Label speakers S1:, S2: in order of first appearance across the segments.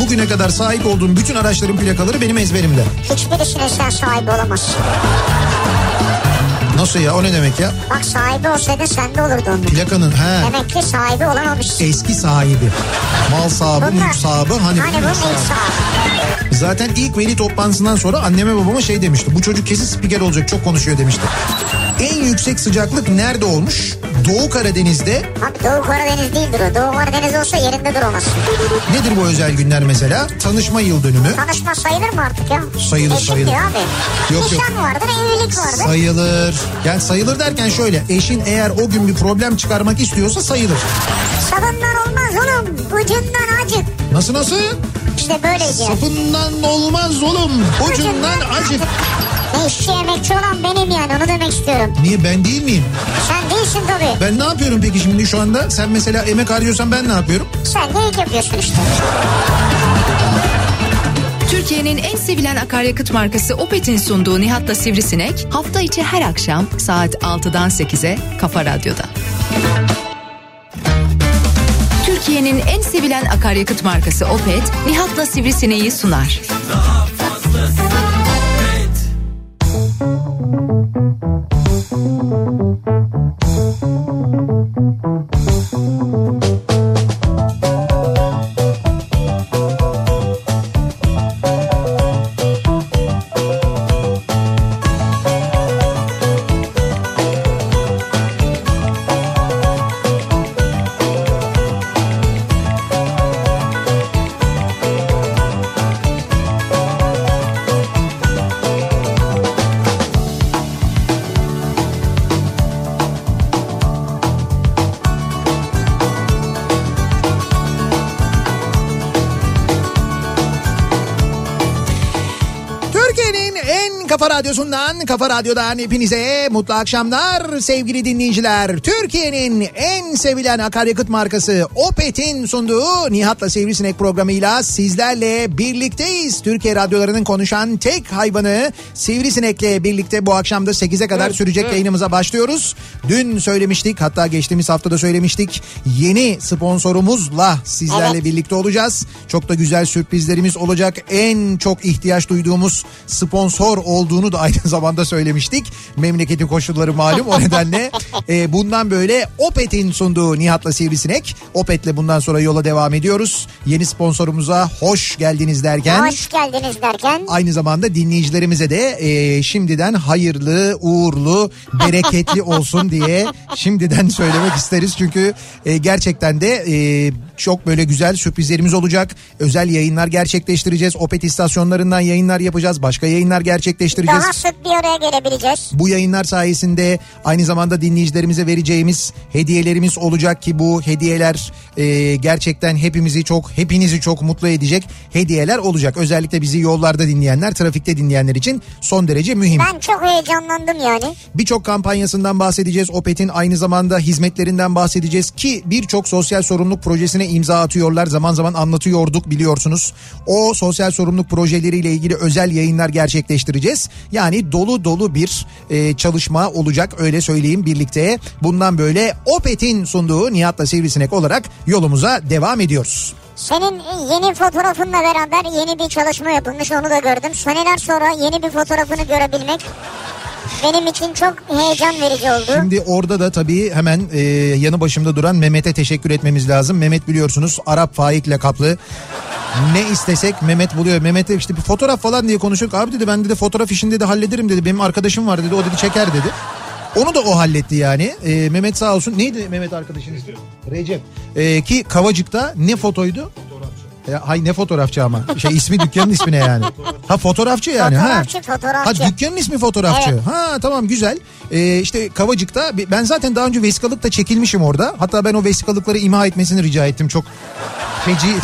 S1: bugüne kadar sahip olduğum bütün araçların plakaları benim ezberimde.
S2: Hiçbirisine sen sahibi olamazsın.
S1: Nasıl ya o ne demek ya?
S2: Bak sahibi olsaydı sende olurdu onun.
S1: Plakanın he
S2: Demek ki sahibi olamamışsın.
S1: eski sahibi. Mal sahibi,
S2: Bunlar-
S1: mülk sahibi hani.
S2: Hani bu ilk sahibi.
S1: Zaten ilk veli toplantısından sonra anneme babama şey demişti. Bu çocuk kesin spiker olacak çok konuşuyor demişti. En yüksek sıcaklık nerede olmuş? Doğu Karadeniz'de
S2: Abi Doğu Karadeniz değildir o. Doğu Karadeniz olsa yerinde duramazsın.
S1: nedir bu özel günler mesela? Tanışma yıl dönümü.
S2: Tanışma sayılır mı artık ya?
S1: Sayılır,
S2: Eşit
S1: sayılır.
S2: diyor abi.
S1: Yok,
S2: Nişan vardır, evlilik vardır.
S1: Sayılır. Yani sayılır derken şöyle eşin eğer o gün bir problem çıkarmak istiyorsa sayılır.
S2: Sabından olmaz oğlum. Ucundan acık.
S1: Nasıl nasıl?
S2: İşte böyle diyor.
S1: Sapından olmaz oğlum. Ucundan acık.
S2: Ne işçi emekçi olan benim yani onu demek istiyorum.
S1: Niye ben değil miyim?
S2: Sen değilsin tabii.
S1: Ben ne yapıyorum peki şimdi şu anda? Sen mesela emek harcıyorsan ben ne yapıyorum?
S2: Sen de ilk yapıyorsun işte.
S3: Türkiye'nin en sevilen akaryakıt markası Opet'in sunduğu Nihat'la Sivrisinek hafta içi her akşam saat 6'dan 8'e Kafa Radyo'da. Türkiye'nin en sevilen akaryakıt markası Opet, Nihat'la Sivrisinek'i sunar.
S1: Türkiye'nin en kafa radyosundan, kafa radyodan hepinize mutlu akşamlar sevgili dinleyiciler. Türkiye'nin en sevilen akaryakıt markası Opet'in sunduğu Nihat'la Sivrisinek programıyla sizlerle birlikteyiz. Türkiye radyolarının konuşan tek hayvanı Sivrisinek'le birlikte bu akşam da 8'e kadar sürecek yayınımıza başlıyoruz. Dün söylemiştik hatta geçtiğimiz haftada söylemiştik yeni sponsorumuzla sizlerle
S2: Evet.
S1: birlikte olacağız. Çok da güzel sürprizlerimiz olacak. En çok ihtiyaç duyduğumuz sponsor olduğunu da aynı zamanda söylemiştik. Memleketin koşulları malum o nedenle e, bundan böyle Opet'in sunduğu Nihat'la Sivrisinek. Opet'le bundan sonra yola devam ediyoruz. Yeni sponsorumuza hoş geldiniz derken
S2: Hoş geldiniz derken.
S1: aynı zamanda dinleyicilerimize de e, şimdiden hayırlı, uğurlu, bereketli olsun diye şimdiden söylemek isteriz. Çünkü e, gerçekten de e, çok böyle güzel sürprizlerimiz olacak. Özel yayınlar gerçekleştireceğiz. Opet istasyonlarından yayınlar yapacağız. Başka yayınlar gerçekleştireceğiz.
S2: Daha sık bir araya gelebileceğiz.
S1: Bu yayınlar sayesinde aynı zamanda dinleyicilerimize vereceğimiz hediyelerimiz olacak ki bu hediyeler e, gerçekten hepimizi çok hepinizi çok mutlu edecek hediyeler olacak. Özellikle bizi yollarda dinleyenler, trafikte dinleyenler için son derece mühim.
S2: Ben çok heyecanlandım yani.
S1: Birçok kampanyasından bahsedeceğiz. Opet'in aynı zamanda hizmetlerinden bahsedeceğiz ki birçok sosyal sorumluluk projesine imza atıyorlar. Zaman zaman anlatıyorduk biliyorsunuz. O sosyal sorumluluk projeleriyle ilgili özel yayınlar gerçekleştireceğiz. Yani dolu dolu bir e, çalışma olacak öyle söyleyeyim birlikte. Bundan böyle Opet'in sunduğu Nihat'la Sivrisinek olarak yolumuza devam ediyoruz.
S2: Senin yeni fotoğrafınla beraber yeni bir çalışma yapılmış onu da gördüm. Seneler sonra yeni bir fotoğrafını görebilmek benim için çok heyecan verici oldu.
S1: Şimdi orada da tabii hemen e, yanı başımda duran Mehmet'e teşekkür etmemiz lazım. Mehmet biliyorsunuz Arap faikle kaplı. Ne istesek Mehmet buluyor. Mehmet'e işte bir fotoğraf falan diye konuştuk. Abi dedi ben dedi fotoğraf işini dedi hallederim dedi. Benim arkadaşım var dedi. O dedi çeker dedi. Onu da o halletti yani. E, Mehmet sağ olsun. Neydi Mehmet arkadaşınız? Recep. E, ki Kavacık'ta ne fotoydu? E, hay ne fotoğrafçı ama. Şey ismi dükkanın ismine yani. Ha fotoğrafçı yani.
S2: Fotoğrafçı,
S1: ha.
S2: fotoğrafçı.
S1: Ha dükkanın ismi fotoğrafçı.
S2: Evet.
S1: Ha tamam güzel. Ee, işte Kavacık'ta bi- ben zaten daha önce vesikalıkta çekilmişim orada. Hatta ben o vesikalıkları imha etmesini rica ettim. Çok feci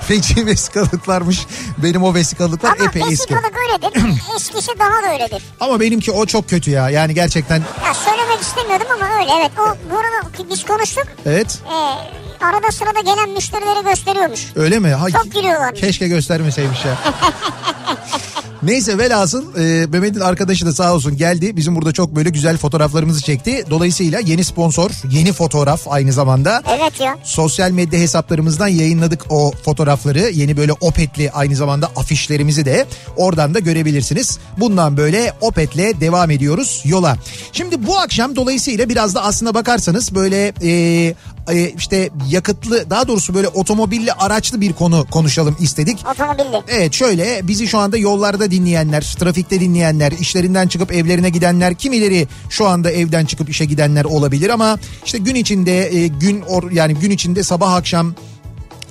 S1: feci vesikalıklarmış. Benim o vesikalıklar
S2: Ama
S1: epey eski.
S2: vesikalık öyledir. Eskisi daha da öyledir.
S1: Ama benimki o çok kötü ya. Yani gerçekten
S2: Ya söylemek istemiyordum ama öyle evet. O bu arada biz konuştuk.
S1: evet.
S2: Ee, arada sırada gelen müşterileri gösteriyormuş.
S1: Öyle mi? Ha,
S2: Çok gülüyorlar.
S1: Keşke göstermeseymiş ya. Neyse velhasıl e, Mehmet'in arkadaşı da sağ olsun geldi. Bizim burada çok böyle güzel fotoğraflarımızı çekti. Dolayısıyla yeni sponsor, yeni fotoğraf aynı zamanda.
S2: Evet ya.
S1: Sosyal medya hesaplarımızdan yayınladık o fotoğrafları. Yeni böyle Opet'li aynı zamanda afişlerimizi de oradan da görebilirsiniz. Bundan böyle Opet'le devam ediyoruz yola. Şimdi bu akşam dolayısıyla biraz da aslına bakarsanız böyle e, e, işte yakıtlı daha doğrusu böyle otomobilli araçlı bir konu konuşalım istedik.
S2: Otomobilli.
S1: Evet şöyle bizi şu anda yollarda dinleyenler, trafikte dinleyenler, işlerinden çıkıp evlerine gidenler, kimileri şu anda evden çıkıp işe gidenler olabilir ama işte gün içinde e, gün or, yani gün içinde sabah akşam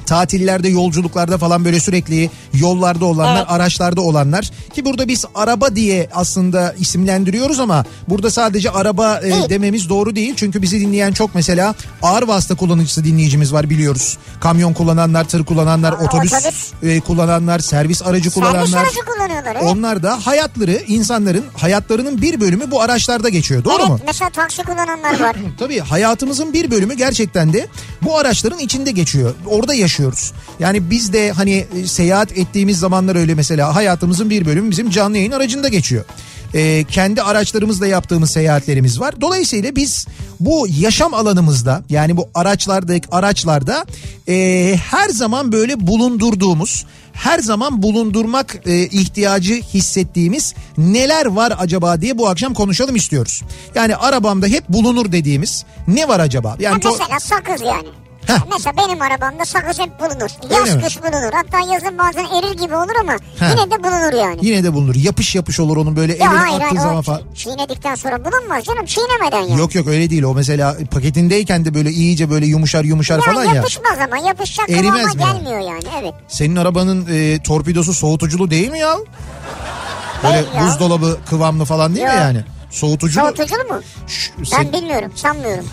S1: tatillerde yolculuklarda falan böyle sürekli yollarda olanlar
S2: Evet.
S1: araçlarda olanlar ki burada biz araba diye aslında isimlendiriyoruz ama burada sadece araba e,
S2: Değil.
S1: dememiz doğru değil çünkü bizi dinleyen çok mesela ağır vasıta kullanıcısı dinleyicimiz var biliyoruz kamyon kullananlar tır kullananlar otobüs,
S2: otobüs.
S1: e, kullananlar servis aracı
S2: Servis
S1: kullananlar
S2: aracı kullanıyorlar. Evet.
S1: onlar da hayatları insanların hayatlarının bir bölümü bu araçlarda geçiyor doğru
S2: evet
S1: mu?
S2: mesela taksi kullananlar var.
S1: Tabii hayatımızın bir bölümü gerçekten de bu araçların içinde geçiyor. Orada yaşıyoruz. Yani biz de hani e, seyahat ettiğimiz zamanlar öyle mesela hayatımızın bir bölümü bizim canlı yayın aracında geçiyor. E, kendi araçlarımızla yaptığımız seyahatlerimiz var. Dolayısıyla biz bu yaşam alanımızda yani bu araçlarda araçlarda e, her zaman böyle bulundurduğumuz her zaman bulundurmak e, ihtiyacı hissettiğimiz neler var acaba diye bu akşam konuşalım istiyoruz. Yani arabamda hep bulunur dediğimiz ne var acaba?
S2: Ya
S1: Yani do-
S2: mesela sakız yani.
S1: Heh.
S2: Mesela benim arabamda sakız hep bulunur.
S1: Öyle mi?
S2: Yaz kış bulunur. Hatta yazın bazen erir gibi olur ama
S1: Heh.
S2: yine de bulunur yani.
S1: yine de bulunur. Yapış yapış olur onun böyle
S2: Ya
S1: elini
S2: hayır
S1: attığı
S2: hayır
S1: zaman
S2: o
S1: falan.
S2: çiğnedikten sonra bulunmaz canım çiğnemeden yani.
S1: Yok yok öyle değil o mesela paketindeyken de böyle iyice böyle yumuşar yumuşar
S2: ya
S1: falan ya.
S2: yapışmaz ama yapışacak
S1: Erimez
S2: kıvama
S1: mi yani?
S2: gelmiyor yani evet.
S1: Senin arabanın e, torpidosu soğutuculu değil mi ya? Böyle
S2: Değil ya.
S1: buzdolabı kıvamlı falan değil
S2: Yok.
S1: mi yani? Soğutuculu.
S2: Soğutuculu mu?
S1: Şş,
S2: Ben
S1: sen-
S2: bilmiyorum sanmıyorum.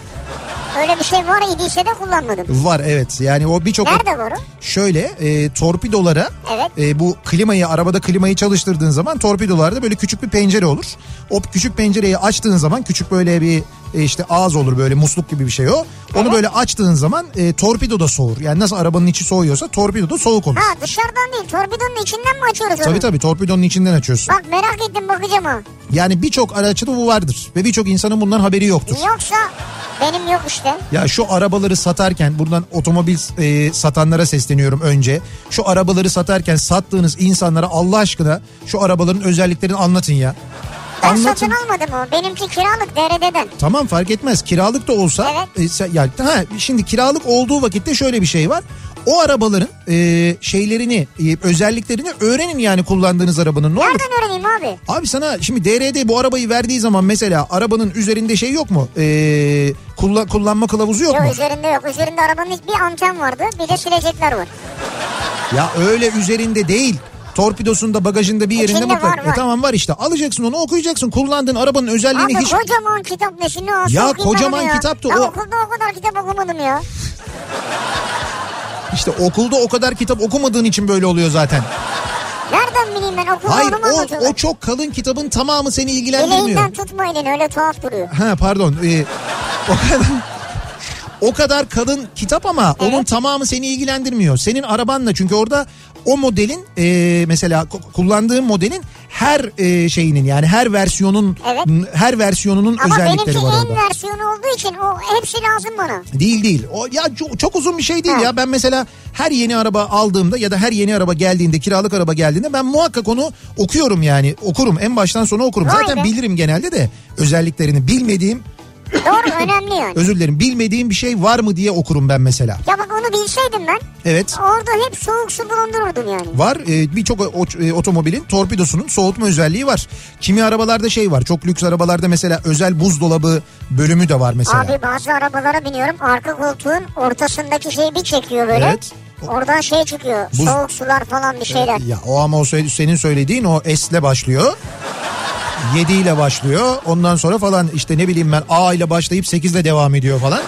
S2: Öyle bir şey var idiyse de kullanmadım.
S1: Var evet yani o birçok
S2: Nerede var o?
S1: şöyle e, torpidolara
S2: Evet.
S1: e, bu klimayı arabada klimayı çalıştırdığın zaman torpidolarda böyle küçük bir pencere olur. O küçük pencereyi açtığın zaman küçük böyle bir e, işte ağız olur böyle musluk gibi bir şey o. Onu böyle açtığın zaman e, torpido da soğur. Yani nasıl arabanın içi soğuyorsa torpido da soğuk olur.
S2: Ha dışarıdan değil torpidonun içinden mi açıyoruz onu?
S1: Tabii tabii torpidonun içinden açıyorsun.
S2: Bak merak ettim bakacağım ha.
S1: Yani birçok araçta bu vardır ve birçok insanın bundan haberi yoktur.
S2: Yoksa benim yok işte.
S1: Ya şu arabaları satarken buradan otomobil e, satanlara sesleniyorum önce. Şu arabaları satarken sattığınız insanlara Allah aşkına şu arabaların özelliklerini anlatın ya.
S2: Ben
S1: Anlatın.
S2: satın almadım o. Benimki kiralık DRD'den.
S1: Tamam fark etmez kiralık da olsa e, sen- ya, ha, şimdi kiralık olduğu vakitte şöyle bir şey var. O arabaların e, şeylerini e, özelliklerini öğrenin yani kullandığınız arabanın ne olur.
S2: Nereden öğreneyim abi?
S1: Abi sana şimdi DRD bu arabayı verdiği zaman mesela arabanın üzerinde şey yok mu? E, kullan, kullanma kılavuzu yok mu?
S2: Yok üzerinde yok. Üzerinde arabanın ilk bir anten vardı. Bir de silecekler var.
S1: Ya öyle üzerinde değil. Torpidosunda bagajında bir yerinde
S2: İçinde
S1: mutlaka.
S2: var, var.
S1: E tamam var işte alacaksın onu okuyacaksın kullandığın arabanın özelliğini
S2: Abi
S1: hiç...
S2: kocaman kitap ne şimdi alsın
S1: Ya
S2: okuyayım ben
S1: kocaman
S2: onu ya.
S1: kitaptı
S2: Ben
S1: o.
S2: okulda o kadar kitap okumadım ya.
S1: işte okulda o kadar kitap okumadığın için böyle oluyor zaten.
S2: Nereden bileyim ben okulda
S1: Hayır
S2: onu mu
S1: o,
S2: anlatıyorlar?
S1: o çok kalın kitabın tamamı seni ilgilendirmiyor.
S2: Eleğinden tutma elini öyle tuhaf duruyor.
S1: Ha pardon. e, o kadar... O kadar kalın kitap ama onun tamamı seni ilgilendirmiyor. Senin arabanla çünkü orada o modelin e, mesela ku- kullandığın modelin her e, şeyinin yani her versiyonun
S2: Evet.
S1: her versiyonunun
S2: Ama benimki
S1: Ah, özellikleri
S2: en
S1: var orada.
S2: versiyonu olduğu için o hepsi lazım bana.
S1: Değil değil. O ya çok, çok uzun bir şey değil
S2: Ha.
S1: ya. Ben mesela her yeni araba aldığımda ya da her yeni araba geldiğinde kiralık araba geldiğinde ben muhakkak onu okuyorum yani. Okurum en baştan sona okurum.
S2: Vay
S1: Zaten
S2: be.
S1: bilirim genelde de özelliklerini bilmediğim
S2: Doğru önemli yani.
S1: özür dilerim bilmediğim bir şey var mı diye okurum ben mesela.
S2: Ya bak onu bilseydim ben
S1: Evet.
S2: orada hep soğuk su bulundururdum yani.
S1: Var e, birçok o- e, otomobilin torpidosunun soğutma özelliği var. Kimi arabalarda şey var çok lüks arabalarda mesela özel buzdolabı bölümü de var mesela.
S2: Abi bazı arabalara biniyorum arka koltuğun ortasındaki şeyi bir çekiyor böyle.
S1: Evet.
S2: Oradan şey çıkıyor
S1: Buz-
S2: soğuk sular falan bir şeyler.
S1: Ya o ama o söyle- senin söylediğin o S ile başlıyor. 7 ile başlıyor. Ondan sonra falan işte ne bileyim ben A ile başlayıp 8 ile devam ediyor falan.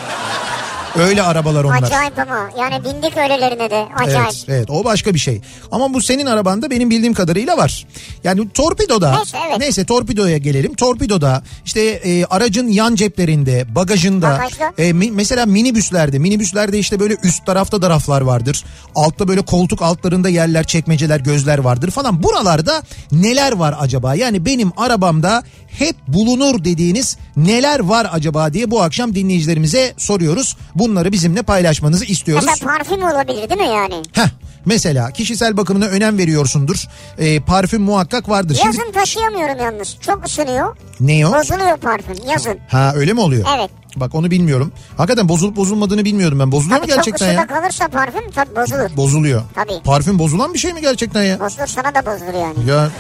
S1: Öyle arabalar onlar.
S2: Acayip ama yani bindik öylelerine de acayip.
S1: Evet, evet o başka bir şey. Ama bu senin arabanda benim bildiğim kadarıyla var. Yani torpidoda
S2: Neyse, evet.
S1: neyse torpidoya gelelim. Torpidoda işte e, aracın yan ceplerinde, bagajında
S2: Bagajda.
S1: e, mi- mesela minibüslerde, minibüslerde işte böyle üst tarafta da raflar vardır. Altta böyle koltuk altlarında yerler, çekmeceler, gözler vardır falan. Buralarda neler var acaba? Yani benim arabamda hep bulunur dediğiniz neler var acaba diye bu akşam dinleyicilerimize soruyoruz. Bunları bizimle paylaşmanızı istiyoruz.
S2: Mesela parfüm olabilir değil mi yani?
S1: Heh, mesela kişisel bakımına önem veriyorsundur. Ee, parfüm muhakkak vardır. Şimdi
S2: Yazın taşıyamıyorum yalnız. Çok ısınıyor.
S1: ne o?
S2: Bozuluyor parfüm yazın.
S1: Ha öyle mi oluyor?
S2: Evet.
S1: Bak onu bilmiyorum. Hakikaten bozulup bozulmadığını bilmiyordum ben. Bozuluyor
S2: Tabii
S1: mu
S2: çok
S1: gerçekten
S2: ısıda
S1: ya?
S2: kalırsa parfüm tabii bozulur.
S1: Bozuluyor.
S2: Tabii.
S1: Parfüm bozulan bir şey mi gerçekten ya?
S2: Bozulur sana da bozulur yani.
S1: Ya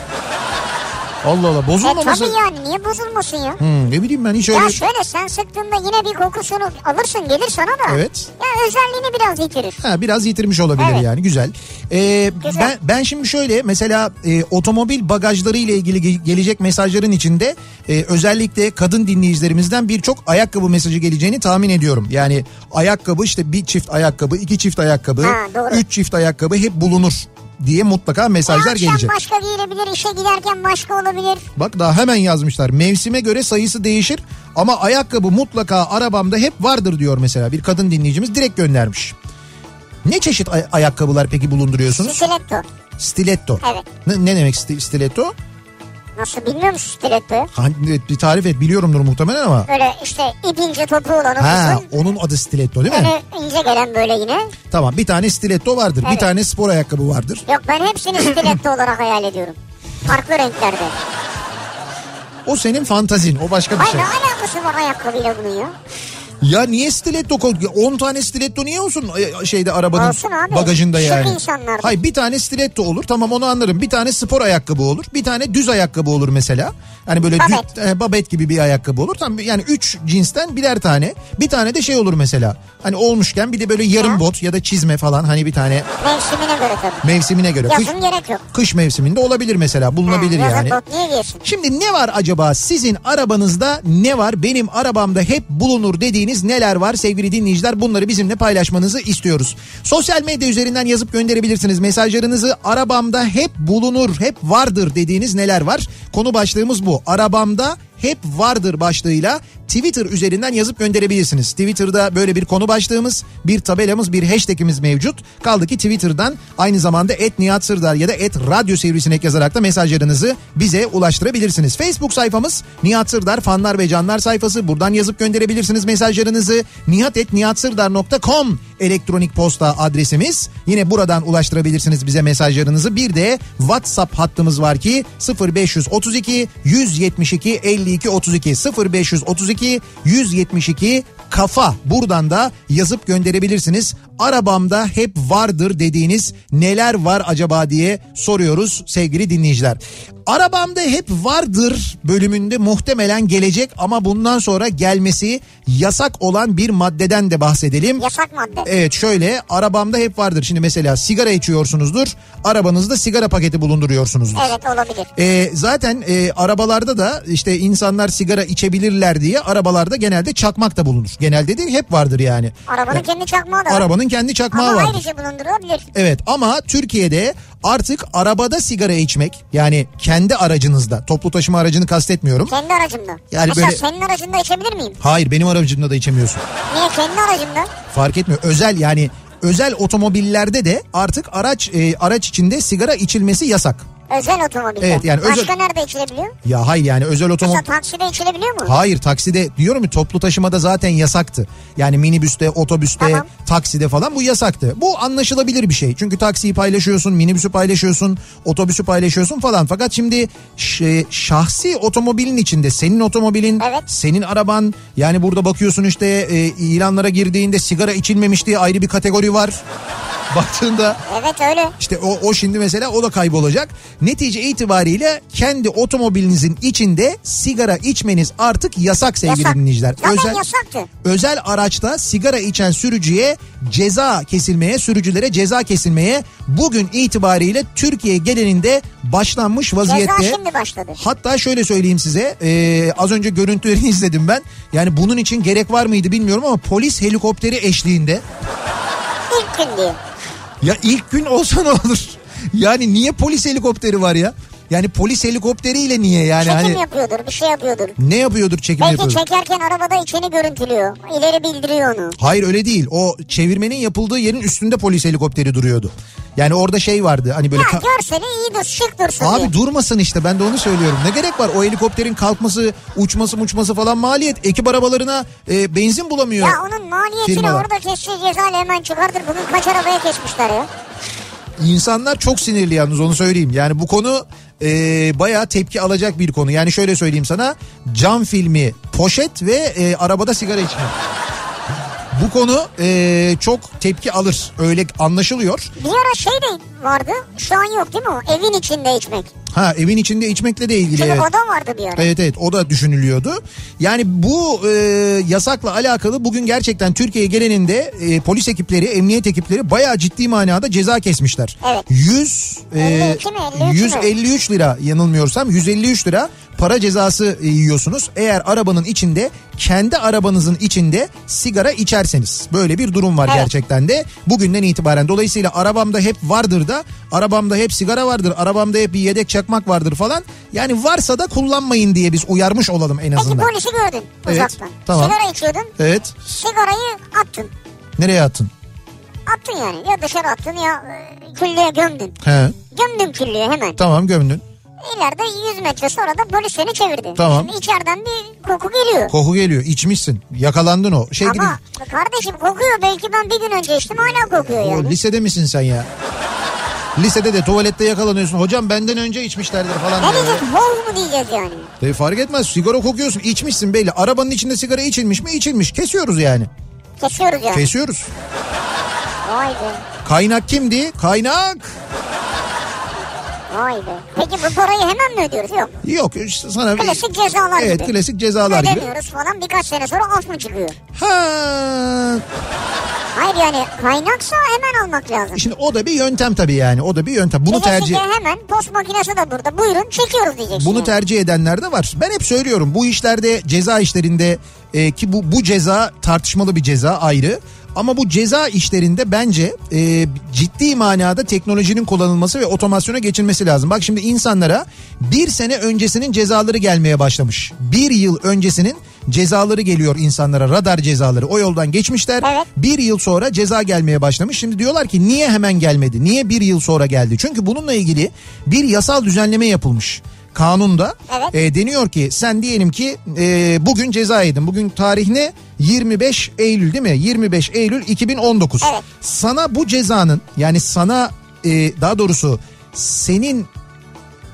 S1: Allah Allah
S2: E
S1: bozulmaması.
S2: tabii yani niye bozulmasın ya?
S1: Hmm, ne bileyim ben hiç öyle.
S2: Ya şöyle sen sıktığında yine bir kokusunu alırsın gelir sana da.
S1: Evet.
S2: Ya özelliğini biraz yitirir.
S1: Ha, biraz yitirmiş olabilir
S2: Evet.
S1: yani güzel. Ee,
S2: Güzel.
S1: Ben, ben şimdi şöyle mesela e, otomobil bagajları ile ilgili ge- gelecek mesajların içinde e, özellikle kadın dinleyicilerimizden birçok ayakkabı mesajı geleceğini tahmin ediyorum. Yani ayakkabı işte bir çift ayakkabı, iki çift ayakkabı,
S2: Ha, doğru.
S1: üç çift ayakkabı hep bulunur diye mutlaka
S2: Ya
S1: mesajlar
S2: akşam
S1: gelecek.
S2: başka giyilebilir, işe giderken başka olabilir.
S1: Bak daha hemen yazmışlar. Mevsime göre sayısı değişir ama ayakkabı mutlaka arabamda hep vardır diyor mesela. Bir kadın dinleyicimiz direkt göndermiş. Ne çeşit ay- ayakkabılar peki bulunduruyorsunuz?
S2: Stiletto.
S1: Stiletto.
S2: Evet.
S1: Ne, ne demek sti- stiletto?
S2: Nasıl bilmiyor musun stilettoyu?
S1: Ha, evet, bir tarif et biliyorumdur muhtemelen ama.
S2: Böyle işte ip ince topu olan
S1: Ha,
S2: uzun.
S1: onun adı stiletto değil mi?
S2: Yani ince gelen böyle yine.
S1: Tamam bir tane stiletto vardır. Bir
S2: Evet.
S1: tane spor ayakkabı vardır.
S2: Yok ben hepsini stiletto olarak hayal ediyorum. Farklı renklerde.
S1: O senin fantazin o başka bir
S2: Hayır
S1: şey.
S2: ne alakası var ayakkabıyla bunun ya?
S1: Ya niye stiletto ko- 10 tane stiletto niye olsun e, şeyde arabanın
S2: Olsun abi.
S1: bagajında
S2: Şık
S1: yani.
S2: insanlar.
S1: Hayır bir tane stiletto olur tamam onu anlarım. Bir tane spor ayakkabı olur. Bir tane düz ayakkabı olur mesela. Hani böyle dü-
S2: Babet.
S1: e, babet gibi bir ayakkabı olur. Tam yani 3 cinsten birer tane. Bir tane de şey olur mesela. Hani olmuşken bir de böyle yarım
S2: Ha?
S1: bot ya da çizme falan hani bir tane
S2: Mevsimine göre tabii.
S1: mevsimine göre. Kış,
S2: Yazın gerek yok.
S1: kış mevsiminde olabilir mesela bulunabilir
S2: Ha,
S1: yani.
S2: Yazın bot niye giysin?
S1: Şimdi ne var acaba sizin arabanızda ne var benim arabamda hep bulunur dediğiniz neler var sevgili dinleyiciler bunları bizimle paylaşmanızı istiyoruz. Sosyal medya üzerinden yazıp gönderebilirsiniz mesajlarınızı arabamda hep bulunur hep vardır dediğiniz neler var konu başlığımız bu arabamda hep vardır başlığıyla Twitter üzerinden yazıp gönderebilirsiniz. Twitter'da böyle bir konu başlığımız, bir tabelamız, bir hashtagimiz mevcut. Kaldı ki Twitter'dan aynı zamanda et Nihat Sırdar ya da et Radyo Sivrisinek yazarak da mesajlarınızı bize ulaştırabilirsiniz. Facebook sayfamız Nihat Sırdar fanlar ve canlar sayfası. Buradan yazıp gönderebilirsiniz mesajlarınızı. nihatetnihatsırdar.com elektronik posta adresimiz. Yine buradan ulaştırabilirsiniz bize mesajlarınızı. Bir de WhatsApp hattımız var ki 0532 172 52 32 0532 172 kafa buradan da yazıp gönderebilirsiniz. Arabamda hep vardır dediğiniz neler var acaba diye soruyoruz sevgili dinleyiciler. Arabamda hep vardır bölümünde muhtemelen gelecek ama bundan sonra gelmesi yasak olan bir maddeden de bahsedelim.
S2: Yasak madde.
S1: Evet şöyle arabamda hep vardır. Şimdi mesela sigara içiyorsunuzdur. Arabanızda sigara paketi bulunduruyorsunuzdur.
S2: Evet olabilir.
S1: Ee, zaten e, arabalarda da işte insanlar sigara içebilirler diye arabalarda genelde çakmak da bulunur. Genelde değil hep vardır yani.
S2: Arabanın
S1: Yani
S2: kendi çakmağı da var.
S1: Arabanın kendi çakmağı
S2: Ama
S1: var.
S2: ayrıca bulundurulabilir.
S1: Evet ama Türkiye'de artık arabada sigara içmek yani kendi aracınızda toplu taşıma aracını kastetmiyorum.
S2: Kendi aracımda.
S1: Yani
S2: Mesela
S1: böyle-
S2: senin aracında içebilir miyim?
S1: Hayır benim aracımda da içemiyorsun.
S2: Niye kendi aracımda?
S1: fark etmiyor. Özel yani özel otomobillerde de artık araç e, araç içinde sigara içilmesi yasak.
S2: Özel otomobilde.
S1: Evet, yani özel-
S2: Başka nerede içilebiliyor?
S1: Ya hayır yani özel
S2: Mesela
S1: otomobil
S2: takside içilebiliyor mu?
S1: Hayır takside diyorum ya toplu taşımada zaten yasaktı. Yani minibüste, otobüste,
S2: Tamam.
S1: takside falan bu yasaktı. Bu anlaşılabilir bir şey. Çünkü taksiyi paylaşıyorsun, minibüsü paylaşıyorsun, otobüsü paylaşıyorsun falan. Fakat şimdi ş- şahsi otomobilin içinde senin otomobilin,
S2: Evet.
S1: senin araban yani burada bakıyorsun işte e, ilanlara girdiğinde sigara içilmemiş diye ayrı bir kategori var. Baktığında
S2: Evet öyle.
S1: işte o, o şimdi mesela o da kaybolacak. Netice itibariyle kendi otomobilinizin içinde sigara içmeniz artık yasak sevgili
S2: Yasak.
S1: dinleyiciler.
S2: Zaten yasaktı.
S1: özel araçta sigara içen sürücüye ceza kesilmeye, sürücülere ceza kesilmeye bugün itibariyle Türkiye genelinde başlanmış vaziyette.
S2: Ceza şimdi başladı.
S1: Hatta şöyle söyleyeyim size e, az önce görüntülerini izledim ben. Yani bunun için gerek var mıydı bilmiyorum ama polis helikopteri eşliğinde.
S2: İlk gün diye.
S1: Ya ilk gün olsa ne olur? Yani niye polis helikopteri var ya? Yani polis helikopteriyle niye yani
S2: Çekim
S1: hani
S2: yapıyordur bir şey yapıyordur.
S1: ne yapıyordur çekim
S2: Belki
S1: yapıyordur?
S2: çekerken arabada içini görüntülüyor. İleri bildiriyor onu.
S1: Hayır öyle değil. O çevirmenin yapıldığı yerin üstünde polis helikopteri duruyordu. Yani orada şey vardı hani böyle...
S2: Ha
S1: ka-
S2: görseli iyi dur şık dursun diye.
S1: Abi durmasın işte ben de onu söylüyorum. Ne gerek var o helikopterin kalkması, uçması, uçması falan maliyet. Ekip arabalarına e, benzin bulamıyor.
S2: Ya onun maliyetini
S1: firmalar.
S2: orada kesici cezayla hemen çıkardır. Bugün kaç arabaya kesmişler ya?
S1: İnsanlar çok sinirli yalnız onu söyleyeyim. Yani bu konu e, bayağı tepki alacak bir konu. Yani şöyle söyleyeyim sana. Cam filmi, poşet ve e, arabada sigara içme. bu konu e, çok tepki alır. Öyle anlaşılıyor.
S2: Bir ara şey de vardı. Şu an yok değil mi o? Evin içinde içmek.
S1: Ha evin içinde içmekle de ilgili.
S2: Şimdi
S1: evet.
S2: o da vardı bir ara.
S1: Evet evet o da düşünülüyordu. Yani bu e, yasakla alakalı bugün gerçekten Türkiye geleninde e, polis ekipleri, emniyet ekipleri bayağı ciddi manada ceza kesmişler.
S2: Evet.
S1: 100 e,
S2: 52 mi, 53 mi?
S1: 153 lira yanılmıyorsam 153 lira para cezası e, yiyorsunuz. Eğer arabanın içinde kendi arabanızın içinde sigara içerseniz. Böyle bir durum var
S2: Evet.
S1: gerçekten de bugünden itibaren. Dolayısıyla arabamda hep vardır da arabamda hep sigara vardır. Arabamda hep bir yedek çakmak vardır falan. Yani varsa da kullanmayın diye biz uyarmış olalım en
S2: Peki
S1: azından.
S2: polisi gördün
S1: Evet,
S2: uzaktan.
S1: tamam.
S2: Sigara içiyordun.
S1: Evet.
S2: Sigarayı attın.
S1: Nereye attın?
S2: Attın yani. Ya dışarı attın ya e, küllüğe gömdün.
S1: He.
S2: Gömdün küllüğe hemen.
S1: Tamam gömdün.
S2: İleride 100 metre sonra da polis seni çevirdi.
S1: Tamam.
S2: Şimdi içeriden bir koku geliyor.
S1: Koku geliyor. içmişsin. Yakalandın o. Şey gibi.
S2: Ama kardeşim kokuyor belki ben bir gün önce içtim hala kokuyor
S1: O,
S2: yani.
S1: lisede misin sen ya? Lisede de tuvalette yakalanıyorsun. Hocam benden önce içmişlerdir falan.
S2: Ne
S1: diyor.
S2: diyeceğiz wow mu diyeceğiz yani.
S1: E, fark etmez sigara kokuyorsun içmişsin belli. Arabanın içinde sigara içilmiş mi içilmiş kesiyoruz yani.
S2: Kesiyoruz yani.
S1: Kesiyoruz.
S2: Vay be.
S1: Kaynak kimdi? Kaynak.
S2: Vay be. Peki bu parayı hemen mi ödüyoruz? Yok.
S1: Yok işte sana
S2: Klasik cezalar
S1: evet,
S2: gibi.
S1: klasik cezalar gibi.
S2: Ödemiyoruz falan birkaç sene sonra af mı çıkıyor?
S1: Ha.
S2: Hayır yani kaynaksa hemen almak lazım.
S1: Şimdi o da bir yöntem tabii yani. O da bir yöntem. Bunu
S2: Bunu
S1: tercih
S2: hemen post makinesi de burada. Buyurun çekiyoruz diyeceksin.
S1: Bunu
S2: yani.
S1: tercih edenler de var. Ben hep söylüyorum bu işlerde ceza işlerinde e, ki bu bu ceza tartışmalı bir ceza ayrı. Ama bu ceza işlerinde bence e, ciddi manada teknolojinin kullanılması ve otomasyona geçilmesi lazım. Bak şimdi insanlara bir sene öncesinin cezaları gelmeye başlamış. Bir yıl öncesinin cezaları geliyor insanlara radar cezaları. O yoldan geçmişler.
S2: Evet.
S1: Bir yıl sonra ceza gelmeye başlamış. Şimdi diyorlar ki niye hemen gelmedi? Niye bir yıl sonra geldi? Çünkü bununla ilgili bir yasal düzenleme yapılmış. Kanunda
S2: Evet.
S1: E, deniyor ki sen diyelim ki e, bugün ceza yedin. Bugün tarih ne? 25 Eylül değil mi? 25 Eylül 2019.
S2: Evet.
S1: Sana bu cezanın yani sana e, daha doğrusu senin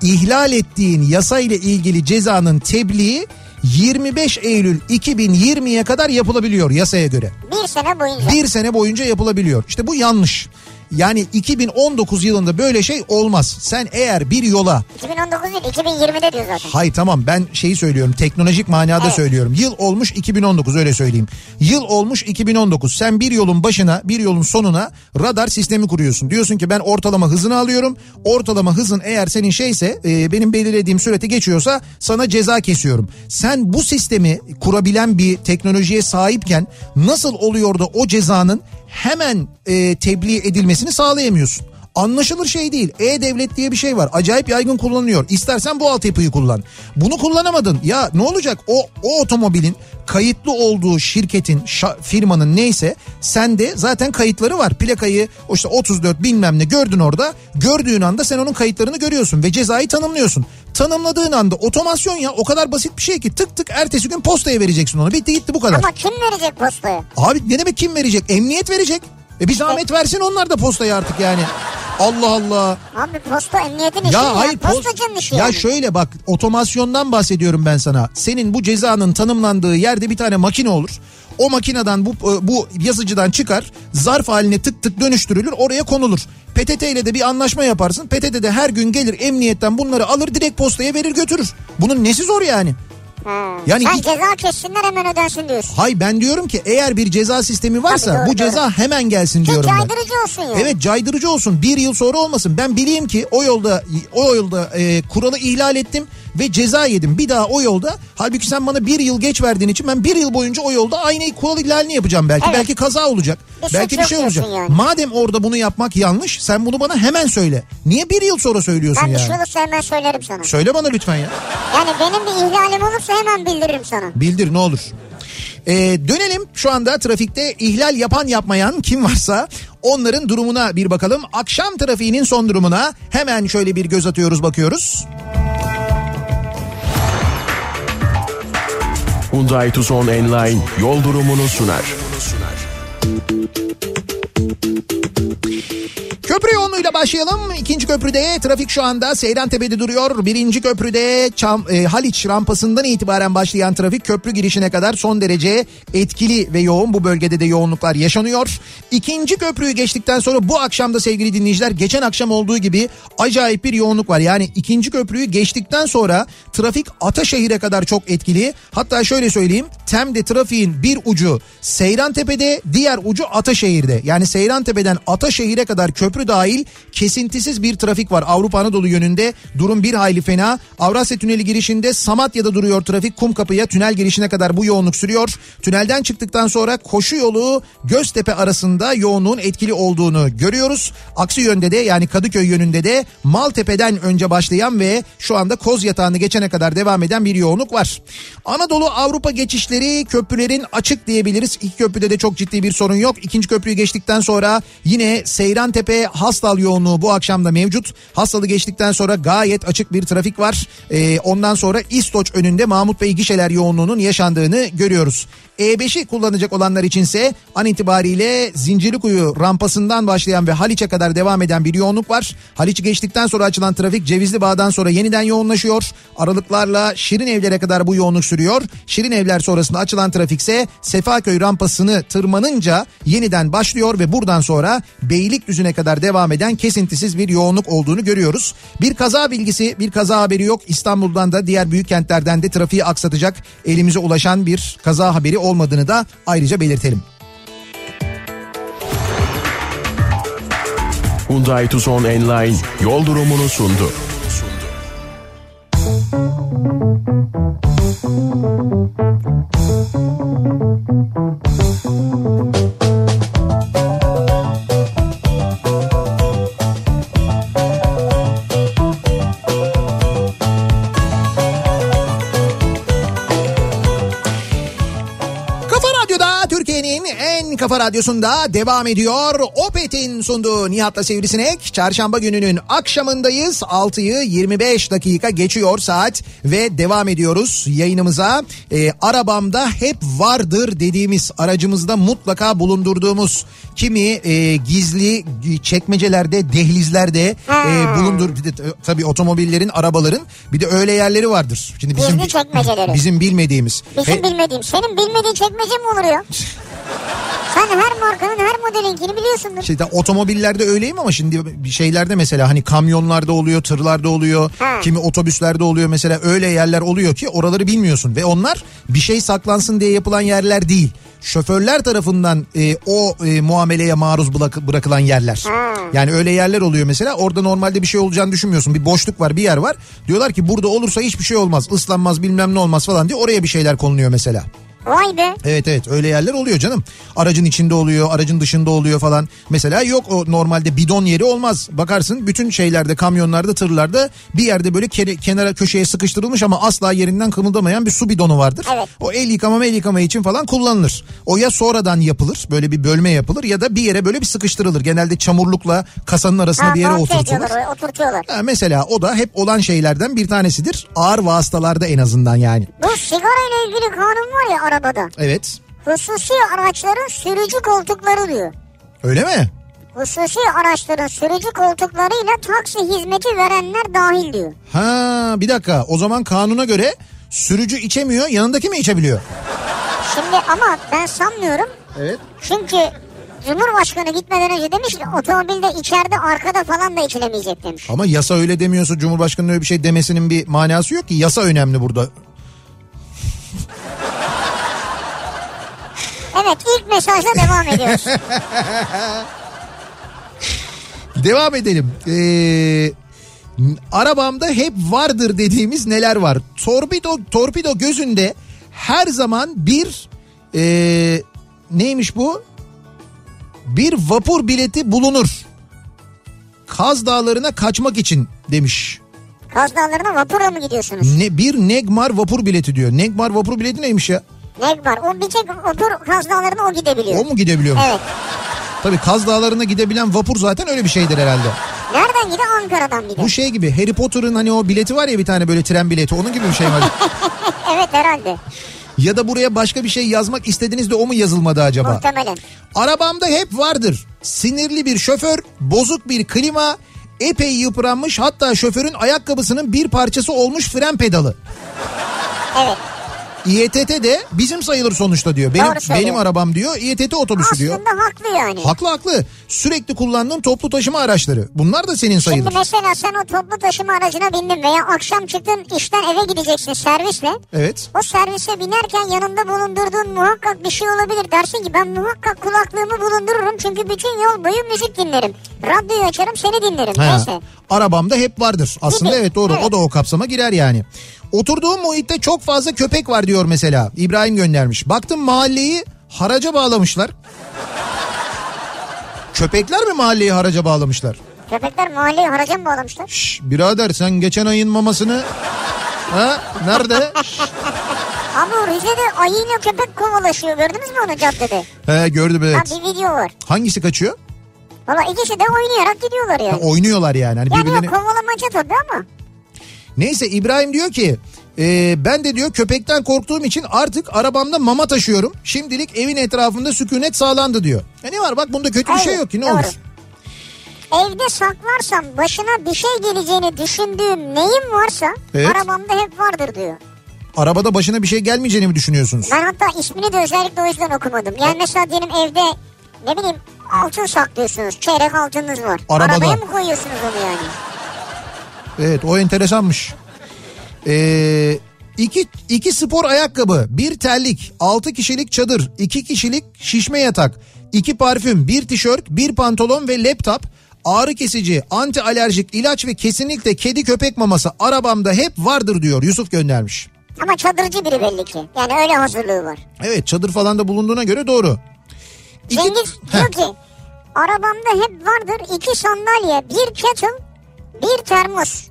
S1: ihlal ettiğin yasa ile ilgili cezanın tebliği 25 Eylül 2020'ye kadar yapılabiliyor yasaya göre.
S2: Bir sene boyunca.
S1: Bir sene boyunca yapılabiliyor. İşte bu yanlış. Yani 2019 yılında böyle şey olmaz. Sen eğer bir yola
S2: 2019 değil 2020'de diyor zaten.
S1: Hay tamam ben şeyi söylüyorum teknolojik manada
S2: Evet.
S1: söylüyorum. Yıl olmuş 2019 öyle söyleyeyim. Yıl olmuş 2019 sen bir yolun başına bir yolun sonuna radar sistemi kuruyorsun. Diyorsun ki ben ortalama hızını alıyorum. Ortalama hızın eğer senin şeyse e, benim belirlediğim sürete geçiyorsa sana ceza kesiyorum. Sen bu sistemi kurabilen bir teknolojiye sahipken nasıl oluyor da o cezanın hemen e, tebliğ edilmesini sağlayamıyorsun? Anlaşılır şey değil. E-Devlet diye bir şey var. Acayip yaygın kullanılıyor. İstersen bu altyapıyı kullan. Bunu kullanamadın. Ya ne olacak? O, o otomobilin kayıtlı olduğu şirketin, şa- firmanın neyse sende zaten kayıtları var. Plakayı o işte 34 bilmem ne gördün orada. Gördüğün anda sen onun kayıtlarını görüyorsun ve cezayı tanımlıyorsun. Tanımladığın anda otomasyon ya o kadar basit bir şey ki tık tık ertesi gün postaya vereceksin onu. Bitti gitti bu kadar.
S2: Ama kim verecek postayı?
S1: Abi ne demek kim verecek? Emniyet verecek. E bir zahmet versin onlar da postayı artık yani. Allah Allah.
S2: Abi posta emniyetin işi ya.
S1: post-
S2: Postacının işi
S1: Ya
S2: yani.
S1: şöyle bak otomasyondan bahsediyorum ben sana. Senin bu cezanın tanımlandığı yerde bir tane makine olur. o makineden bu, e, bu yazıcıdan çıkar zarf haline tık tık dönüştürülür oraya konulur. PTT ile de bir anlaşma yaparsın. PTT de her gün gelir emniyetten bunları alır direkt postaya verir götürür. Bunun nesi zor yani? Yani
S2: Sen
S1: hiç-
S2: ceza kessinler hemen ödensin diyorsun.
S1: Hay ben diyorum ki eğer bir ceza sistemi varsa
S2: Tabii, doğru,
S1: bu ceza hemen gelsin
S2: Ki
S1: diyorum ben.
S2: caydırıcı olsun ya.
S1: Evet caydırıcı olsun. Bir yıl sonra olmasın. Ben bileyim ki o yolda o yolda e, kuralı ihlal ettim ve ceza yedim. Bir daha o yolda. Halbuki sen bana bir yıl geç verdiğin için ben bir yıl boyunca o yolda aynı kural ihlalini yapacağım belki.
S2: Evet.
S1: Belki kaza olacak.
S2: Bir suç
S1: belki bir
S2: yok
S1: şey olacak.
S2: diyorsun yani.
S1: Madem orada bunu yapmak yanlış sen bunu bana hemen söyle. Niye bir yıl sonra söylüyorsun
S2: Ben bir
S1: yani?
S2: şey olursa hemen söylerim sana.
S1: Söyle bana lütfen ya.
S2: Yani benim bir ihlalim olursa hemen bildiririm sana.
S1: Bildir ne olur. Ee, dönelim şu anda trafikte ihlal yapan yapmayan kim varsa onların durumuna bir bakalım. Akşam trafiğinin son durumuna hemen şöyle bir göz atıyoruz bakıyoruz.
S4: Hyundai Tucson Enline yol durumunu sunar.
S1: Köprü yoğunluğuyla başlayalım. İkinci köprüde trafik şu anda Seyrantepe'de duruyor. Birinci köprüde Çam, e, Haliç rampasından itibaren başlayan trafik köprü girişine kadar son derece etkili ve yoğun. Bu bölgede de yoğunluklar yaşanıyor. İkinci köprüyü geçtikten sonra bu akşamda sevgili dinleyiciler geçen akşam olduğu gibi acayip bir yoğunluk var. Yani ikinci köprüyü geçtikten sonra trafik Ataşehir'e kadar çok etkili. Hatta şöyle söyleyeyim Tem'de trafiğin bir ucu Seyrantepe'de diğer ucu Ataşehir'de. Yani Seyrantepe'den Ataşehir'e kadar köprü dahil kesintisiz bir trafik var. Avrupa Anadolu yönünde durum bir hayli fena. Avrasya Tüneli girişinde Samatya'da duruyor trafik. Kumkapı'ya tünel girişine kadar bu yoğunluk sürüyor. Tünelden çıktıktan sonra koşu yolu Göztepe arasında yoğunluğun etkili olduğunu görüyoruz. Aksi yönde de yani Kadıköy yönünde de Maltepe'den önce başlayan ve şu anda Koz Yatağı'nı geçene kadar devam eden bir yoğunluk var. Anadolu Avrupa geçişleri köprülerin açık diyebiliriz. İlk köprüde de çok ciddi bir sorun yok. İkinci köprüyü geçtikten sonra yine Seyrantepe Hastal yoğunluğu bu akşam da mevcut. Hastalı geçtikten sonra gayet açık bir trafik var. Ee, ondan sonra İstoç önünde Mahmut Bey gişeler yoğunluğunun yaşandığını görüyoruz. E5'i E kullanacak olanlar içinse an itibariyle Zincirlikuyu rampasından başlayan ve Haliç'e kadar devam eden bir yoğunluk var. Haliç geçtikten sonra açılan trafik Cevizli Bağ'dan sonra yeniden yoğunlaşıyor. Aralıklarla Şirin Evler'e kadar bu yoğunluk sürüyor. Şirin Evler sonrasında açılan trafikse Sefaköy rampasını tırmanınca yeniden başlıyor ve buradan sonra Beylikdüzü'ne kadar devam eden kesintisiz bir yoğunluk olduğunu görüyoruz. Bir kaza bilgisi, bir kaza haberi yok. İstanbul'dan da diğer büyük kentlerden de trafiği aksatacak elimize ulaşan bir kaza haberi olmadığını da ayrıca belirtelim.
S4: Hyundai Tucson Enline yol durumunu sundu.
S1: Kafa Radyo'da Türkiye'nin en kafa radyosunda devam ediyor. Opet'in sunduğu Nihat'la Sivrisinek. Çarşamba gününün akşamındayız. 6'yı 25 dakika geçiyor saat ve devam ediyoruz yayınımıza. Ee, arabamda hep vardır dediğimiz aracımızda mutlaka bulundurduğumuz kimi e, gizli çekmecelerde, dehlizlerde e, bulundur. Bir de, tabii otomobillerin, arabaların bir de öyle yerleri vardır. Şimdi
S2: Gizli çekmeceleri.
S1: Bizim bilmediğimiz.
S2: Bizim
S1: He-
S2: bilmediğim. Senin bilmediğin çekmece mi olur ya? Sen her markanın her modelinkini biliyorsundur.
S1: Şeyde Şey, otomobillerde öyleyim ama şimdi bir şeylerde mesela hani kamyonlarda oluyor, tırlarda oluyor,
S2: Ha.
S1: kimi otobüslerde oluyor mesela öyle yerler oluyor ki oraları bilmiyorsun ve onlar bir şey saklansın diye yapılan yerler değil. Şoförler tarafından e, o e, muameleye maruz bırak- bırakılan yerler. Yani öyle yerler oluyor mesela orada normalde bir şey olacağını düşünmüyorsun. Bir boşluk var bir yer var. Diyorlar ki burada olursa hiçbir şey olmaz ıslanmaz bilmem ne olmaz falan diye oraya bir şeyler konuluyor mesela.
S2: Vay be.
S1: Evet evet öyle yerler oluyor canım. Aracın içinde oluyor, aracın dışında oluyor falan. Mesela yok o normalde bidon yeri olmaz. Bakarsın bütün şeylerde, kamyonlarda, tırlarda bir yerde böyle kere- kenara köşeye sıkıştırılmış ama asla yerinden kımıldamayan bir su bidonu vardır.
S2: Evet.
S1: O el yıkama el yıkama için falan kullanılır. O ya sonradan yapılır, böyle bir bölme yapılır ya da bir yere böyle bir sıkıştırılır. Genelde çamurlukla kasanın arasına
S2: Ha,
S1: bir yere
S2: monte
S1: oturtulur.
S2: ediyorlar, oturtuyorlar.
S1: Ha, mesela o da hep olan şeylerden bir tanesidir. Ağır vasıtalarda en azından yani.
S2: Bu sigara ile ilgili kanun var ya arabada.
S1: Evet.
S2: Hususi araçların sürücü koltukları diyor.
S1: Öyle mi?
S2: Hususi araçların sürücü koltuklarıyla taksi hizmeti verenler dahil diyor.
S1: Ha bir dakika o zaman kanuna göre sürücü içemiyor yanındaki mi içebiliyor?
S2: Şimdi ama ben sanmıyorum.
S1: Evet.
S2: Çünkü Cumhurbaşkanı gitmeden önce demiş ki otomobilde içeride arkada falan da içilemeyecek demiş.
S1: Ama yasa öyle demiyorsa Cumhurbaşkanı'nın öyle bir şey demesinin bir manası yok ki. Yasa önemli burada.
S2: Evet ilk mesajla devam ediyoruz.
S1: Devam edelim. Ee, n- arabamda hep vardır dediğimiz neler var? Torpido torpido gözünde her zaman bir ee, neymiş bu? Bir vapur bileti bulunur. Kaz Dağları'na kaçmak için demiş.
S2: Kaz Dağları'na vapurla mı gidiyorsunuz?
S1: Ne bir Negmar vapur bileti diyor. Negmar vapur bileti neymiş ya?
S2: Ne var? O bir tek vapur Kaz Dağları'na o gidebiliyor.
S1: O mu gidebiliyormuş?
S2: Evet.
S1: Tabii Kaz Dağları'na gidebilen vapur zaten öyle bir şeydir herhalde.
S2: Nereden gidiyor? Ankara'dan gidiyor.
S1: Bu şey gibi Harry Potter'ın hani o bileti var ya bir tane böyle tren bileti onun gibi bir şey var.
S2: Evet herhalde.
S1: ya da buraya başka bir şey yazmak istediniz de o mu yazılmadı acaba?
S2: Muhtemelen.
S1: Arabamda hep vardır. Sinirli bir şoför, bozuk bir klima, epey yıpranmış hatta şoförün ayakkabısının bir parçası olmuş fren pedalı.
S2: Evet.
S1: İETT de bizim sayılır sonuçta diyor. Benim,
S2: Doğru söylüyor.
S1: benim arabam diyor İETT otobüsü şey diyor.
S2: Aslında haklı yani.
S1: Haklı haklı. Sürekli kullandığın toplu taşıma araçları. Bunlar da senin sayılır.
S2: Şimdi mesela sen o toplu taşıma aracına bindin veya akşam çıktın işten eve gideceksin servisle.
S1: Evet.
S2: O servise binerken yanında bulundurduğun muhakkak bir şey olabilir. Dersin ki ben muhakkak kulaklığımı bulundururum çünkü bütün yol boyu müzik dinlerim. Radyoyu açarım seni dinlerim.
S1: Ha,
S2: Neyse.
S1: Arabamda hep vardır. Aslında
S2: Gibi.
S1: evet doğru.
S2: Evet.
S1: O da o kapsama girer yani. Oturduğum muhitte çok fazla köpek var diyor mesela. İbrahim göndermiş. Baktım mahalleyi haraca bağlamışlar. Köpekler mi mahalleyi haraca bağlamışlar?
S2: Köpekler mahalleyi haraca mı bağlamışlar?
S1: Şş, birader sen geçen ayın mamasını ha nerede?
S2: Abi o Rize'de ayıyla köpek kovalaşıyor gördünüz mü onu caddede?
S1: He gördüm
S2: Ha,
S1: evet.
S2: bir video var.
S1: Hangisi kaçıyor?
S2: Valla ikisi de oynayarak gidiyorlar
S1: Ha,
S2: yani.
S1: oynuyorlar yani. Hani
S2: Yani
S1: birbirlerini-
S2: o kovalamaca tabii ama.
S1: Neyse İbrahim diyor ki e, ben de diyor köpekten korktuğum için artık arabamda mama taşıyorum. Şimdilik evin etrafında sükunet sağlandı diyor. E ne var bak bunda kötü bir şey
S2: Hayır,
S1: yok ki ne
S2: doğru.
S1: olur.
S2: Evde saklarsam başına bir şey geleceğini düşündüğüm neyim varsa
S1: Evet.
S2: arabamda hep vardır diyor.
S1: Arabada başına bir şey gelmeyeceğini mi düşünüyorsunuz?
S2: Ben hatta ismini de özellikle o yüzden okumadım. Yani mesela diyelim evde ne bileyim altın saklıyorsunuz. Çeyrek altınız var.
S1: Arabada.
S2: Arabaya mı koyuyorsunuz onu yani?
S1: Evet o enteresanmış. E, iki, iki spor ayakkabı, bir terlik, altı kişilik çadır, iki kişilik şişme yatak, iki parfüm, bir tişört, bir pantolon ve laptop, ağrı kesici, anti alerjik ilaç ve kesinlikle kedi köpek maması arabamda hep vardır diyor Yusuf göndermiş.
S2: Ama çadırcı biri belli ki. Yani öyle hazırlığı var.
S1: Evet çadır falan da bulunduğuna göre doğru. İki-
S2: Cengiz
S1: Heh,
S2: diyor ki arabamda hep vardır iki sandalye, bir kettle, bir termos.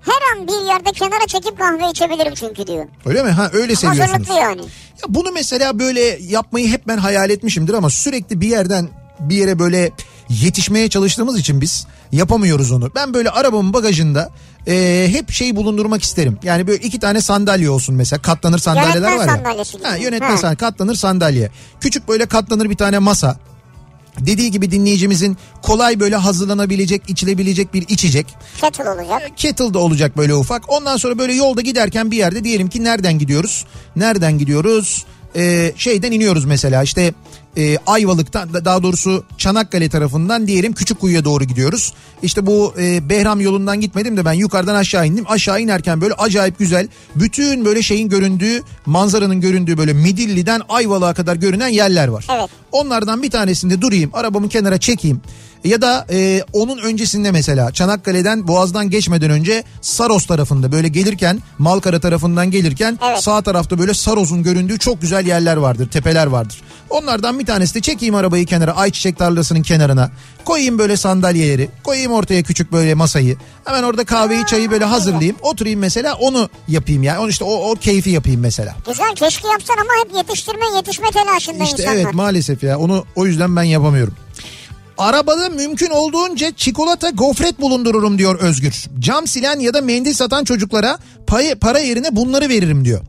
S2: Her an bir yerde kenara çekip kahve içebilirim çünkü diyor.
S1: Öyle mi? Ha öyle seviyorsunuz.
S2: Hazırlıklı yani.
S1: Ya bunu mesela böyle yapmayı hep ben hayal etmişimdir ama sürekli bir yerden bir yere böyle yetişmeye çalıştığımız için biz yapamıyoruz onu. Ben böyle arabamın bagajında e, hep şey bulundurmak isterim. Yani böyle iki tane sandalye olsun mesela katlanır sandalyeler
S2: Yönetmen
S1: var ya.
S2: sandalyesi gibi.
S1: Ha, yönetmen
S2: Ha.
S1: sandalye katlanır sandalye. Küçük böyle katlanır bir tane masa. Dediği gibi dinleyicimizin kolay böyle hazırlanabilecek, içilebilecek bir içecek.
S2: Kettle olacak.
S1: Kettle da olacak böyle ufak. Ondan sonra böyle yolda giderken bir yerde diyelim ki nereden gidiyoruz? Nereden gidiyoruz? Ee, şeyden iniyoruz mesela işte e, Ayvalık'tan da- daha doğrusu Çanakkale tarafından diyelim Küçükkuyu'ya doğru gidiyoruz. İşte bu e, Behram yolundan gitmedim de ben yukarıdan aşağı indim. Aşağı inerken böyle acayip güzel bütün böyle şeyin göründüğü manzaranın göründüğü böyle Midilli'den Ayvalık'a kadar görünen yerler var.
S2: Evet.
S1: Onlardan bir tanesinde durayım arabamı kenara çekeyim. Ya da e, onun öncesinde mesela Çanakkale'den Boğaz'dan geçmeden önce Saros tarafında böyle gelirken Malkara tarafından gelirken
S2: Evet.
S1: sağ tarafta böyle Saros'un göründüğü çok güzel yerler vardır tepeler vardır. Onlardan bir tanesi de çekeyim arabayı kenara ayçiçek tarlasının kenarına koyayım böyle sandalyeleri koyayım ortaya küçük böyle masayı hemen orada kahveyi çayı böyle hazırlayayım oturayım mesela onu yapayım yani onu işte o, o keyfi yapayım mesela.
S2: Güzel keşke yapsan ama hep yetiştirme yetişme telaşında
S1: İşte
S2: insanlar.
S1: evet maalesef ya onu o yüzden ben yapamıyorum. Arabada mümkün olduğunca çikolata gofret bulundururum diyor Özgür. Cam silen ya da mendil satan çocuklara pay- para yerine bunları veririm diyor.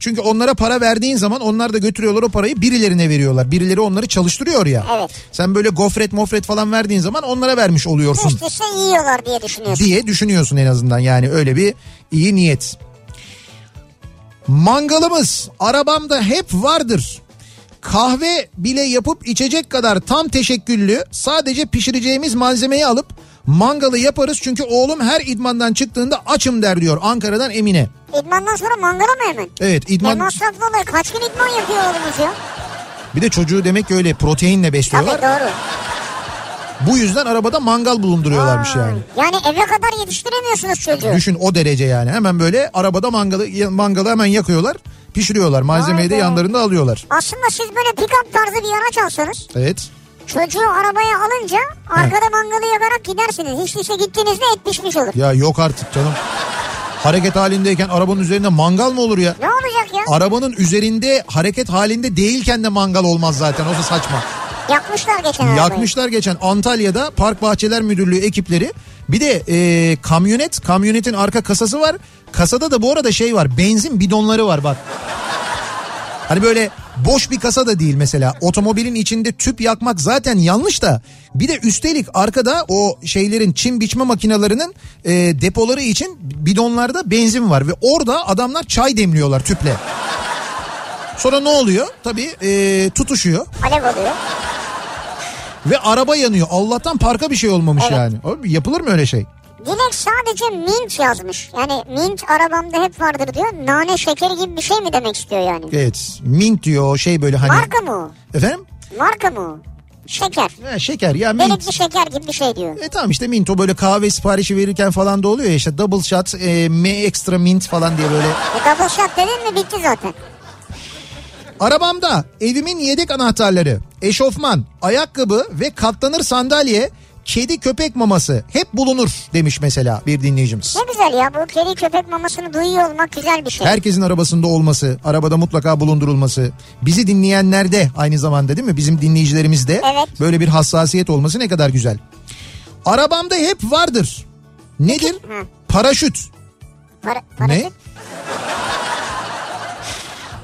S1: Çünkü onlara para verdiğin zaman onlar da götürüyorlar o parayı birilerine veriyorlar. Birileri onları çalıştırıyor ya.
S2: Evet.
S1: Sen böyle gofret mofret falan verdiğin zaman onlara vermiş oluyorsun
S2: Üst üste yiyorlar diye düşünüyorsun.
S1: diye düşünüyorsun en azından yani öyle bir iyi niyet. Mangalımız arabamda hep vardır. kahve bile yapıp içecek kadar tam teşekküllü sadece pişireceğimiz malzemeyi alıp mangalı yaparız. Çünkü oğlum her idmandan çıktığında açım der diyor Ankara'dan Emine.
S2: İdmandan sonra mangala mı hemen?
S1: Evet
S2: Ne
S1: idman
S2: masraflı oluyor. Kaç gün idman yapıyor oğlumuz ya?
S1: bir de çocuğu demek ki öyle proteinle
S2: Tabii
S1: besliyorlar.
S2: doğru.
S1: Bu yüzden arabada mangal bulunduruyorlarmış
S2: Aa,
S1: yani.
S2: Yani eve kadar yetiştiremiyorsunuz çocuğu.
S1: Düşün o derece yani. Hemen böyle arabada mangalı mangalı hemen yakıyorlar, pişiriyorlar. Malzemeyi de
S2: Vay be.
S1: yanlarında alıyorlar.
S2: Aslında siz böyle pick-up tarzı bir araç alsanız
S1: Evet.
S2: çocuğu arabaya alınca arkada mangalı yakarak gidersiniz. Hiç işe gittiğinizde et pişmiş olur.
S1: Ya yok artık canım. Hareket halindeyken arabanın üzerinde mangal mı olur ya?
S2: Ne olacak ya?
S1: Arabanın üzerinde hareket halinde değilken de mangal olmaz zaten. O da saçma.
S2: Yakmışlar geçen arabayı.
S1: Yakmışlar geçen Antalya'da Park Bahçeler Müdürlüğü ekipleri. Bir de e, kamyonet, kamyonetin arka kasası var. Kasada da bu arada şey var, benzin bidonları var bak. Hani böyle boş bir kasa da değil mesela. Otomobilin içinde tüp yakmak zaten yanlış da. Bir de üstelik arkada o şeylerin çim biçme makinelerinin e, depoları için bidonlarda benzin var. Ve orada adamlar çay demliyorlar tüple. Sonra ne oluyor? Tabii e, tutuşuyor.
S2: Alev oluyor.
S1: Ve araba yanıyor. Allah'tan parka bir şey olmamış yani. Abi yapılır mı öyle şey?
S2: Dilek sadece mint yazmış. Yani mint arabamda hep vardır diyor. Nane şekeri gibi bir şey mi demek istiyor yani?
S1: Evet. Mint diyor şey böyle hani.
S2: Marka mı? o?
S1: Efendim?
S2: Marka mı? o? Şeker.
S1: Ha, şeker ya mint.
S2: Belirtli şeker gibi bir şey diyor.
S1: E tamam işte mint o böyle kahve siparişi verirken falan da oluyor ya işte double shot e, M extra mint falan diye böyle.
S2: E double shot dedin mi bitti zaten.
S1: Arabamda evimin yedek anahtarları, eşofman, ayakkabı ve katlanır sandalye, kedi köpek maması hep bulunur demiş mesela bir dinleyicimiz.
S2: Ne güzel ya bu kedi köpek mamasını duyuyor olmak güzel bir şey.
S1: Herkesin arabasında olması, arabada mutlaka bulundurulması, bizi dinleyenlerde aynı zamanda değil mi? Bizim dinleyicilerimizde
S2: Evet.
S1: böyle bir hassasiyet olması ne kadar güzel. Arabamda hep vardır. Nedir?
S2: Hı.
S1: Paraşüt.
S2: Para, paraşüt.
S1: Ne?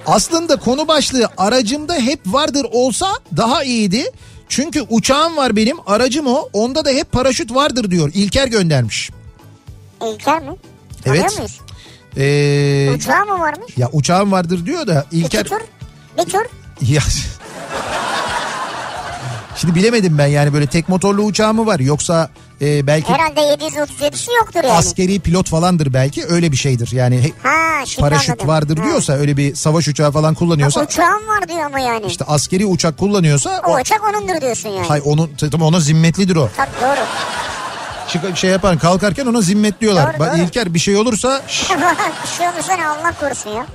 S1: Aslında konu başlığı aracımda hep vardır olsa daha iyiydi. Çünkü uçağım var benim, aracım o. Onda da hep paraşüt vardır diyor. İlker göndermiş.
S2: E, İlker mi?
S1: Evet.
S2: Alıyor muyuz?
S1: Ee,
S2: Uçağı mı varmış?
S1: ya uçağım vardır diyor da İlker
S2: İki tur. Bir tur.
S1: Ya. Şimdi bilemedim ben yani böyle tek motorlu uçağı mı var yoksa e, belki
S2: Herhalde 737'si yoktur yani.
S1: askeri pilot falandır belki öyle bir şeydir. Yani he-
S2: ha şimdi
S1: paraşüt
S2: anladım.
S1: vardır
S2: Ha.
S1: diyorsa öyle bir savaş uçağı falan
S2: Ha,
S1: kullanıyorsa
S2: Uçağım var diyor ama yani.
S1: işte askeri uçak kullanıyorsa
S2: o
S1: o,
S2: uçak onundur diyorsun yani.
S1: hay onun tabii ona zimmetlidir o.
S2: Tabii doğru.
S1: Çık- şey yapan kalkarken ona zimmetliyorlar.
S2: Doğru,
S1: Bak
S2: doğru.
S1: İlker bir şey olursa şş,
S2: bir şey olursa ne Allah korusun ya.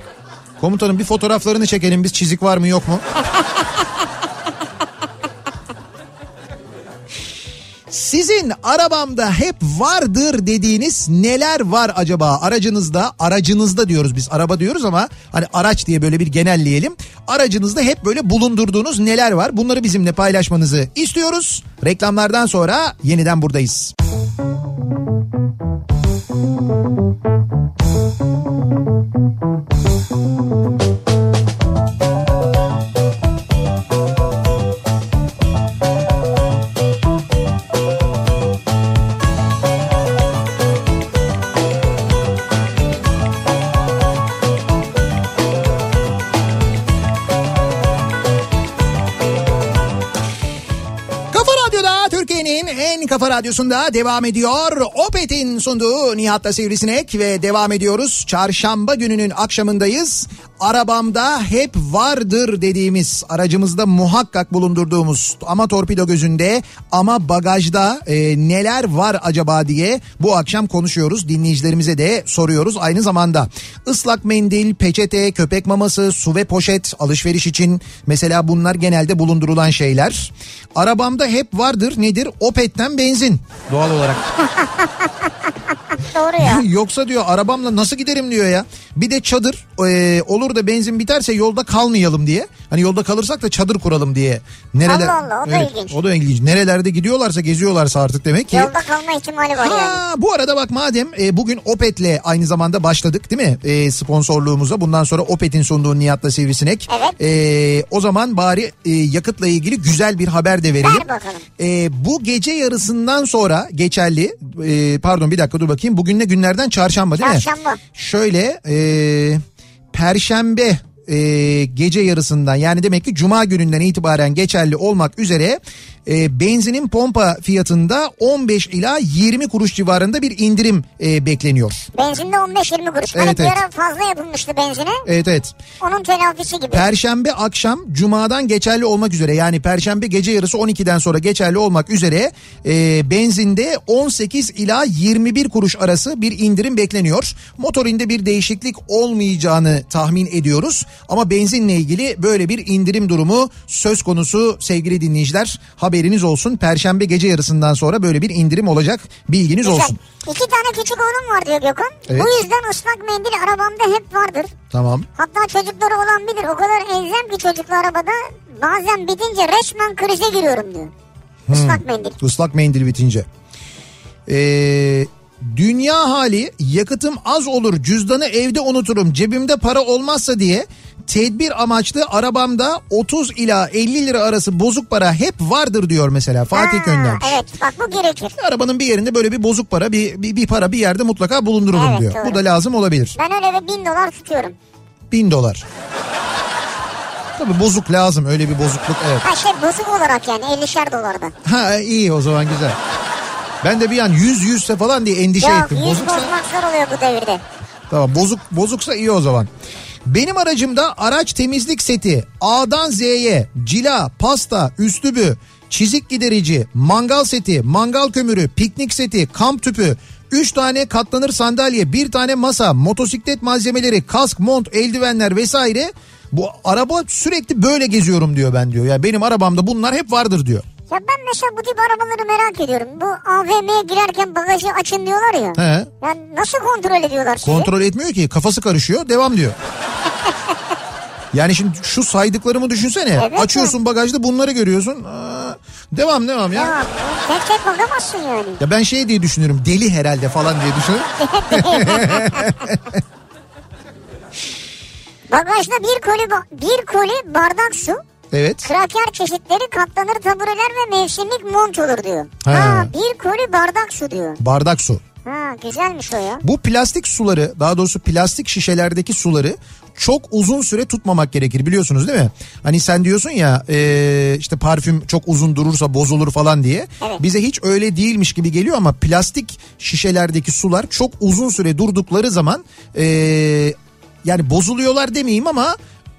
S1: komutanım bir fotoğraflarını çekelim biz çizik var mı yok mu? Sizin arabamda hep vardır dediğiniz neler var acaba? Aracınızda, aracınızda diyoruz biz araba diyoruz ama hani araç diye böyle bir genelleyelim. Aracınızda hep böyle bulundurduğunuz neler var? Bunları bizimle paylaşmanızı istiyoruz. Reklamlardan sonra yeniden buradayız. Kafa Radyo'da Türkiye'nin en kafa radyosunda devam ediyor. Opet'in sunduğu Nihat'la Sivrisinek ve devam ediyoruz. Çarşamba gününün akşamındayız. Arabamda hep vardır dediğimiz aracımızda muhakkak bulundurduğumuz ama torpido gözünde ama bagajda e, neler var acaba diye bu akşam konuşuyoruz. Dinleyicilerimize de soruyoruz aynı zamanda. ıslak mendil, peçete, köpek maması, su ve poşet alışveriş için mesela bunlar genelde bulundurulan şeyler. Arabamda hep vardır nedir? Opet'ten benzin. Doğal olarak.
S2: Doğru ya.
S1: Yoksa diyor arabamla nasıl giderim diyor ya. Bir de çadır e, olur da benzin biterse yolda kalmayalım diye. Hani yolda kalırsak da çadır kuralım diye.
S2: Allah Allah, o da ilginç.
S1: O da ilginç. Nerelerde gidiyorlarsa geziyorlarsa artık demek ki.
S2: Yolda kalma ihtimali var yani.
S1: Ha, bu arada bak madem e, bugün Opet'le aynı zamanda başladık değil mi e, sponsorluğumuza bundan sonra Opet'in sunduğu Nihat'la Sivrisinek.
S2: Evet.
S1: E, o zaman bari e, yakıtla ilgili güzel bir haber de verelim.
S2: Ver bakalım.
S1: E, bu gece yarısından sonra geçerli e, pardon bir dakika dur bakayım bugün ne günlerden çarşamba değil mi?
S2: Çarşamba.
S1: Şöyle e, ee, perşembe e, gece yarısından yani demek ki cuma gününden itibaren geçerli olmak üzere e, benzinin pompa fiyatında 15 ila 20 kuruş civarında bir indirim e, bekleniyor.
S2: Benzinde 15-20 kuruş.
S1: Evet,
S2: hani
S1: evet.
S2: bir
S1: E,
S2: ara fazla yapılmıştı benzine.
S1: Evet evet.
S2: Onun telafisi gibi.
S1: Perşembe akşam cumadan geçerli olmak üzere yani perşembe gece yarısı 12'den sonra geçerli olmak üzere e, benzinde 18 ila 21 kuruş arası bir indirim bekleniyor. Motorinde bir değişiklik olmayacağını tahmin ediyoruz ama benzinle ilgili böyle bir indirim durumu söz konusu sevgili dinleyiciler. Haberiniz olsun perşembe gece yarısından sonra böyle bir indirim olacak bilginiz
S2: Güzel.
S1: olsun.
S2: İki tane küçük oğlum var diyor Gökhan.
S1: Evet.
S2: Bu yüzden ıslak mendil arabamda hep vardır.
S1: Tamam.
S2: Hatta çocukları olan bilir. O kadar elzem ki çocuklu arabada bazen bitince resmen krize giriyorum diyor.
S1: Hmm.
S2: Islak mendil.
S1: Islak mendil bitince. Ee, dünya hali yakıtım az olur cüzdanı evde unuturum cebimde para olmazsa diye tedbir amaçlı arabamda 30 ila 50 lira arası bozuk para hep vardır diyor mesela Fatih
S2: Ha,
S1: göndermiş.
S2: Evet bak bu gerekir.
S1: Arabanın bir yerinde böyle bir bozuk para bir, bir, bir para bir yerde mutlaka bulundurulur
S2: Evet,
S1: diyor.
S2: doğru.
S1: Bu da lazım olabilir.
S2: Ben öyle bir bin dolar tutuyorum.
S1: Bin dolar. Tabii bozuk lazım öyle bir bozukluk evet.
S2: Ha şey bozuk olarak yani 50'şer dolarda.
S1: Ha iyi o zaman güzel. Ben de bir an 100 100'se falan diye endişe
S2: Ya
S1: ettim.
S2: yüz
S1: şey Bozuksa
S2: bozmak zor oluyor bu devirde.
S1: Tamam bozuk bozuksa iyi o zaman. Benim aracımda araç temizlik seti A'dan Z'ye cila, pasta, üstübü, çizik giderici, mangal seti, mangal kömürü, piknik seti, kamp tüpü, 3 tane katlanır sandalye, bir tane masa, motosiklet malzemeleri, kask, mont, eldivenler vesaire. Bu araba sürekli böyle geziyorum diyor ben diyor. Ya benim arabamda bunlar hep vardır diyor.
S2: Ya ben mesela bu tip arabaları merak ediyorum. Bu AVM'ye girerken bagajı açın diyorlar ya.
S1: He.
S2: Ya nasıl kontrol ediyorlar sizi?
S1: Kontrol etmiyor ki kafası karışıyor devam diyor. Yani şimdi şu saydıklarımı düşünsene.
S2: Evet.
S1: Açıyorsun bagajda bunları görüyorsun. Aa, devam devam ya.
S2: Ya tek tek bakamazsın yani.
S1: Ya ben şey diye düşünüyorum deli herhalde falan diye düşünüyorum.
S2: Bagajda bir koli, ba- bir koli bardak su,
S1: Evet.
S2: kraker çeşitleri, katlanır tabureler ve mevsimlik mont olur diyor.
S1: He.
S2: Ha. bir koli bardak su diyor.
S1: Bardak su.
S2: Ha güzelmiş o ya.
S1: Bu plastik suları daha doğrusu plastik şişelerdeki suları çok uzun süre tutmamak gerekir biliyorsunuz değil mi? Hani sen diyorsun ya e, işte parfüm çok uzun durursa bozulur falan diye.
S2: Evet.
S1: Bize hiç öyle değilmiş gibi geliyor ama plastik şişelerdeki sular çok uzun süre durdukları zaman e, yani bozuluyorlar demeyeyim ama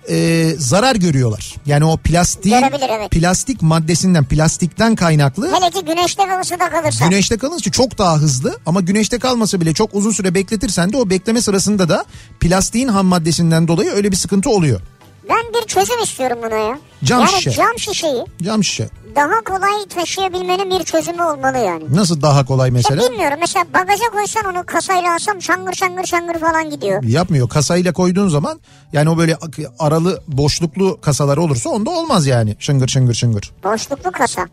S1: e, zarar görüyorlar. Yani o plastik
S2: Görebilir, evet.
S1: plastik maddesinden plastikten kaynaklı
S2: Hele ki güneşte ve ısıda kalırsa.
S1: Güneşte kalınca çok daha hızlı ama güneşte kalmasa bile çok uzun süre bekletirsen de o bekleme sırasında da plastiğin ham maddesinden dolayı öyle bir sıkıntı oluyor.
S2: Ben bir çözüm istiyorum buna ya.
S1: Cam
S2: yani
S1: şişe.
S2: cam şişeyi
S1: Cam şişe.
S2: daha kolay taşıyabilmenin bir çözümü olmalı yani.
S1: Nasıl daha kolay
S2: Ya
S1: mesela?
S2: bilmiyorum mesela bagaja koysan onu kasayla alsam şangır şangır şangır falan gidiyor.
S1: Yapmıyor. Kasayla koyduğun zaman yani o böyle ak- aralı boşluklu kasalar olursa onda olmaz yani. Şıngır şıngır şıngır.
S2: Boşluklu kasa.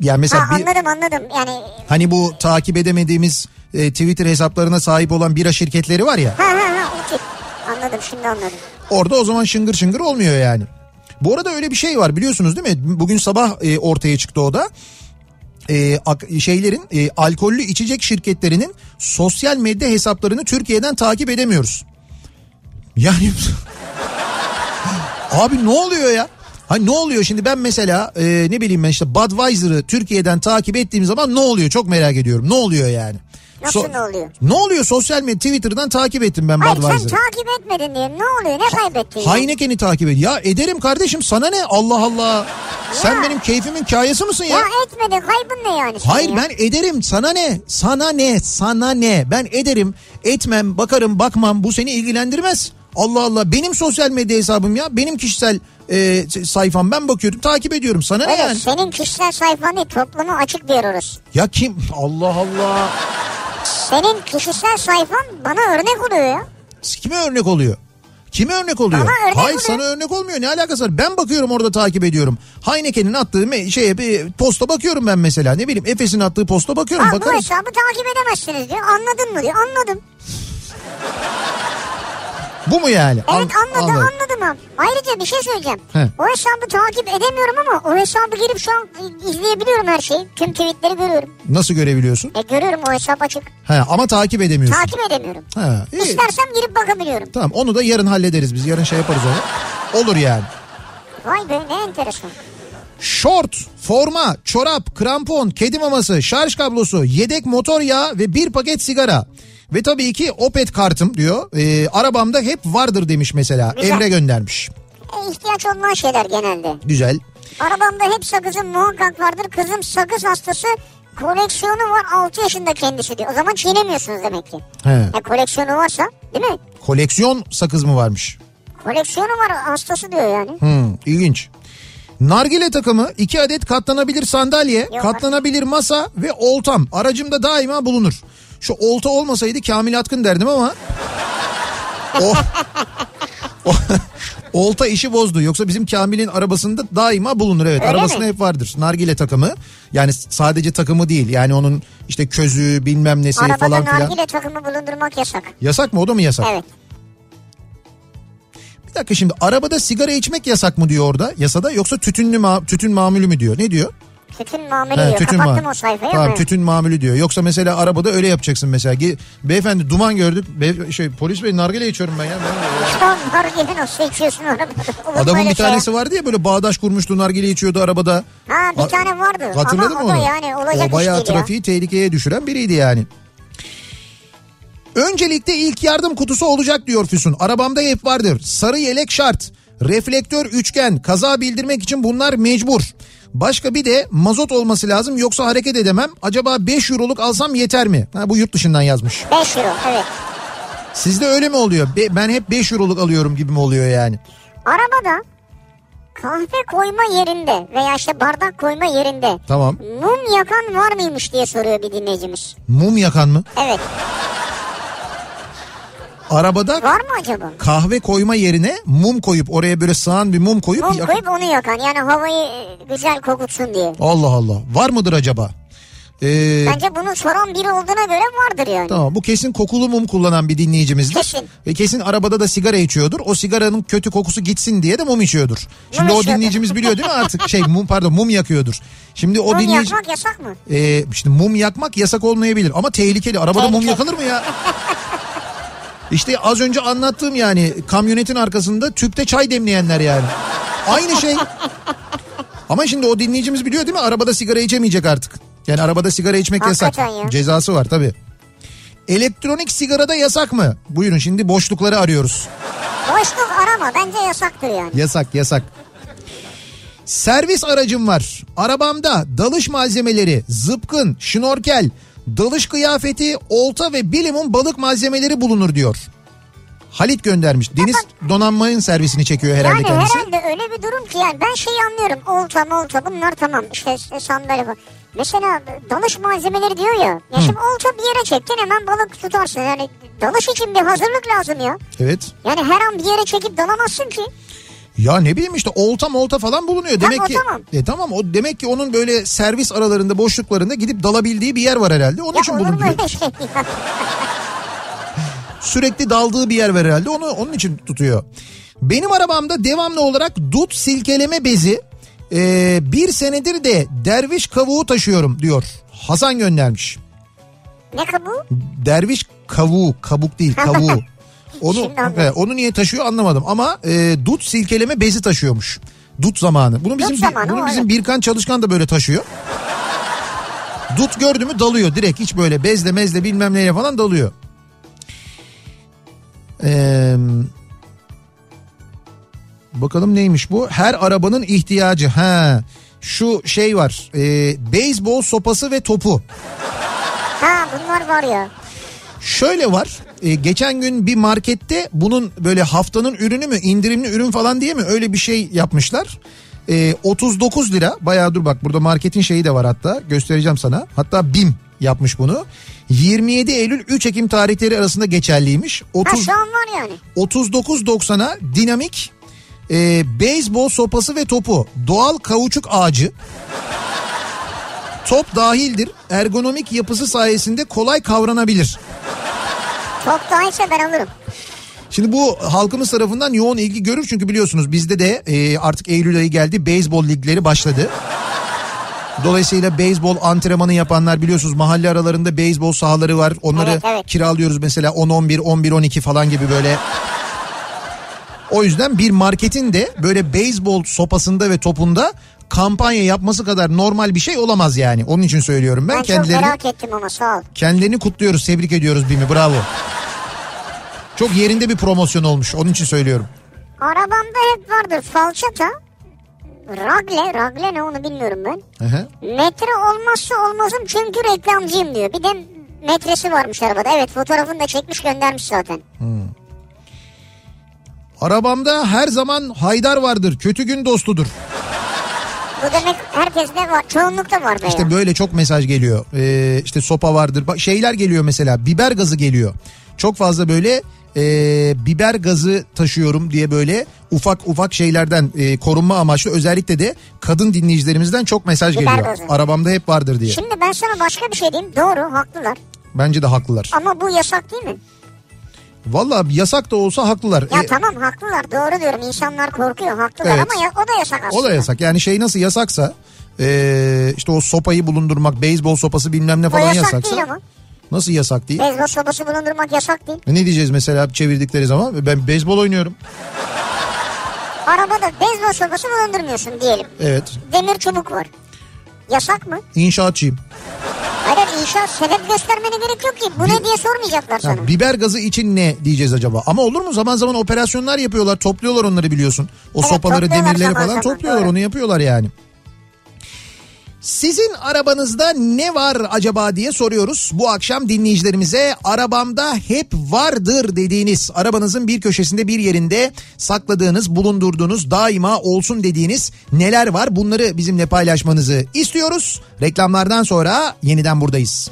S1: Yani mesela
S2: Ha
S1: bir,
S2: anladım anladım yani.
S1: hani bu takip edemediğimiz e, Twitter hesaplarına sahip olan bira şirketleri var ya.
S2: Ha ha ha o tip. Anladım şimdi anladım.
S1: Orada o zaman şıngır şıngır olmuyor yani. Bu arada öyle bir şey var biliyorsunuz değil mi? Bugün sabah e, ortaya çıktı o da. E, ak- şeylerin e, alkollü içecek şirketlerinin sosyal medya hesaplarını Türkiye'den takip edemiyoruz. Yani abi ne oluyor ya? Ha ne oluyor şimdi ben mesela e, ne bileyim ben işte Budweiser'ı Türkiye'den takip ettiğim zaman ne oluyor çok merak ediyorum. Ne oluyor yani?
S2: Nasıl
S1: So-
S2: ne oluyor?
S1: Ne oluyor sosyal medya Twitter'dan takip ettim ben
S2: Hayır
S1: Budweiser'ı.
S2: sen takip etmedin diye ne oluyor ne kaybettin? ya?
S1: Heineken'i takip et. Ya ederim kardeşim sana ne Allah Allah. Sen benim keyfimin kayası mısın ya?
S2: Ya etmedi kaybın ne yani? senin
S1: Hayır
S2: ya?
S1: ben ederim sana ne sana ne sana ne ben ederim etmem bakarım bakmam bu seni ilgilendirmez. Allah Allah benim sosyal medya hesabım ya benim kişisel e, sayfam ben bakıyorum takip ediyorum sana ne
S2: Evet
S1: yani?
S2: senin kişisel sayfan değil topluma açık bir yer orası.
S1: Ya kim Allah Allah
S2: Senin kişisel sayfan bana örnek oluyor ya.
S1: kime örnek oluyor? Kime örnek oluyor?
S2: Bana örnek
S1: Hayır
S2: oluyor.
S1: sana örnek olmuyor. Ne alakası var? Ben bakıyorum orada takip ediyorum. Heineken'in attığı me- şeye bir posta bakıyorum ben mesela. Ne bileyim Efes'in attığı posta bakıyorum.
S2: Aa, bu
S1: Bakarım.
S2: hesabı takip edemezsiniz diyor. Anladın mı diyor. Anladım.
S1: Bu, Bu mu yani?
S2: Evet anladı
S1: anladım.
S2: anladım abi. Ayrıca bir şey söyleyeceğim.
S1: He.
S2: O hesabı takip edemiyorum ama o hesabı girip şu an e, izleyebiliyorum her şeyi. Tüm tweetleri görüyorum.
S1: Nasıl görebiliyorsun?
S2: E görüyorum o hesap açık.
S1: He, ama takip edemiyorsun.
S2: Takip edemiyorum.
S1: Ha, iyi.
S2: İstersem girip bakabiliyorum.
S1: Tamam onu da yarın hallederiz biz. Yarın şey yaparız onu. Olur yani.
S2: Vay be ne enteresan.
S1: Şort, forma, çorap, krampon, kedi maması, şarj kablosu, yedek motor yağı ve bir paket sigara. Ve tabii ki Opet kartım diyor. Ee, arabamda hep vardır demiş mesela.
S2: Güzel.
S1: Emre göndermiş.
S2: E, ihtiyaç olunan şeyler genelde.
S1: Güzel.
S2: Arabamda hep sakızım muhakkak vardır. Kızım sakız hastası koleksiyonu var 6 yaşında kendisi diyor. O zaman çiğnemiyorsunuz demek ki.
S1: He.
S2: E, koleksiyonu varsa değil mi?
S1: Koleksiyon sakız mı varmış?
S2: Koleksiyonu var hastası diyor yani.
S1: Hmm, ilginç. Nargile takımı, iki adet katlanabilir sandalye, katlanabilir masa ve oltam. Aracımda daima bulunur. Şu olta olmasaydı Kamil Atkın derdim ama... O, o- olta işi bozdu. Yoksa bizim Kamil'in arabasında daima bulunur. Evet
S2: Öyle
S1: arabasında
S2: mi?
S1: hep vardır. Nargile takımı. Yani s- sadece takımı değil. Yani onun işte közü bilmem nesi
S2: Arabada
S1: Şey falan filan.
S2: nargile takımı bulundurmak yasak.
S1: Yasak mı o da mı yasak?
S2: Evet.
S1: Bir dakika şimdi arabada sigara içmek yasak mı diyor orada yasada yoksa tütünlü ma- tütün mamülü mü diyor? Ne diyor?
S2: Tütün mamülü
S1: He,
S2: diyor. Kapattım
S1: ma-
S2: o sayfayı
S1: Tamam
S2: ama.
S1: tütün mamülü diyor. Yoksa mesela arabada öyle yapacaksın mesela. Ge- Beyefendi duman gördük. Be- şey polis bey nargile içiyorum ben ya. Ben-
S2: Nargile nasıl şey içiyorsun arabada? Olur mu
S1: Adamın
S2: öyle
S1: bir
S2: şey ya?
S1: tanesi vardı ya böyle bağdaş kurmuştu nargile içiyordu arabada.
S2: Ha bir
S1: A-
S2: tane vardı.
S1: Hatırladın
S2: Ama
S1: mı
S2: o da
S1: onu?
S2: yani olacak
S1: o bayağı
S2: iş değil ya.
S1: trafiği tehlikeye düşüren biriydi yani. Öncelikle ilk yardım kutusu olacak diyor Füsun. Arabamda hep vardır. Sarı yelek şart. Reflektör üçgen. Kaza bildirmek için bunlar mecbur. Başka bir de mazot olması lazım yoksa hareket edemem. Acaba 5 euroluk alsam yeter mi? Ha, bu yurt dışından yazmış.
S2: 5 euro evet.
S1: Sizde öyle mi oluyor? Be- ben hep 5 euroluk alıyorum gibi mi oluyor yani?
S2: Arabada kahve koyma yerinde veya işte bardak koyma yerinde
S1: Tamam.
S2: mum yakan var mıymış diye soruyor bir dinleyicimiz.
S1: Mum yakan mı?
S2: Evet.
S1: Arabada
S2: Var mı acaba?
S1: kahve koyma yerine mum koyup oraya böyle sığan bir mum koyup
S2: Mum
S1: yak-
S2: koyup onu yakan yani havayı e, güzel kokutsun diye.
S1: Allah Allah. Var mıdır acaba? Ee,
S2: Bence bunu soran biri olduğuna göre vardır yani.
S1: tamam bu kesin kokulu mum kullanan bir dinleyicimizdir.
S2: Kesin.
S1: Ve kesin arabada da sigara içiyordur. O sigaranın kötü kokusu gitsin diye de mum içiyordur. Şimdi o
S2: içiyordur.
S1: dinleyicimiz biliyor değil mi artık? Şey mum pardon mum yakıyordur. Şimdi o
S2: Mum
S1: dinleyici
S2: yakmak yasak mı?
S1: Ee, şimdi mum yakmak yasak olmayabilir ama tehlikeli. Arabada mum
S2: Tehlikeli.
S1: yakılır mı ya? İşte az önce anlattığım yani kamyonetin arkasında tüpte çay demleyenler yani. Aynı şey. Ama şimdi o dinleyicimiz biliyor değil mi? Arabada sigara içemeyecek artık. Yani arabada sigara içmek yasak.
S2: Hakikaten ya.
S1: Cezası var tabii. Elektronik sigarada yasak mı? Buyurun şimdi boşlukları arıyoruz.
S2: Boşluk arama bence yasaktır yani.
S1: Yasak yasak. Servis aracım var. Arabamda dalış malzemeleri, zıpkın, şnorkel, dalış kıyafeti, olta ve bilimum balık malzemeleri bulunur diyor. Halit göndermiş. Deniz donanmanın servisini çekiyor herhalde
S2: Yani
S1: kendisi.
S2: herhalde öyle bir durum ki yani ben şeyi anlıyorum. Olta molta bunlar tamam işte s- sandalye falan. Mesela dalış malzemeleri diyor ya. Ya şimdi olta bir yere çektin hemen balık tutarsın. Yani dalış için bir hazırlık lazım ya.
S1: Evet.
S2: Yani her an bir yere çekip dalamazsın ki.
S1: Ya ne bileyim işte olta molta falan bulunuyor. Demek
S2: o
S1: ki
S2: tamam.
S1: E tamam o demek ki onun böyle servis aralarında boşluklarında gidip dalabildiği bir yer var herhalde. Onun
S2: Ya
S1: için
S2: olur mu
S1: bulunduruyor.
S2: öyle şey ya?
S1: sürekli daldığı bir yer var herhalde. Onu onun için tutuyor. Benim arabamda devamlı olarak dut silkeleme bezi eee, bir senedir de derviş kavuğu taşıyorum diyor. Hasan göndermiş.
S2: Ne kabuğu?
S1: Derviş kavuğu kabuk değil kavuğu. Onu
S2: Şimdi anladım.
S1: he, onu niye taşıyor anlamadım ama eee, dut silkeleme bezi taşıyormuş. Dut zamanı. Bunu bizim
S2: zamanı,
S1: bunu
S2: o
S1: bizim
S2: evet.
S1: Birkan Çalışkan da böyle taşıyor. Dut gördü mü dalıyor direkt hiç böyle bezle mezle bilmem neyle falan dalıyor. Ee, bakalım neymiş bu? Her arabanın ihtiyacı. Ha, şu şey var. Ee, beyzbol sopası ve topu.
S2: Ha bunlar var ya.
S1: Şöyle var. e, geçen gün bir markette bunun böyle haftanın ürünü mü indirimli ürün falan diye mi öyle bir şey yapmışlar. E, 39 lira bayağı dur bak burada marketin şeyi de var hatta göstereceğim sana. Hatta BİM yapmış bunu. 27 Eylül 3 Ekim tarihleri arasında geçerliymiş.
S2: Ha
S1: 30
S2: şu an var yani.
S1: 39.90'a dinamik e, beyzbol sopası ve topu doğal kauçuk ağacı top dahildir ergonomik yapısı sayesinde kolay kavranabilir.
S2: Çok daha iyiyse ben alırım.
S1: Şimdi bu halkımız tarafından yoğun ilgi görür çünkü biliyorsunuz bizde de e, artık Eylül ayı geldi beyzbol ligleri başladı. Dolayısıyla beyzbol antrenmanı yapanlar biliyorsunuz mahalle aralarında beyzbol sahaları var. Onları
S2: Evet, evet.
S1: kiralıyoruz mesela 10-11, 11-12 falan gibi böyle. O yüzden bir marketin de böyle beyzbol sopasında ve topunda kampanya yapması kadar normal bir şey olamaz yani. Onun için söylüyorum ben.
S2: Ben çok
S1: kendilerini
S2: merak ettim ama sağ ol.
S1: kendilerini kutluyoruz, tebrik ediyoruz Bimi. Bravo. Çok yerinde bir promosyon olmuş. Onun için söylüyorum.
S2: Arabamda hep vardır falçata. Ragle, ragle ne onu bilmiyorum ben.
S1: Hı hı.
S2: Metre olmazsa olmazım çünkü reklamcıyım diyor. Bir de metresi varmış arabada. Evet fotoğrafını da çekmiş göndermiş zaten.
S1: Arabamda her zaman Haydar vardır. Kötü gün dostudur.
S2: Bu demek herkeste var. Çoğunlukta var be ya.
S1: İşte böyle çok mesaj geliyor. Ee, işte sopa vardır. Bak şeyler geliyor mesela. Biber gazı geliyor. Çok fazla böyle e, biber gazı taşıyorum diye böyle ufak ufak şeylerden e, korunma amaçlı özellikle de kadın dinleyicilerimizden çok mesaj
S2: Biber
S1: geliyor.
S2: gazı.
S1: Arabamda hep vardır diye.
S2: Şimdi ben sana başka bir şey diyeyim. Doğru haklılar.
S1: Bence de haklılar.
S2: Ama bu yasak değil mi?
S1: Valla yasak da olsa haklılar.
S2: Ya
S1: E,
S2: tamam haklılar. Doğru diyorum. İnsanlar korkuyor. Haklılar
S1: Evet.
S2: ama ya, o da yasak aslında.
S1: O da yasak. Yani şey nasıl yasaksa e, işte o sopayı bulundurmak, beyzbol sopası bilmem ne
S2: O
S1: falan
S2: yasak
S1: yasaksa.
S2: değil ama.
S1: Nasıl yasak değil?
S2: Beyzbol sopası bulundurmak yasak değil.
S1: Ne diyeceğiz mesela çevirdikleri zaman? Ben beyzbol oynuyorum.
S2: Arabada beyzbol sopası bulundurmuyorsun diyelim.
S1: Evet.
S2: Demir çubuk var. Yasak mı?
S1: İnşaatçıyım.
S2: Hayır inşaat sebep göstermene gerek yok ki. Bu ne diye sormayacaklar
S1: Ha,
S2: sana.
S1: biber gazı için ne diyeceğiz acaba? Ama olur mu? Zaman zaman operasyonlar yapıyorlar. Topluyorlar onları biliyorsun. O
S2: Evet,
S1: sopaları,
S2: topluyorlar
S1: demirleri
S2: zaman
S1: falan
S2: zaman,
S1: topluyorlar.
S2: doğru.
S1: Onu yapıyorlar yani. Sizin arabanızda ne var acaba diye soruyoruz. Bu akşam dinleyicilerimize arabamda hep vardır dediğiniz, arabanızın bir köşesinde bir yerinde sakladığınız, bulundurduğunuz, daima olsun dediğiniz neler var? Bunları bizimle paylaşmanızı istiyoruz. Reklamlardan sonra yeniden buradayız.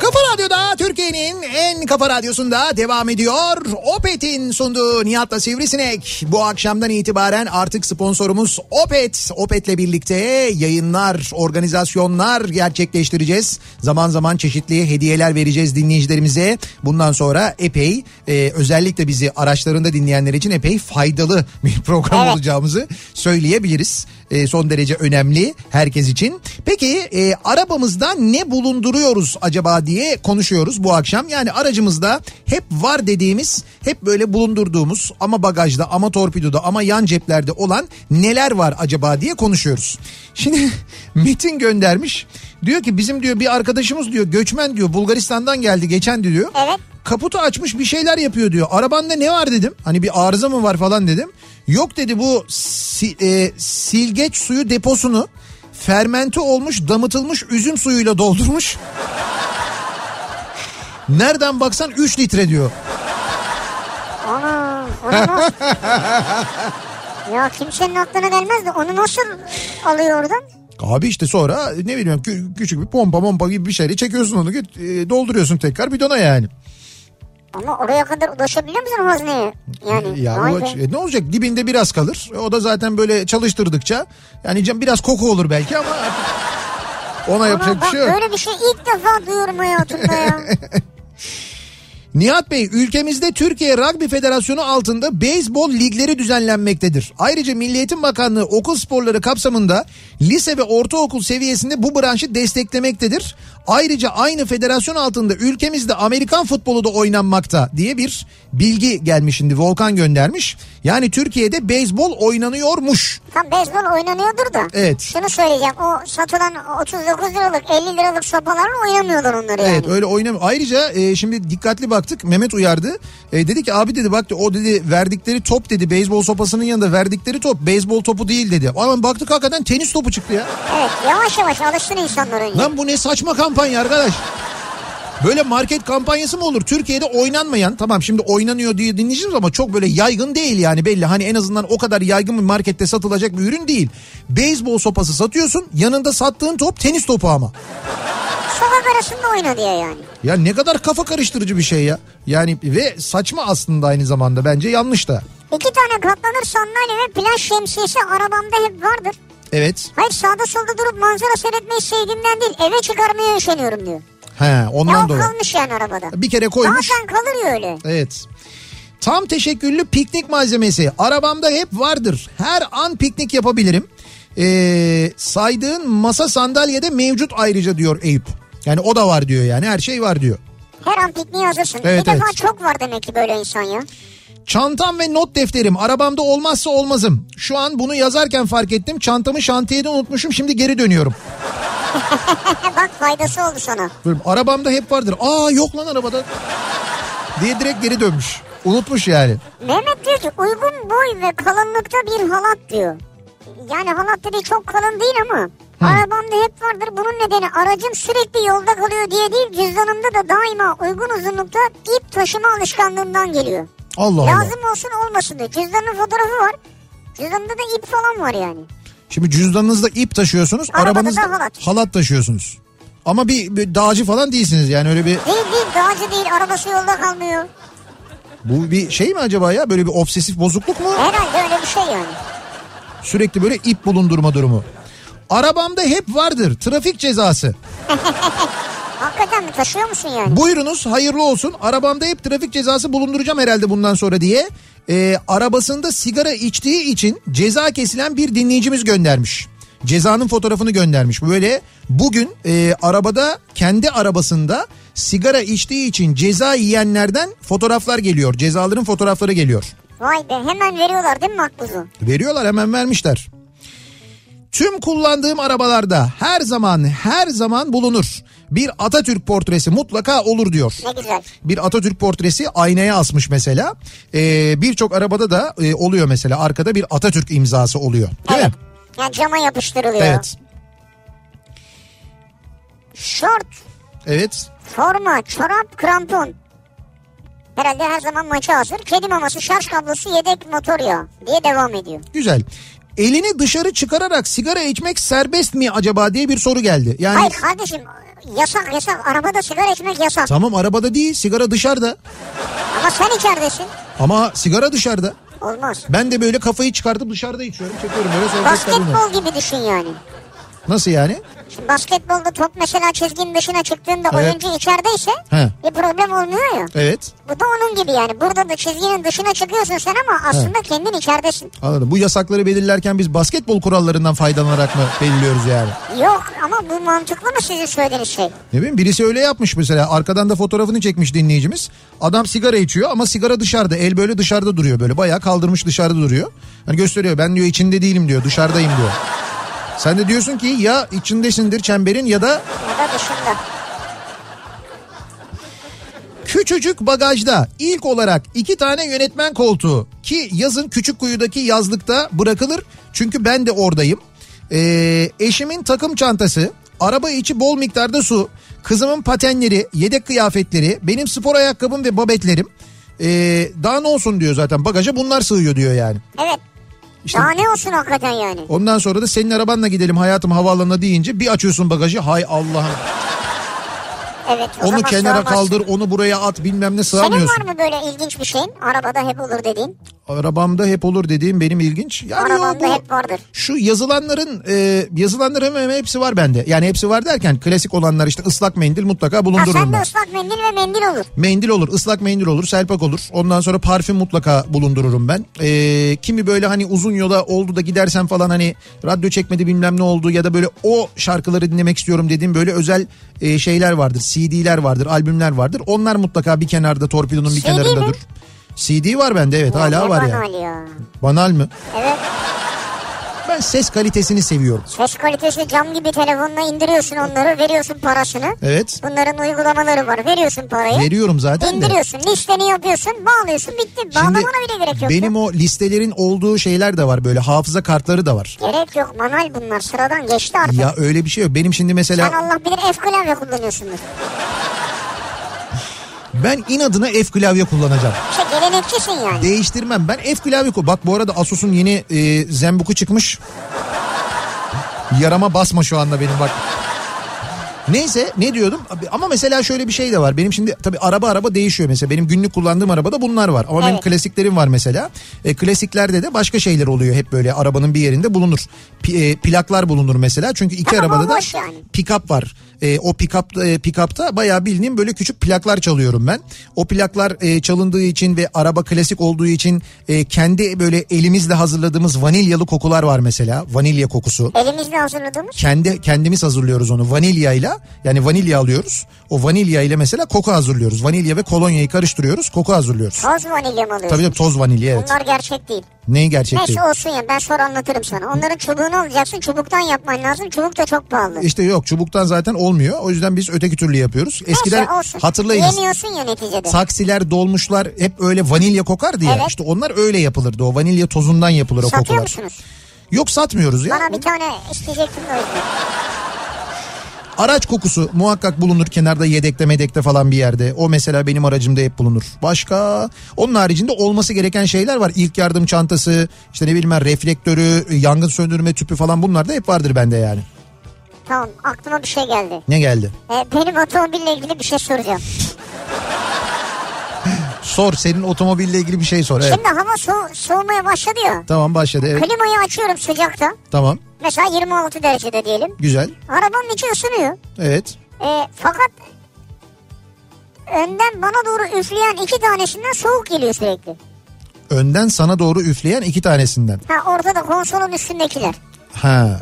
S1: Kafa Radyo'da Türkiye'nin en kafa radyosunda devam ediyor. Opet'in sunduğu Nihat'la Sivrisinek. Bu akşamdan itibaren artık sponsorumuz Opet. Opet'le birlikte yayınlar, organizasyonlar gerçekleştireceğiz. Zaman zaman çeşitli hediyeler vereceğiz dinleyicilerimize. Bundan sonra epey e, özellikle bizi araçlarında dinleyenler için epey faydalı bir program
S2: Evet.
S1: olacağımızı söyleyebiliriz. E, son derece önemli herkes için. Peki e, arabamızda ne bulunduruyoruz acaba diye konuşuyoruz bu akşam. Yani aracımızda hep var dediğimiz, hep böyle bulundurduğumuz ama bagajda, ama torpidoda, ama yan ceplerde olan neler var acaba diye konuşuyoruz. Şimdi Metin göndermiş. Diyor ki bizim diyor bir arkadaşımız diyor göçmen diyor Bulgaristan'dan geldi geçen diyor.
S2: Evet.
S1: Kaputu açmış bir şeyler yapıyor diyor. Arabanda ne var dedim. Hani bir arıza mı var falan dedim. Yok dedi bu si- e, silgeç suyu deposunu fermente olmuş damıtılmış üzüm suyuyla doldurmuş. Nereden baksan 3 litre diyor.
S2: Ana onu nasıl... ya kimsenin aklına gelmez de onu nasıl alıyor oradan?
S1: Abi işte sonra ne bileyim kü- küçük bir pompa pompa gibi bir şeyle çekiyorsun onu git, e, dolduruyorsun tekrar bidona yani.
S2: Ama oraya kadar ulaşabiliyor musun hazneye? Yani
S1: Ya
S2: vay
S1: o-
S2: be.
S1: e, ne olacak dibinde biraz kalır. E, O da zaten böyle çalıştırdıkça yani can biraz koku olur belki ama ona
S2: Ana,
S1: yapacak bir
S2: bak
S1: şey yok.
S2: böyle bir şey ilk defa duyuyorum hayatımda ya.
S1: Nihat Bey ülkemizde Türkiye Rugby Federasyonu altında beyzbol ligleri düzenlenmektedir. Ayrıca Milli Eğitim Bakanlığı okul sporları kapsamında lise ve ortaokul seviyesinde bu branşı desteklemektedir. Ayrıca aynı federasyon altında ülkemizde Amerikan futbolu da oynanmakta diye bir bilgi gelmiş şimdi Volkan göndermiş. Yani Türkiye'de beyzbol oynanıyormuş.
S2: Tam beyzbol oynanıyordur da.
S1: Evet.
S2: Şunu söyleyeceğim. O satılan 39 liralık 50 liralık sopalarla oynamıyorlar onları yani.
S1: Evet öyle oynam. Ayrıca e, şimdi dikkatli baktık. Mehmet uyardı. E, dedi ki abi dedi bak o dedi verdikleri top dedi beyzbol sopasının yanında verdikleri top beyzbol topu değil dedi. Ama baktık hakikaten tenis topu çıktı ya.
S2: Evet, yavaş yavaş alışsın insanlar önce.
S1: Lan bu ne saçma kampanya arkadaş. Böyle market kampanyası mı olur? Türkiye'de oynanmayan tamam şimdi oynanıyor diye dinleyeceğiz ama çok böyle yaygın değil yani belli. Hani en azından o kadar yaygın bir markette satılacak bir ürün değil. Beyzbol sopası satıyorsun yanında sattığın top tenis topu ama.
S2: Sokak arasında oyna diyor yani.
S1: Ya ne kadar kafa karıştırıcı bir şey ya. Yani ve saçma aslında aynı zamanda bence yanlış da.
S2: İki tane katlanır sandalye ve plaj şemsiyesi arabamda hep vardır.
S1: Evet.
S2: Hayır sağda solda durup manzara seyretmeyi sevdiğimden değil eve çıkarmaya üşeniyorum diyor.
S1: He
S2: Ya o
S1: ondan dolayı.
S2: kalmış yani arabada.
S1: Bir kere koymuş.
S2: Zaten kalır ya öyle.
S1: Evet. Tam teşekküllü piknik malzemesi. Arabamda hep vardır. Her an piknik yapabilirim. Ee, saydığın masa sandalyede mevcut ayrıca diyor Eyüp. Yani o da var diyor yani her şey var diyor.
S2: Her an pikniğe hazırsın.
S1: Evet,
S2: bir
S1: evet.
S2: defa çok var demek ki böyle insan ya.
S1: Çantam ve not defterim arabamda olmazsa olmazım. Şu an bunu yazarken fark ettim. Çantamı şantiyede unutmuşum şimdi geri dönüyorum.
S2: Ha, E bak faydası oldu sana.
S1: Böyle, arabamda hep vardır. Aa yok lan arabada diye direkt geri dönmüş. Unutmuş yani.
S2: Mehmet diyor ki uygun boy ve kalınlıkta bir halat diyor. Yani halat dedi çok kalın değil ama arabamda hep vardır. Bunun nedeni aracım sürekli yolda kalıyor diye değil cüzdanımda da daima uygun uzunlukta ip taşıma alışkanlığından geliyor.
S1: Allah Allah.
S2: Lazım olsun olmasın diyor. Cüzdanın fotoğrafı var. Cüzdanında da ip falan var yani.
S1: Şimdi cüzdanınızda ip taşıyorsunuz,
S2: Arabada
S1: arabanızda
S2: da
S1: halat.
S2: halat.
S1: taşıyorsunuz. Ama bir, bir dağcı falan değilsiniz yani öyle bir
S2: Değil değil dağcı değil arabası yolda kalmıyor.
S1: bu bir şey mi acaba ya böyle bir obsesif bozukluk mu?
S2: Herhalde öyle bir şey yani.
S1: Sürekli böyle ip bulundurma durumu. Arabamda hep vardır trafik cezası.
S2: Hakikaten mi taşıyor musun yani?
S1: Buyurunuz hayırlı olsun. Arabamda hep trafik cezası bulunduracağım herhalde bundan sonra diye. Ee, arabasında sigara içtiği için ceza kesilen bir dinleyicimiz göndermiş. Cezanın fotoğrafını göndermiş. Böyle bugün e, arabada kendi arabasında sigara içtiği için ceza yiyenlerden fotoğraflar geliyor. Cezaların fotoğrafları geliyor.
S2: Vay be hemen veriyorlar değil mi makbuzu?
S1: Veriyorlar hemen vermişler. Tüm kullandığım arabalarda her zaman her zaman bulunur. Bir Atatürk portresi mutlaka olur diyor.
S2: Ne güzel.
S1: Bir Atatürk portresi aynaya asmış mesela. Ee, Birçok arabada da e, oluyor mesela arkada bir Atatürk imzası oluyor. Değil
S2: Evet.
S1: mi?
S2: Yani cama yapıştırılıyor.
S1: Evet.
S2: Şort,
S1: Evet.
S2: forma, çorap, krampon. Herhalde her zaman maça hazır. Kedi maması, şarj kablosu, yedek motor yağı diye devam ediyor.
S1: Güzel. Elini dışarı çıkararak sigara içmek serbest mi acaba diye bir soru geldi. Yani
S2: Hayır kardeşim yasak yasak. Arabada sigara içmek yasak.
S1: tamam arabada değil sigara dışarıda.
S2: Ama sen içeridesin.
S1: Ama sigara dışarıda.
S2: Olmaz.
S1: Ben de böyle kafayı çıkartıp dışarıda içiyorum. Çekiyorum böyle serbest tabii.
S2: Basketbol gibi düşün yani.
S1: Nasıl yani?
S2: Şimdi basketbolda top mesela çizginin dışına çıktığında
S1: Evet.
S2: oyuncu içerideyse
S1: He.
S2: bir problem olmuyor ya.
S1: Evet.
S2: Bu da onun gibi yani. Burada da çizginin dışına çıkıyorsun sen ama aslında kendin içeridesin.
S1: Anladım. Bu yasakları belirlerken biz basketbol kurallarından faydalanarak mı belirliyoruz yani?
S2: Yok ama bu mantıklı mı sizin söylediğiniz şey?
S1: Ne bileyim birisi öyle yapmış mesela arkadan da fotoğrafını çekmiş dinleyicimiz. Adam sigara içiyor ama sigara dışarıda el böyle dışarıda duruyor böyle bayağı kaldırmış dışarıda duruyor. Hani gösteriyor ben diyor içinde değilim diyor dışarıdayım diyor. Sen de diyorsun ki ya içindesindir çemberin ya da
S2: Ya da dışında.
S1: küçücük bagajda ilk olarak iki tane yönetmen koltuğu ki yazın küçük kuyudaki yazlıkta bırakılır. Çünkü ben de oradayım. Ee, eşimin takım çantası, araba içi bol miktarda su, kızımın patenleri, yedek kıyafetleri, benim spor ayakkabım ve babetlerim. Ee, daha ne olsun diyor zaten bagaja bunlar sığıyor diyor yani.
S2: Evet.
S1: İşte-
S2: Daha ne olsun hakikaten yani?
S1: Ondan sonra da senin arabanla gidelim hayatım havaalanına deyince bir açıyorsun bagajı hay Allah'ım.
S2: Evet. o
S1: Onu
S2: zaman
S1: kenara
S2: sığamazsın.
S1: kaldır onu buraya at bilmem ne
S2: Senin
S1: sığamıyorsun.
S2: var mı böyle ilginç bir şeyin? Arabada hep olur dediğin.
S1: Arabamda hep olur dediğim benim ilginç. Yani yo,
S2: Arabamda
S1: bu-
S2: hep vardır.
S1: Şu yazılanların e, yazılanların hemen hemen hepsi var bende. Yani hepsi var derken klasik olanlar işte ıslak mendil mutlaka
S2: Ha, sen
S1: bulundururum
S2: de
S1: ben.
S2: ıslak mendil ve mendil olur.
S1: Mendil olur, ıslak mendil olur, selpak olur. Ondan sonra parfüm mutlaka bulundururum ben. E, kimi böyle hani uzun yola oldu da gidersen falan hani radyo çekmedi bilmem ne oldu ya da böyle o şarkıları dinlemek istiyorum dediğim böyle özel e, şeyler vardır. CD'ler vardır, albümler vardır. Onlar mutlaka bir kenarda torpidonun bir
S2: CD
S1: kenarında
S2: mi?
S1: dur. CD var bende evet hala
S2: Ne
S1: var ya.
S2: banal ya.
S1: Banal mı?
S2: Evet.
S1: Ben ses kalitesini seviyorum.
S2: Ses kalitesi cam gibi telefonla indiriyorsun onları veriyorsun parasını.
S1: Evet.
S2: Bunların uygulamaları var. Veriyorsun parayı.
S1: Veriyorum zaten de.
S2: E? İndiriyorsun, listeni yapıyorsun, bağlıyorsun, bitti. Bağlamana bile gerek yok.
S1: benim o listelerin olduğu şeyler de var böyle hafıza kartları da var.
S2: Gerek yok, manuel bunlar. Sıradan geçti artık.
S1: Ya öyle bir şey yok. Benim şimdi
S2: Sen
S1: mesela
S2: Allah bilir F klavye kullanıyorsundur.
S1: Ben inadına F klavye kullanacağım.
S2: İşte gelenekçisin yani.
S1: Değiştirmem. Ben F klavye ku- Bak bu arada Asus'un yeni e, Zenbook'u çıkmış. Yarama basma şu anda benim bak. Neyse ne diyordum Abi, ama mesela şöyle bir şey de var benim şimdi tabii araba araba değişiyor mesela benim günlük kullandığım arabada bunlar var ama benim
S2: Evet.
S1: klasiklerim var mesela e, klasiklerde de başka şeyler oluyor hep böyle arabanın bir yerinde bulunur Pi- e, plaklar bulunur mesela çünkü iki
S2: Tamam,
S1: arabada da
S2: olmaz yani.
S1: pick-up var. E, o pick-up e, pick-up'ta bayağı bildiğim böyle küçük plaklar çalıyorum ben. O plaklar e, çalındığı için ve araba klasik olduğu için e, kendi böyle elimizle hazırladığımız vanilyalı kokular var mesela. Vanilya kokusu.
S2: Elimizle hazırladığımız.
S1: Kendi kendimiz hazırlıyoruz onu vanilyayla. Yani vanilya alıyoruz. O vanilya ile mesela koku hazırlıyoruz. Vanilya ve kolonyayı karıştırıyoruz. Koku hazırlıyoruz.
S2: Toz vanilya mı alıyorsun?
S1: Tabii de toz vanilya evet.
S2: Bunlar gerçek değil.
S1: Neyi gerçek değil.
S2: Neyse olsun ya ben sonra anlatırım sana. Onların çubuğunu alacaksın çubuktan yapman lazım. Çubuk da çok pahalı.
S1: İşte yok çubuktan zaten olmuyor. O yüzden biz öteki türlü yapıyoruz. Eskiden
S2: Neyse olsun.
S1: hatırlayınız.
S2: Yemiyorsun ya neticede.
S1: Taksiler, dolmuşlar hep öyle vanilya kokar diye.
S2: Evet.
S1: İşte onlar öyle yapılırdı. O vanilya tozundan yapılır o
S2: Satıyor
S1: kokular.
S2: musunuz?
S1: Yok satmıyoruz ya.
S2: Bana bir tane isteyecektim de o yüzden.
S1: Araç kokusu muhakkak bulunur. Kenarda yedekte medekte falan bir yerde. O mesela benim aracımda hep bulunur. Başka? Onun haricinde olması gereken şeyler var. İlk yardım çantası, işte ne bileyim ben reflektörü, yangın söndürme tüpü falan bunlar da hep vardır bende yani.
S2: Tamam aklıma bir şey geldi.
S1: Ne geldi?
S2: Ee, benim otomobille ilgili bir şey soracağım.
S1: Sor senin otomobille ilgili bir şey sor. Evet.
S2: Şimdi hava so- soğumaya başladı ya.
S1: Tamam başladı. Evet.
S2: Klimayı açıyorum sıcakta.
S1: Tamam.
S2: Mesela 26 derecede diyelim.
S1: Güzel.
S2: Arabanın içi ısınıyor.
S1: Evet.
S2: Ee, fakat önden bana doğru üfleyen iki tanesinden soğuk geliyor sürekli.
S1: Önden sana doğru üfleyen iki tanesinden.
S2: Ha orada da konsolun üstündekiler.
S1: Ha.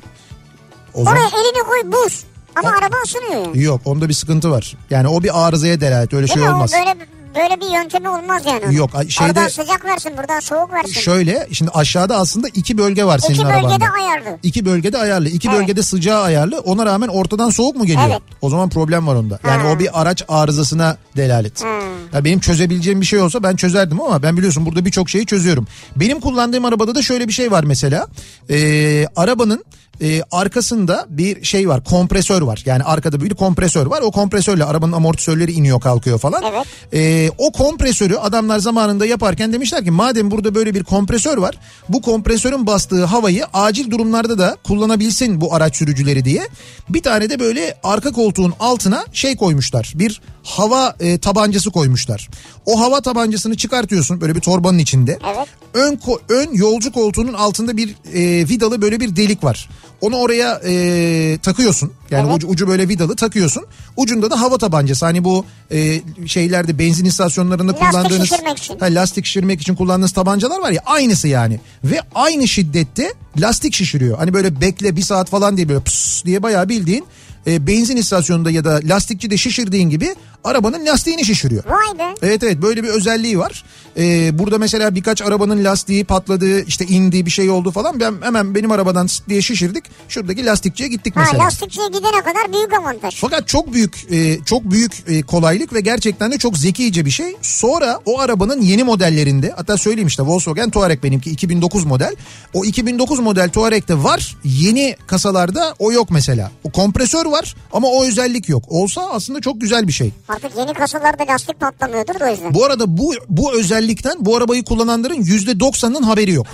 S1: O zaman...
S2: Oraya elini koy buz. Ama araba ısınıyor yani.
S1: Yok onda bir sıkıntı var. Yani o bir arızaya delalet öyle şey
S2: Değil mi? O
S1: olmaz.
S2: Böyle, böyle bir yöntemi olmaz yani. onun.
S1: Yok, ay- şeyde-
S2: Oradan sıcak versin buradan soğuk versin.
S1: Şöyle şimdi aşağıda aslında iki bölge var senin
S2: İki
S1: arabanda.
S2: bölgede ayarlı.
S1: İki bölgede ayarlı. iki
S2: Evet.
S1: bölgede sıcağı ayarlı. Ona rağmen ortadan soğuk mu geliyor?
S2: Evet.
S1: O zaman problem var onda. Yani
S2: Ha.
S1: o bir araç arızasına delalet.
S2: Ha.
S1: Ya benim çözebileceğim bir şey olsa ben çözerdim ama ben biliyorsun burada birçok şeyi çözüyorum. Benim kullandığım arabada da şöyle bir şey var mesela. Ee, arabanın e, arkasında bir şey var kompresör var yani arkada bir kompresör var o kompresörle arabanın amortisörleri iniyor kalkıyor falan
S2: Evet.
S1: Ee, o kompresörü adamlar zamanında yaparken demişler ki madem burada böyle bir kompresör var bu kompresörün bastığı havayı acil durumlarda da kullanabilsin bu araç sürücüleri diye bir tane de böyle arka koltuğun altına şey koymuşlar bir hava e, tabancası koymuşlar o hava tabancasını çıkartıyorsun böyle bir torbanın içinde
S2: Evet.
S1: ön ko- ön yolcu koltuğunun altında bir e, vidalı böyle bir delik var. Onu oraya e, takıyorsun. Yani
S2: Evet.
S1: ucu, ucu böyle vidalı takıyorsun. Ucunda da hava tabancası. Hani bu e, şeylerde benzin istasyonlarında
S2: Lastik
S1: kullandığınız
S2: şişirmek için.
S1: Ha, lastik şişirmek için kullandığınız tabancalar var ya aynısı yani. Ve aynı şiddette lastik şişiriyor. Hani böyle bekle bir saat falan diye böyle pıs diye bayağı bildiğin e, benzin istasyonunda ya da lastikçide şişirdiğin gibi arabanın lastiğini şişiriyor.
S2: Vay be.
S1: Evet evet böyle bir özelliği var. Ee, burada mesela birkaç arabanın lastiği patladı işte indi bir şey oldu falan. Ben hemen benim arabadan sıt diye şişirdik. Şuradaki lastikçiye gittik mesela.
S2: Ha lastikçiye gidene kadar büyük avantaj.
S1: Fakat çok büyük e, çok büyük e, kolaylık ve gerçekten de çok zekice bir şey. Sonra o arabanın yeni modellerinde hatta söyleyeyim işte Volkswagen Touareg benimki 2009 model. O 2009 model Touareg'de var. Yeni kasalarda o yok mesela. O kompresör var ama o özellik yok. Olsa aslında çok güzel bir şey.
S2: Artık yeni kasalarda lastik patlamıyordur da o yüzden.
S1: Bu arada bu bu özellikten bu arabayı kullananların yüzde doksanının haberi yok.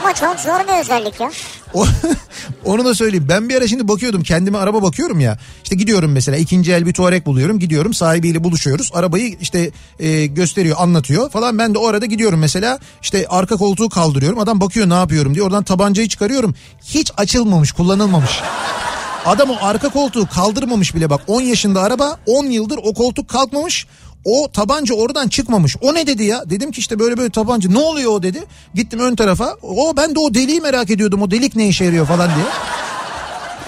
S2: Ama çok zor bir özellik ya.
S1: O, onu da söyleyeyim. Ben bir ara şimdi bakıyordum kendime araba bakıyorum ya. İşte gidiyorum mesela ikinci el bir tuarek buluyorum. Gidiyorum sahibiyle buluşuyoruz. Arabayı işte e, gösteriyor anlatıyor falan. Ben de o arada gidiyorum mesela işte arka koltuğu kaldırıyorum. Adam bakıyor ne yapıyorum diyor. Oradan tabancayı çıkarıyorum. Hiç açılmamış kullanılmamış. Adam o arka koltuğu kaldırmamış bile bak 10 yaşında araba 10 yıldır o koltuk kalkmamış. O tabanca oradan çıkmamış. O ne dedi ya? Dedim ki işte böyle böyle tabanca ne oluyor o dedi. Gittim ön tarafa. O ben de o deliği merak ediyordum. O delik ne işe yarıyor falan diye.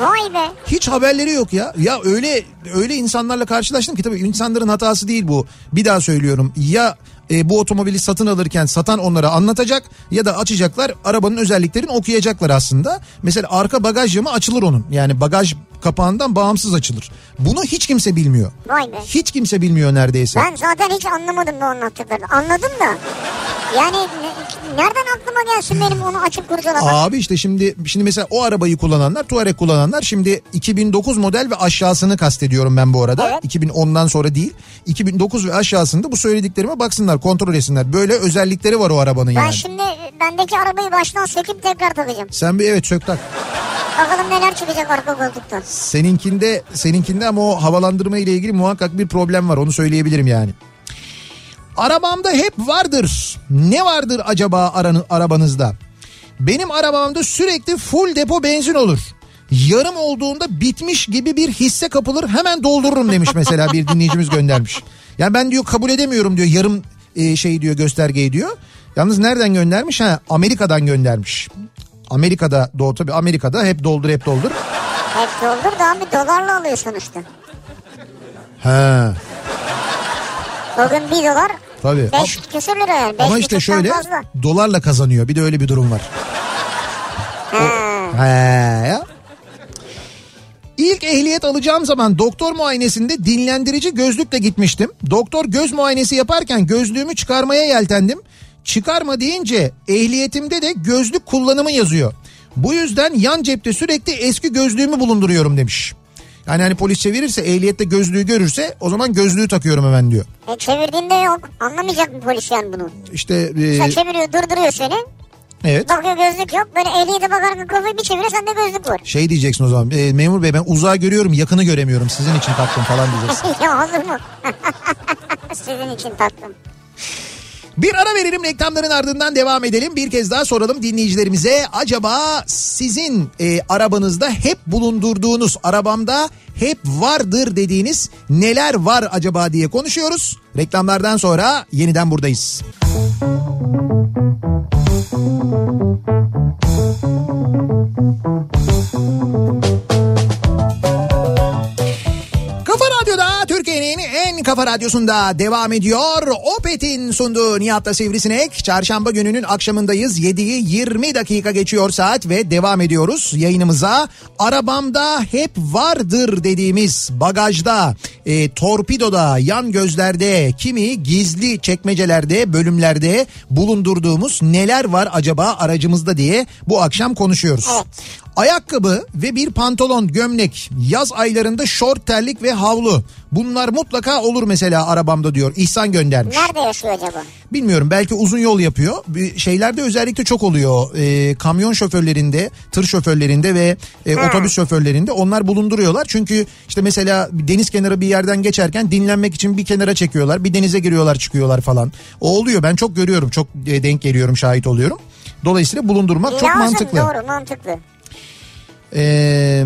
S2: Vay be.
S1: Hiç haberleri yok ya. Ya öyle öyle insanlarla karşılaştım ki tabii insanların hatası değil bu. Bir daha söylüyorum. Ya e, bu otomobili satın alırken satan onlara anlatacak ya da açacaklar arabanın özelliklerini okuyacaklar aslında. Mesela arka bagaj camı açılır onun. Yani bagaj kapağından bağımsız açılır. Bunu hiç kimse bilmiyor.
S2: Vay be.
S1: Hiç kimse bilmiyor neredeyse.
S2: Ben zaten hiç anlamadım bu anlattıklarını. Anladım da. Yani ne, nereden aklıma gelsin benim onu açıp kurcalamak?
S1: Abi işte şimdi şimdi mesela o arabayı kullananlar, Touareg kullananlar şimdi 2009 model ve aşağısını kastediyorum ben bu arada.
S2: Evet.
S1: 2010'dan sonra değil. 2009 ve aşağısında bu söylediklerime baksınlar, kontrol etsinler. Böyle özellikleri var o arabanın
S2: ben
S1: yani.
S2: şimdi e, bendeki arabayı baştan söküp tekrar takacağım.
S1: Sen bir evet sök tak.
S2: Bakalım neler çıkacak arka koltuktan.
S1: Seninkinde seninkinde ama o havalandırma ile ilgili muhakkak bir problem var onu söyleyebilirim yani. Arabamda hep vardır. Ne vardır acaba aranı, arabanızda? Benim arabamda sürekli full depo benzin olur. Yarım olduğunda bitmiş gibi bir hisse kapılır hemen doldururum demiş mesela bir dinleyicimiz göndermiş. Yani ben diyor kabul edemiyorum diyor yarım e, şey diyor göstergeyi diyor. Yalnız nereden göndermiş? Ha Amerika'dan göndermiş. Amerika'da doğu tabii Amerika'da hep doldur hep doldur.
S2: Hep doldur da abi dolarla alıyor sonuçta.
S1: He.
S2: Bugün 1 dolar
S1: Tabii.
S2: 5 küsür lira yani. Beş
S1: Ama işte
S2: buçuktan
S1: şöyle
S2: Fazla.
S1: dolarla kazanıyor. Bir de öyle bir durum var.
S2: Ha.
S1: He ya. İlk ehliyet alacağım zaman doktor muayenesinde dinlendirici gözlükle gitmiştim. Doktor göz muayenesi yaparken gözlüğümü çıkarmaya yeltendim. Çıkarma deyince ehliyetimde de gözlük kullanımı yazıyor. Bu yüzden yan cepte sürekli eski gözlüğümü bulunduruyorum demiş. Yani hani polis çevirirse ehliyette gözlüğü görürse o zaman gözlüğü takıyorum hemen diyor.
S2: E çevirdiğinde yok. Anlamayacak mı polis yani bunu?
S1: İşte e,
S2: Sen çeviriyor durduruyor seni.
S1: evet.
S2: Bakıyor gözlük yok. Böyle ehliyete bakarken kafayı bir çeviriyor sende gözlük var.
S1: Şey diyeceksin o zaman e, memur bey ben uzağı görüyorum yakını göremiyorum sizin için taktım falan diyeceksin.
S2: ya olur mu? Sizin için tatlım.
S1: Bir ara verelim reklamların ardından devam edelim. Bir kez daha soralım dinleyicilerimize. Acaba sizin e, arabanızda hep bulundurduğunuz arabamda hep vardır dediğiniz neler var acaba diye konuşuyoruz. Reklamlardan sonra yeniden buradayız. Kafa Radyo'da Türkiye'nin en kafa radyosunda devam ediyor. Opet'in sunduğu Nihat'la Sivrisinek. Çarşamba gününün akşamındayız. 7'yi 20 dakika geçiyor saat ve devam ediyoruz yayınımıza. Arabamda hep vardır dediğimiz bagajda, e, torpidoda, yan gözlerde, kimi gizli çekmecelerde, bölümlerde bulundurduğumuz neler var acaba aracımızda diye bu akşam konuşuyoruz. Ayakkabı ve bir pantolon, gömlek, yaz aylarında şort, terlik ve havlu. Bunlar mutlaka olur mesela arabamda diyor. İhsan göndermiş.
S2: Nerede yaşıyor acaba?
S1: Bilmiyorum belki uzun yol yapıyor. Bir Şeylerde özellikle çok oluyor. Ee, kamyon şoförlerinde, tır şoförlerinde ve e, otobüs şoförlerinde onlar bulunduruyorlar. Çünkü işte mesela deniz kenarı bir yerden geçerken dinlenmek için bir kenara çekiyorlar. Bir denize giriyorlar çıkıyorlar falan. O oluyor ben çok görüyorum çok e, denk geliyorum şahit oluyorum. Dolayısıyla bulundurmak çok
S2: Lazım,
S1: mantıklı.
S2: Doğru mantıklı.
S1: Ee,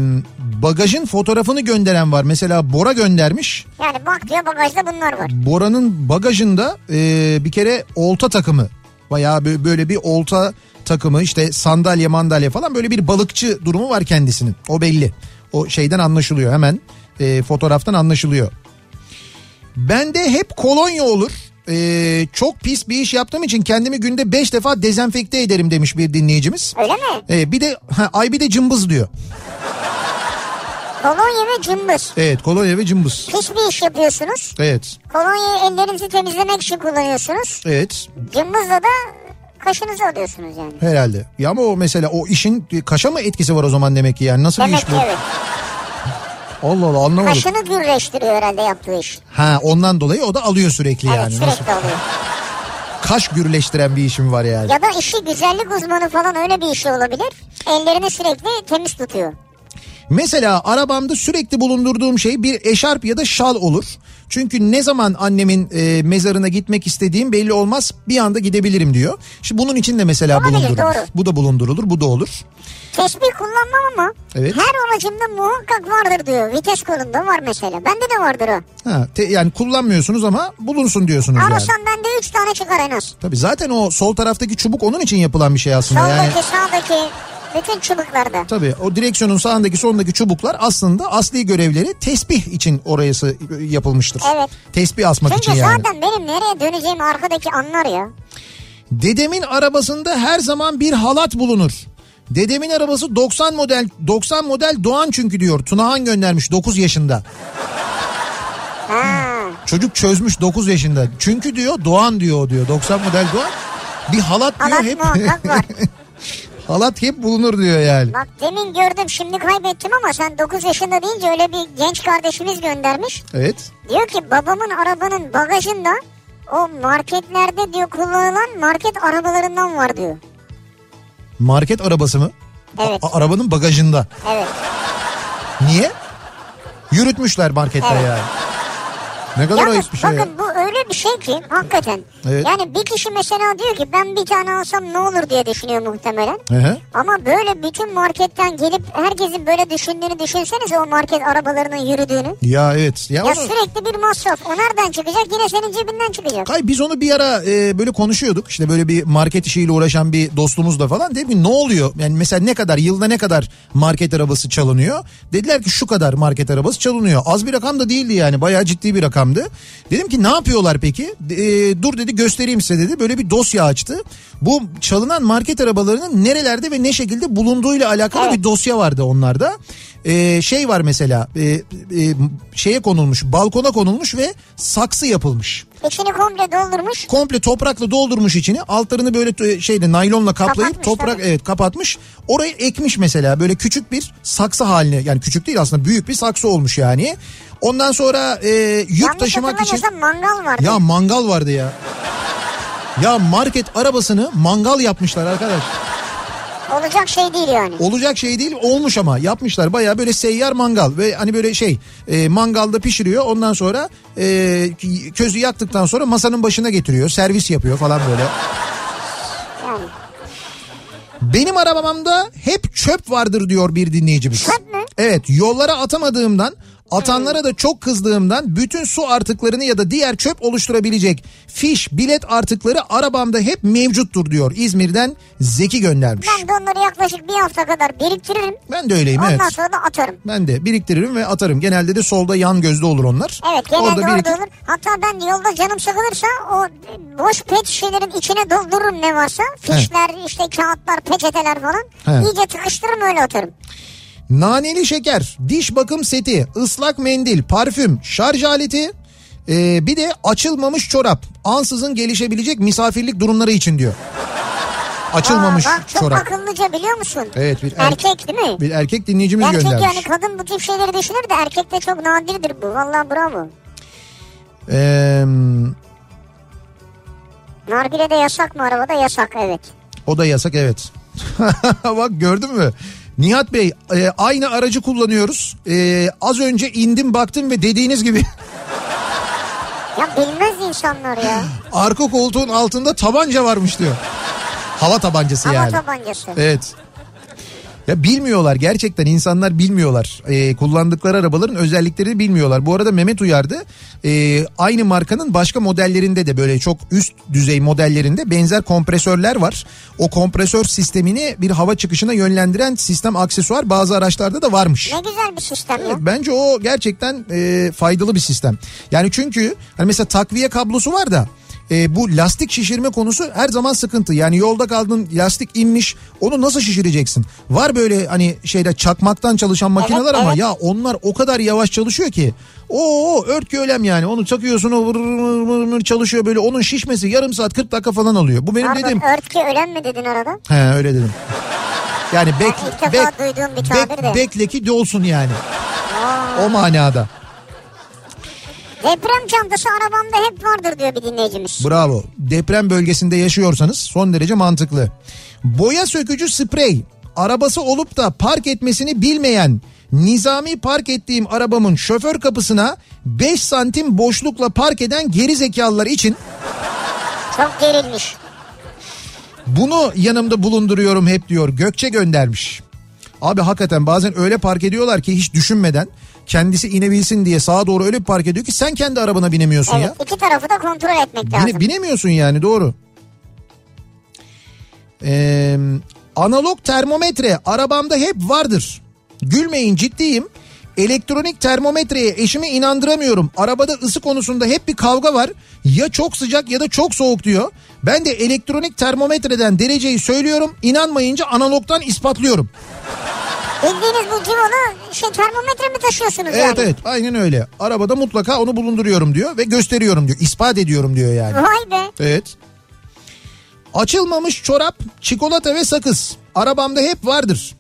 S1: bagajın fotoğrafını gönderen var. Mesela Bora göndermiş.
S2: Yani bak diyor bagajda bunlar var.
S1: Bora'nın bagajında e, bir kere olta takımı bayağı bö- böyle bir olta takımı işte sandalye mandalye falan böyle bir balıkçı durumu var kendisinin. O belli. O şeyden anlaşılıyor hemen e, fotoğraftan anlaşılıyor. Bende hep kolonya olur. E, çok pis bir iş yaptığım için kendimi günde 5 defa dezenfekte ederim demiş bir dinleyicimiz.
S2: Öyle mi?
S1: E, bir de ha, ay bir de cımbız diyor.
S2: Kolonya ve cımbız.
S1: Evet kolonya ve cımbız.
S2: Hiçbir iş yapıyorsunuz.
S1: Evet.
S2: Kolonyayı ellerinizi temizlemek için kullanıyorsunuz.
S1: Evet.
S2: Cımbızla da kaşınızı alıyorsunuz yani.
S1: Herhalde. Ya ama o mesela o işin kaşa mı etkisi var o zaman demek ki yani nasıl bir
S2: Demek
S1: iş
S2: ki
S1: bu?
S2: evet.
S1: Allah Allah anlamadım.
S2: Kaşını gürleştiriyor herhalde yaptığı iş.
S1: Ha ondan dolayı o da alıyor sürekli
S2: Evet
S1: yani. Nasıl?
S2: sürekli alıyor.
S1: Kaş gürleştiren bir işim var yani.
S2: Ya da işi güzellik uzmanı falan öyle bir işi olabilir. Ellerini sürekli temiz tutuyor.
S1: Mesela arabamda sürekli bulundurduğum şey bir eşarp ya da şal olur. Çünkü ne zaman annemin e, mezarına gitmek istediğim belli olmaz. Bir anda gidebilirim diyor. Şimdi bunun için de mesela
S2: Olabilir,
S1: bulundurulur.
S2: doğru.
S1: Bu da bulundurulur, bu da olur.
S2: Tesbih kullanmam ama
S1: Evet.
S2: her aracımda muhakkak vardır diyor. Vites kolunda var mesela. Bende de vardır o.
S1: Ha, te- yani kullanmıyorsunuz ama bulunsun diyorsunuz yani.
S2: Arasan bende 3 tane çıkar en az.
S1: Tabii zaten o sol taraftaki çubuk onun için yapılan bir şey aslında. Yani
S2: Soldaki sağdaki bütün çubuklarda.
S1: Tabii o direksiyonun sağındaki sondaki çubuklar aslında asli görevleri tesbih için orası yapılmıştır.
S2: Evet.
S1: Tesbih asmak
S2: Çünkü
S1: için yani.
S2: zaten benim nereye döneceğimi arkadaki anlar ya.
S1: Dedemin arabasında her zaman bir halat bulunur. Dedemin arabası 90 model 90 model Doğan çünkü diyor. Tunahan göndermiş 9 yaşında.
S2: Ha.
S1: Çocuk çözmüş 9 yaşında. Çünkü diyor Doğan diyor o diyor. 90 model Doğan. Bir halat diyor
S2: Halat
S1: hep.
S2: muhakkak var.
S1: halat hep bulunur diyor yani.
S2: Bak demin gördüm şimdi kaybettim ama sen 9 yaşında deyince öyle bir genç kardeşimiz göndermiş.
S1: Evet.
S2: Diyor ki babamın arabanın bagajında o marketlerde diyor kullanılan market arabalarından var diyor.
S1: Market arabası mı?
S2: Evet.
S1: A- arabanın bagajında.
S2: Evet.
S1: Niye? Yürütmüşler markette
S2: Evet.
S1: yani. Ne kadar
S2: Yalnız
S1: ayıp bir şey. ya.
S2: bakın bu öyle bir şey ki hakikaten.
S1: Evet.
S2: Yani bir kişi mesela diyor ki ben bir tane alsam ne olur diye düşünüyor muhtemelen.
S1: Hı hı.
S2: Ama böyle bütün marketten gelip herkesin böyle düşündüğünü düşünsenize o market arabalarının yürüdüğünü.
S1: Ya evet. Ya
S2: Ya
S1: onu,
S2: sürekli bir masraf. O nereden çıkacak? Yine senin cebinden çıkacak.
S1: Kay biz onu bir ara e, böyle konuşuyorduk. İşte böyle bir market işiyle uğraşan bir dostumuzla falan. Dedim ki ne oluyor? Yani mesela ne kadar yılda ne kadar market arabası çalınıyor? Dediler ki şu kadar market arabası çalınıyor. Az bir rakam da değildi yani. Bayağı ciddi bir rakamdı. Dedim ki ne yapıyorlar peki? E, dur dedi göstereyim size dedi. Böyle bir dosya açtı. Bu çalınan market arabalarının nerelerde ve ne şekilde bulunduğuyla alakalı bir dosya vardı onlarda. E, şey var mesela e, e, şeye konulmuş balkona konulmuş ve saksı yapılmış
S2: İçini komple doldurmuş.
S1: komple toprakla doldurmuş içini. Altlarını böyle t- şeyle naylonla kaplayıp
S2: Kapatmış,
S1: toprak
S2: tabii.
S1: evet kapatmış. Orayı ekmiş mesela böyle küçük bir saksı haline yani küçük değil aslında büyük bir saksı olmuş yani. Ondan sonra e, yük
S2: Yanlış
S1: taşımak için
S2: hatırlamıyorsam mangal vardı.
S1: ya mangal vardı ya. Ya market arabasını mangal yapmışlar arkadaş.
S2: Olacak şey değil yani.
S1: Olacak şey değil olmuş ama yapmışlar baya böyle seyyar mangal ve hani böyle şey e, mangalda pişiriyor ondan sonra e, közü yaktıktan sonra masanın başına getiriyor servis yapıyor falan böyle.
S2: Yani.
S1: Benim arabamda hep çöp vardır diyor bir dinleyicimiz.
S2: Çöp mü?
S1: Evet yollara atamadığımdan atanlara da çok kızdığımdan bütün su artıklarını ya da diğer çöp oluşturabilecek fiş bilet artıkları arabamda hep mevcuttur diyor İzmir'den Zeki göndermiş.
S2: Ben de onları yaklaşık bir hafta kadar biriktiririm.
S1: Ben de öyleyim
S2: Ondan
S1: evet.
S2: sonra da atarım.
S1: Ben de biriktiririm ve atarım. Genelde de solda yan gözde olur onlar.
S2: Evet genelde orada,
S1: biriktir-
S2: olur. Hatta ben yolda canım sıkılırsa o boş pet şişelerin içine doldururum ne varsa. Fişler, işte kağıtlar, peçeteler falan.
S1: He.
S2: İyice tıkıştırırım öyle atarım.
S1: Naneli şeker, diş bakım seti, ıslak mendil, parfüm, şarj aleti, e, bir de açılmamış çorap. Ansızın gelişebilecek misafirlik durumları için diyor. Açılmamış
S2: Aa, bak çok
S1: çorap.
S2: akıllıca biliyor musun?
S1: Evet, bir erkek-
S2: erkek, değil mi?
S1: Bir erkek dinleyicimiz
S2: Erkek
S1: göndermiş.
S2: yani kadın bu tip şeyleri düşünür de erkekte çok nadirdir bu. Vallahi bravo.
S1: Eee,
S2: Nargile de yasak mı arabada? Yasak evet.
S1: o da yasak evet. Bak gördün mü? Nihat Bey e, aynı aracı kullanıyoruz. E, az önce indim baktım ve dediğiniz gibi
S2: Ya bilmez insanlar ya.
S1: arka koltuğun altında tabanca varmış diyor. Hava tabancası
S2: Hava
S1: yani.
S2: tabancası.
S1: Evet. Ya bilmiyorlar gerçekten insanlar bilmiyorlar. Ee, kullandıkları arabaların özelliklerini bilmiyorlar. Bu arada Mehmet uyardı. Ee, aynı markanın başka modellerinde de böyle çok üst düzey modellerinde benzer kompresörler var. O kompresör sistemini bir hava çıkışına yönlendiren sistem aksesuar bazı araçlarda da varmış.
S2: Ne güzel bir sistem ya.
S1: Evet, bence o gerçekten e, faydalı bir sistem. Yani çünkü hani mesela takviye kablosu var da e, bu lastik şişirme konusu her zaman sıkıntı. Yani yolda kaldın lastik inmiş onu nasıl şişireceksin? Var böyle hani şeyde çakmaktan çalışan makineler ama
S2: evet.
S1: ya onlar o kadar yavaş çalışıyor ki. Oo örtkü ölem yani onu takıyorsun o vır vır vır vır çalışıyor böyle onun şişmesi yarım saat 40 dakika falan alıyor. Bu benim
S2: Pardon
S1: dediğim.
S2: örtki ölen mi dedin arada?
S1: He öyle dedim. Yani bek,
S2: Ben ilk defa
S1: bek,
S2: duyduğum bir
S1: bek,
S2: tabir de.
S1: bekle ki dolsun yani. O manada.
S2: Deprem çantası arabamda hep vardır diyor bir dinleyicimiz.
S1: Bravo. Deprem bölgesinde yaşıyorsanız son derece mantıklı. Boya sökücü sprey. Arabası olup da park etmesini bilmeyen nizami park ettiğim arabamın şoför kapısına 5 santim boşlukla park eden geri zekalılar için
S2: Çok gerilmiş.
S1: bunu yanımda bulunduruyorum hep diyor. Gökçe göndermiş. Abi hakikaten bazen öyle park ediyorlar ki hiç düşünmeden kendisi inebilsin diye sağa doğru öyle bir park ediyor ki sen kendi arabana binemiyorsun
S2: Evet
S1: ya.
S2: iki tarafı da kontrol etmek lazım.
S1: Bine- binemiyorsun yani doğru. Ee, analog termometre arabamda hep vardır. Gülmeyin ciddiyim. Elektronik termometreye eşimi inandıramıyorum. Arabada ısı konusunda hep bir kavga var. Ya çok sıcak ya da çok soğuk diyor. Ben de elektronik termometreden dereceyi söylüyorum. İnanmayınca analogtan ispatlıyorum.
S2: Bildiğiniz bu civonu şey termometre mi taşıyorsunuz
S1: Evet
S2: yani?
S1: evet aynen öyle. Arabada mutlaka onu bulunduruyorum diyor ve gösteriyorum diyor. İspat ediyorum diyor yani.
S2: Vay be.
S1: Evet. Açılmamış çorap, çikolata ve sakız. Arabamda hep vardır.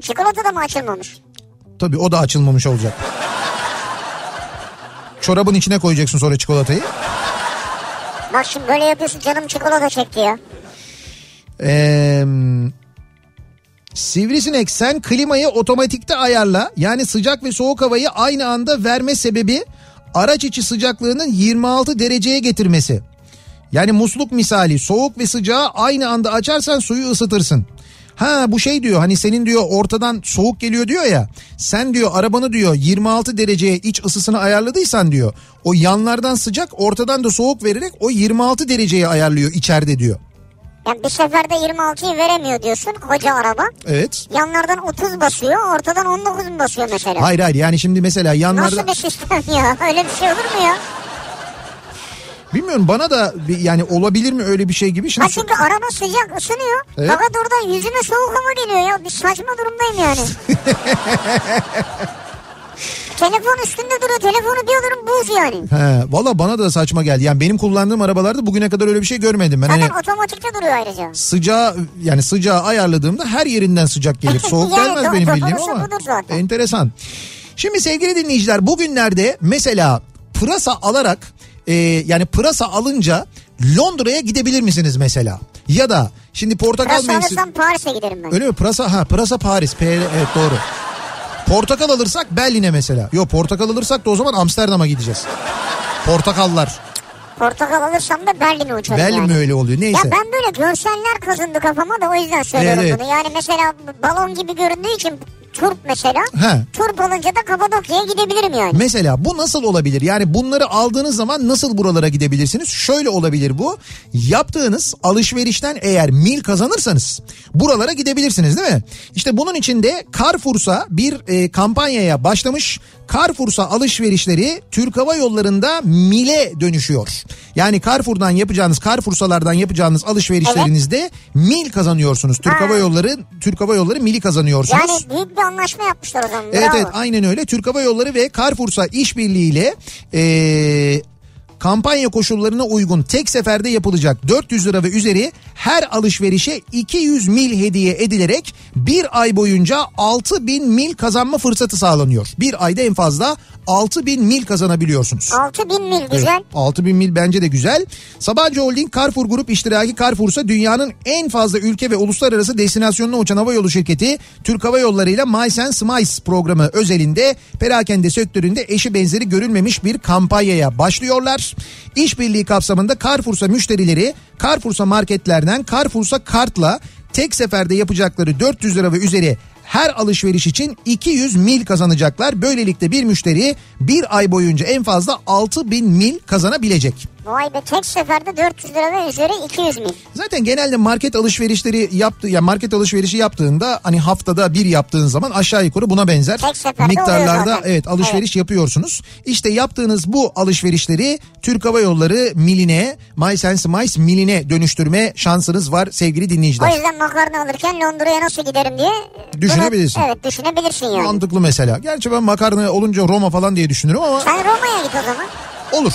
S2: Çikolata da mı açılmamış?
S1: Tabii o da açılmamış olacak. Çorabın içine koyacaksın sonra çikolatayı.
S2: Bak şimdi böyle yapıyorsun canım çikolata çekti ya.
S1: Ee, sivrisinek sen klimayı otomatikte ayarla. Yani sıcak ve soğuk havayı aynı anda verme sebebi araç içi sıcaklığının 26 dereceye getirmesi. Yani musluk misali soğuk ve sıcağı aynı anda açarsan suyu ısıtırsın. Ha bu şey diyor hani senin diyor ortadan soğuk geliyor diyor ya. Sen diyor arabanı diyor 26 dereceye iç ısısını ayarladıysan diyor. O yanlardan sıcak ortadan da soğuk vererek o 26 dereceye ayarlıyor içeride diyor.
S2: Yani bir seferde 26'yı veremiyor diyorsun koca araba.
S1: Evet.
S2: Yanlardan 30 basıyor ortadan 19 mu basıyor mesela?
S1: Hayır hayır yani şimdi mesela yanlarda
S2: Nasıl bir sistem ya? Öyle bir şey olur mu ya?
S1: bilmiyorum bana da bir, yani olabilir mi öyle bir şey gibi
S2: Ha
S1: şimdi
S2: çünkü araba sıcak ısınıyor.
S1: Evet.
S2: Fakat oradan yüzüme soğuk hava geliyor ya. Bir saçma durumdayım yani. Telefon üstünde duruyor. Telefonu bir alırım buz yani.
S1: He, valla bana da saçma geldi. Yani benim kullandığım arabalarda bugüne kadar öyle bir şey görmedim. Ben hani
S2: Zaten otomatikte duruyor ayrıca.
S1: sıcağı yani sıcağı ayarladığımda her yerinden sıcak gelir. Soğuk
S2: Yani
S1: gelmez
S2: doğru,
S1: benim
S2: doğru,
S1: bildiğim
S2: doğrusu
S1: ama
S2: budur zaten.
S1: enteresan. Şimdi sevgili dinleyiciler bugünlerde mesela pırasa alarak e, yani pırasa alınca Londra'ya gidebilir misiniz mesela? Ya da şimdi portakal
S2: Pırasa
S1: mevsimi...
S2: alırsam Paris'e giderim ben.
S1: Öyle mi? Pırasa ha pırasa Paris. P- evet doğru. Portakal alırsak Berlin'e mesela. Yok portakal alırsak da o zaman Amsterdam'a gideceğiz. Portakallar.
S2: Portakal alırsam da Berlin'e uçarım
S1: Berlin mi
S2: yani.
S1: öyle oluyor?
S2: Ya
S1: Neyse.
S2: ben böyle görseller kazındı kafama da o yüzden söylüyorum
S1: Evet, evet.
S2: bunu. Yani mesela balon gibi göründüğü için turp mesela.
S1: He.
S2: Turp alınca da Kapadokya'ya gidebilirim yani.
S1: Mesela bu nasıl olabilir? Yani bunları aldığınız zaman nasıl buralara gidebilirsiniz? Şöyle olabilir bu. Yaptığınız alışverişten eğer mil kazanırsanız buralara gidebilirsiniz değil mi? İşte bunun için de Carrefour'sa bir e, kampanyaya başlamış. Carrefour'sa alışverişleri Türk Hava Yolları'nda mile dönüşüyor. Yani Carrefour'dan yapacağınız, Carrefour'salardan yapacağınız alışverişlerinizde mil kazanıyorsunuz. Türk
S2: Ha.
S1: Hava Yolları Türk Hava Yolları mili kazanıyorsunuz.
S2: Yani büyük bir anlaşma yapmışlar o zaman.
S1: Evet
S2: bravo.
S1: evet aynen öyle. Türk Hava Yolları ve Carrefour'sa işbirliğiyle eee kampanya koşullarına uygun tek seferde yapılacak 400 lira ve üzeri her alışverişe 200 mil hediye edilerek bir ay boyunca 6000 mil kazanma fırsatı sağlanıyor. Bir ayda en fazla 6000 mil kazanabiliyorsunuz.
S2: 6000 mil güzel.
S1: 6000 mil bence de güzel. Sabancı Holding Carrefour Grup iştiraki Carrefour'sa dünyanın en fazla ülke ve uluslararası destinasyonuna uçan hava yolu şirketi Türk Hava Yolları ile Mice and Smice programı özelinde perakende sektöründe eşi benzeri görülmemiş bir kampanyaya başlıyorlar. İşbirliği kapsamında Carrefour'sa müşterileri Carrefour'sa marketlerden Carrefour'sa kartla tek seferde yapacakları 400 lira ve üzeri her alışveriş için 200 mil kazanacaklar. Böylelikle bir müşteri bir ay boyunca en fazla 6000 mil kazanabilecek.
S2: Vay be tek seferde 400 lira ve üzeri 200 mil.
S1: Zaten genelde market alışverişleri yaptı ya market alışverişi yaptığında hani haftada bir yaptığın zaman aşağı yukarı buna benzer
S2: Tek seferde oluyor
S1: miktarlarda
S2: zaten.
S1: evet alışveriş yapıyorsunuz. İşte yaptığınız bu alışverişleri Türk Hava Yolları miline, MySense Mice miline dönüştürme şansınız var sevgili
S2: O
S1: dinleyiciler.
S2: yüzden makarna alırken Londra'ya nasıl giderim diye. bunu-
S1: Düşünebilirsin.
S2: evet düşünebilirsin yani.
S1: Mantıklı mesela. Gerçi ben makarna olunca Roma falan diye düşünürüm ama
S2: Sen Roma'ya git o zaman.
S1: Olur.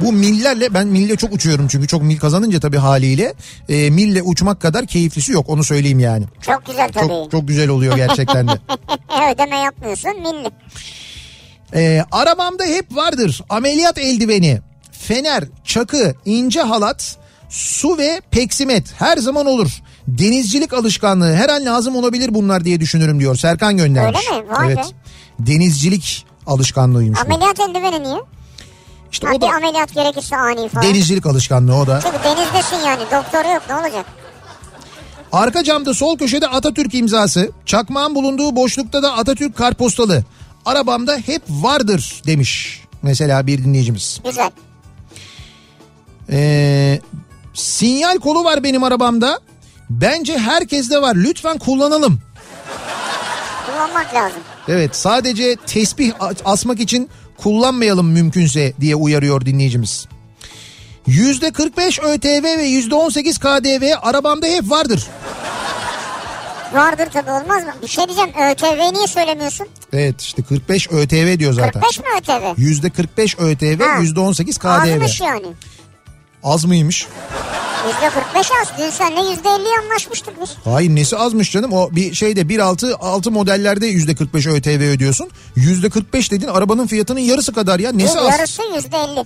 S1: Bu millerle ben mille çok uçuyorum çünkü çok mil kazanınca tabii haliyle e, mille uçmak kadar keyiflisi yok onu söyleyeyim yani.
S2: Çok güzel tabii.
S1: Çok çok güzel oluyor gerçekten de.
S2: Ödeme yapmıyorsun milli.
S1: E, arabamda hep vardır ameliyat eldiveni, fener, çakı, ince halat, su ve peksimet her zaman olur. Denizcilik alışkanlığı her an lazım olabilir bunlar diye düşünürüm diyor Serkan göndermiş.
S2: Öyle mi? Vay be.
S1: evet. Denizcilik alışkanlığıymış bu.
S2: Ameliyat eldiveni niye?
S1: İşte
S2: Ha,
S1: o
S2: bir
S1: da
S2: ameliyat gerekirse ani falan.
S1: denizcilik alışkanlığı o da.
S2: Çünkü denizdesin yani doktor yok ne olacak?
S1: Arka camda sol köşede Atatürk imzası, çakmağın bulunduğu boşlukta da Atatürk kartpostalı. Arabamda hep vardır demiş mesela bir dinleyicimiz.
S2: Güzel.
S1: Ee, sinyal kolu var benim arabamda. Bence herkeste var. Lütfen kullanalım.
S2: Kullanmak lazım.
S1: Evet sadece tesbih a- asmak için kullanmayalım mümkünse diye uyarıyor dinleyicimiz. %45 ÖTV ve %18 KDV arabamda hep vardır.
S2: Vardır tabii olmaz mı? Bir şey diyeceğim ÖTV'yi niye söylemiyorsun?
S1: Evet işte 45 ÖTV diyor zaten.
S2: 45 mi ÖTV?
S1: %45 ÖTV,
S2: Ha.
S1: %18 KDV.
S2: Azmış yani.
S1: Az mıymış?
S2: Yüzde 45 az. Dün seninle yüzde 50'ye anlaşmıştık biz.
S1: Hayır nesi azmış canım o bir şeyde 1.6 altı modellerde %45 ÖTV ödüyorsun. %45 dedin arabanın fiyatının yarısı kadar ya nesi az?
S2: Yarısı yüzde 50.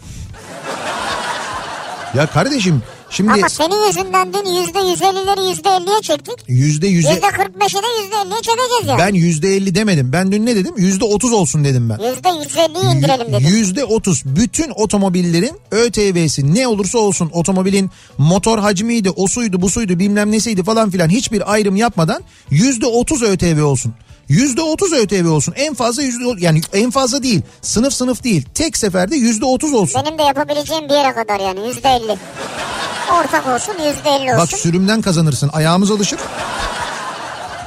S1: Ya kardeşim şimdi
S2: Ama senin yüzünden dün yüzde 150'leri yüzde 50'ye çektik.
S1: %100'e
S2: Yüzde 45'i de yüzde 50'ye çekeceğiz ya.
S1: ben %50 demedim. Ben dün ne dedim? %30 olsun dedim ben.
S2: Yüzde 150'yi indirelim dedim.
S1: Yüzde otuz bütün otomobillerin ÖTV'si ne olursa olsun otomobilin motor hacmiydi o suydu bu suydu bilmem nesiydi falan filan hiçbir ayrım yapmadan yüzde otuz ÖTV olsun. Yüzde otuz ÖTV olsun en fazla yüzde yani en fazla değil sınıf sınıf değil tek seferde yüzde otuz olsun.
S2: Benim de yapabileceğim bir yere kadar yani yüzde 50. Ortak olsun yüzde 50
S1: Bak
S2: olsun.
S1: sürümden kazanırsın ayağımız alışır.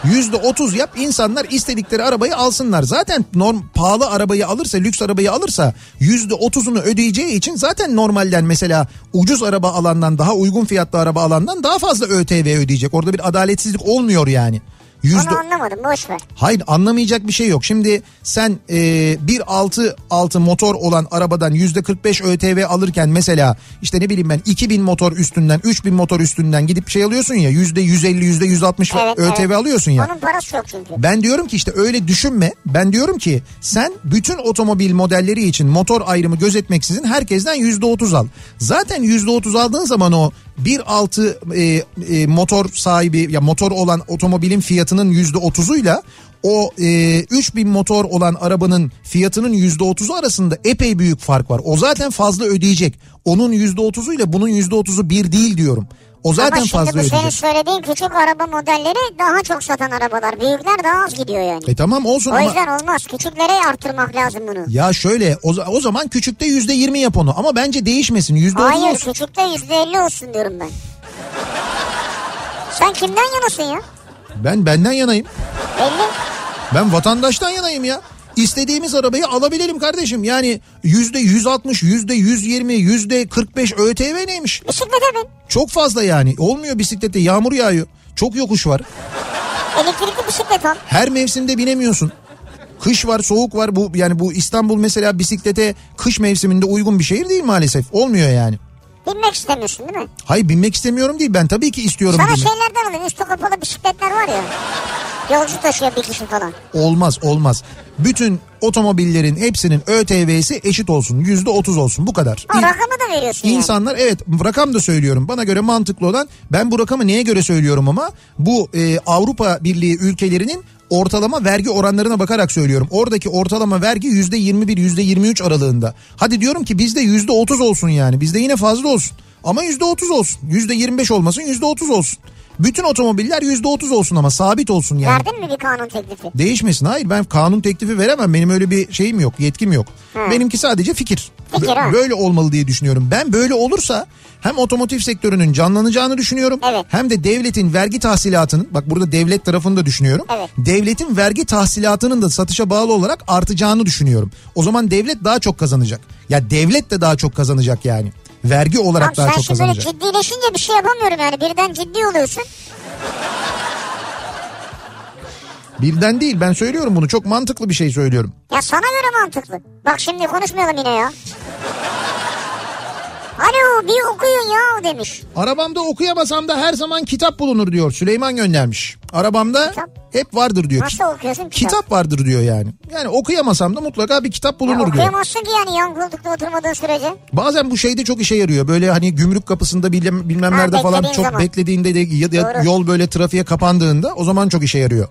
S1: Yüzde otuz yap insanlar istedikleri arabayı alsınlar. Zaten norm, pahalı arabayı alırsa lüks arabayı alırsa yüzde otuzunu ödeyeceği için zaten normalden mesela ucuz araba alandan daha uygun fiyatlı araba alandan daha fazla ÖTV ödeyecek. Orada bir adaletsizlik olmuyor yani. Yüzde...
S2: Onu anlamadım boş ver.
S1: Hayır anlamayacak bir şey yok. Şimdi sen e, 1.6 motor olan arabadan %45 ÖTV alırken mesela işte ne bileyim ben 2000 motor üstünden 3000 motor üstünden gidip şey alıyorsun ya %150 %160
S2: Evet,
S1: ÖTV
S2: evet.
S1: alıyorsun ya.
S2: Onun parası yok çünkü.
S1: Ben diyorum ki işte öyle düşünme. Ben diyorum ki sen bütün otomobil modelleri için motor ayrımı gözetmeksizin herkesten %30 al. Zaten %30 aldığın zaman o 1.6 e, e, motor sahibi ya motor olan otomobilin fiyatının %30'uyla o e, 3000 motor olan arabanın fiyatının %30'u arasında epey büyük fark var. O zaten fazla ödeyecek. Onun %30'uyla bunun %30'u bir değil diyorum. O zaten
S2: Ama şimdi
S1: fazla
S2: bu senin
S1: ödeyecek.
S2: söylediğin küçük araba modelleri daha çok satan arabalar. Büyükler daha az gidiyor yani.
S1: E tamam olsun
S2: O
S1: ama...
S2: yüzden olmaz. Küçüklere artırmak lazım bunu.
S1: Ya şöyle o, za- o zaman küçükte yüzde yirmi yap onu ama bence değişmesin yüzde otuz
S2: Hayır
S1: olsun.
S2: küçükte yüzde elli olsun diyorum ben. Sen kimden yanasın ya?
S1: Ben benden yanayım
S2: Belli.
S1: ben vatandaştan yanayım ya. İstediğimiz arabayı alabilelim kardeşim yani yüzde yüz altmış yüzde yüz yirmi yüzde kırk beş ÖTV neymiş?
S2: Bisiklete bin.
S1: Çok fazla yani olmuyor bisiklette yağmur yağıyor çok yokuş var
S2: Elektrikli bisiklet al.
S1: her mevsimde binemiyorsun. Kış var, soğuk var. Bu yani bu İstanbul mesela bisiklete kış mevsiminde uygun bir şehir değil maalesef. Olmuyor yani.
S2: Binmek istemiyorsun değil mi?
S1: Hayır binmek istemiyorum değil. Ben tabii ki istiyorum
S2: Sana
S1: binmek.
S2: şeylerden alın. Üstü kapalı bisikletler var ya. Yolcu taşıyor bir kişi falan.
S1: Olmaz olmaz. Bütün otomobillerin hepsinin ÖTV'si eşit olsun. Yüzde otuz olsun bu kadar.
S2: O
S1: İn-
S2: rakamı da veriyorsun yani.
S1: İnsanlar evet rakam da söylüyorum. Bana göre mantıklı olan ben bu rakamı neye göre söylüyorum ama bu e, Avrupa Birliği ülkelerinin ortalama vergi oranlarına bakarak söylüyorum. Oradaki ortalama vergi yüzde 21 yüzde 23 aralığında. Hadi diyorum ki bizde yüzde 30 olsun yani bizde yine fazla olsun. Ama yüzde 30 olsun yüzde 25 olmasın yüzde 30 olsun. Bütün otomobiller yüzde 30 olsun ama sabit olsun yani.
S2: Verdin mi bir kanun teklifi?
S1: Değişmesin. Hayır ben kanun teklifi veremem. Benim öyle bir şeyim yok, yetkim yok. Benimki sadece fikir.
S2: Fikir,
S1: Bö-
S2: ha.
S1: Böyle olmalı diye düşünüyorum. Ben böyle olursa hem otomotiv sektörünün canlanacağını düşünüyorum.
S2: Evet.
S1: Hem de devletin vergi tahsilatının bak burada devlet tarafını da düşünüyorum.
S2: Evet.
S1: Devletin vergi tahsilatının da satışa bağlı olarak artacağını düşünüyorum. O zaman devlet daha çok kazanacak. Ya devlet de daha çok kazanacak yani. Vergi
S2: Tamam
S1: olarak
S2: sen
S1: daha çok
S2: şimdi böyle
S1: kazanacak.
S2: ciddileşince bir şey yapamıyorum yani. Birden ciddi oluyorsun.
S1: Birden değil ben söylüyorum bunu çok mantıklı bir şey söylüyorum.
S2: Ya sana göre mantıklı. Bak şimdi konuşmayalım yine ya. Alo bir okuyun ya demiş.
S1: Arabamda okuyamasam da her zaman kitap bulunur diyor. Süleyman göndermiş. Arabamda
S2: Kitap?
S1: hep vardır diyor.
S2: Nasıl okuyorsun ki?
S1: Kitap vardır diyor yani. Yani okuyamasam da mutlaka bir kitap
S2: Ya
S1: bulunur diyor.
S2: okuyamazsın ki yani yan koltukta oturmadığın sürece.
S1: Bazen bu şeyde çok işe yarıyor. Böyle hani gümrük kapısında bilmem, bilmem
S2: Ha,
S1: nerede falan
S2: beklediğin
S1: çok
S2: zaman.
S1: beklediğinde de ya, ya
S2: Doğru.
S1: yol böyle trafiğe kapandığında o zaman çok işe yarıyor.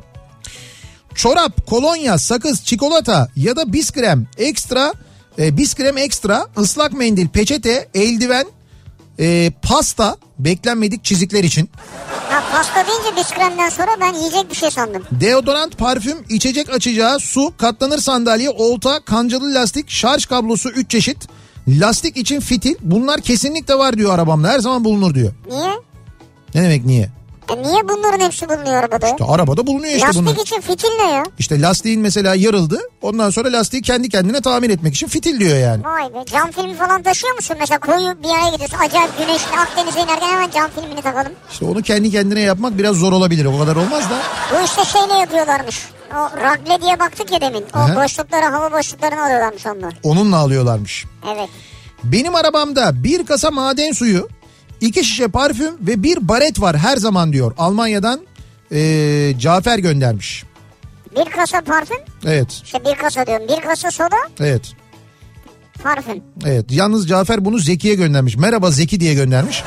S1: Çorap, kolonya, sakız, çikolata ya da biskrem ekstra, e, biskrem ekstra, ıslak mendil, peçete, eldiven, e, pasta beklenmedik çizikler için.
S2: Ha pasta deyince biskremden sonra ben yiyecek bir şey sandım.
S1: Deodorant, parfüm, içecek açacağı, su, katlanır sandalye, olta, kancalı lastik, şarj kablosu 3 çeşit. Lastik için fitil bunlar kesinlikle var diyor arabamda her zaman bulunur diyor.
S2: Niye?
S1: Ne demek niye?
S2: E niye bunların hepsi bulunuyor arabada? ya?
S1: Ya arabada bulunuyor işte
S2: Lastik
S1: bunlar.
S2: için fitil ne ya?
S1: İşte lastiğin mesela yarıldı ondan sonra lastiği kendi kendine tamir etmek için fitil diyor yani.
S2: Vay be cam filmi falan taşıyor musun? Mesela koyu bir yere gidiyorsun acayip güneşli Akdeniz'e inerken hemen cam filmini takalım.
S1: İşte onu kendi kendine yapmak biraz zor olabilir o kadar olmaz da.
S2: Bu işte şeyle yapıyorlarmış. O ragle diye baktık ya demin. O
S1: Aha.
S2: boşlukları hava boşluklarını alıyorlarmış onlar.
S1: Onunla alıyorlarmış.
S2: Evet.
S1: Benim arabamda bir kasa maden suyu, İki şişe parfüm ve bir baret var her zaman diyor. Almanya'dan ee, Cafer göndermiş.
S2: Bir kasa parfüm.
S1: Evet,
S2: İşte bir kasa diyorum. Bir kasa soda
S1: evet,
S2: parfüm.
S1: evet. Yalnız Cafer bunu Zeki'ye göndermiş. Merhaba Zeki diye göndermiş.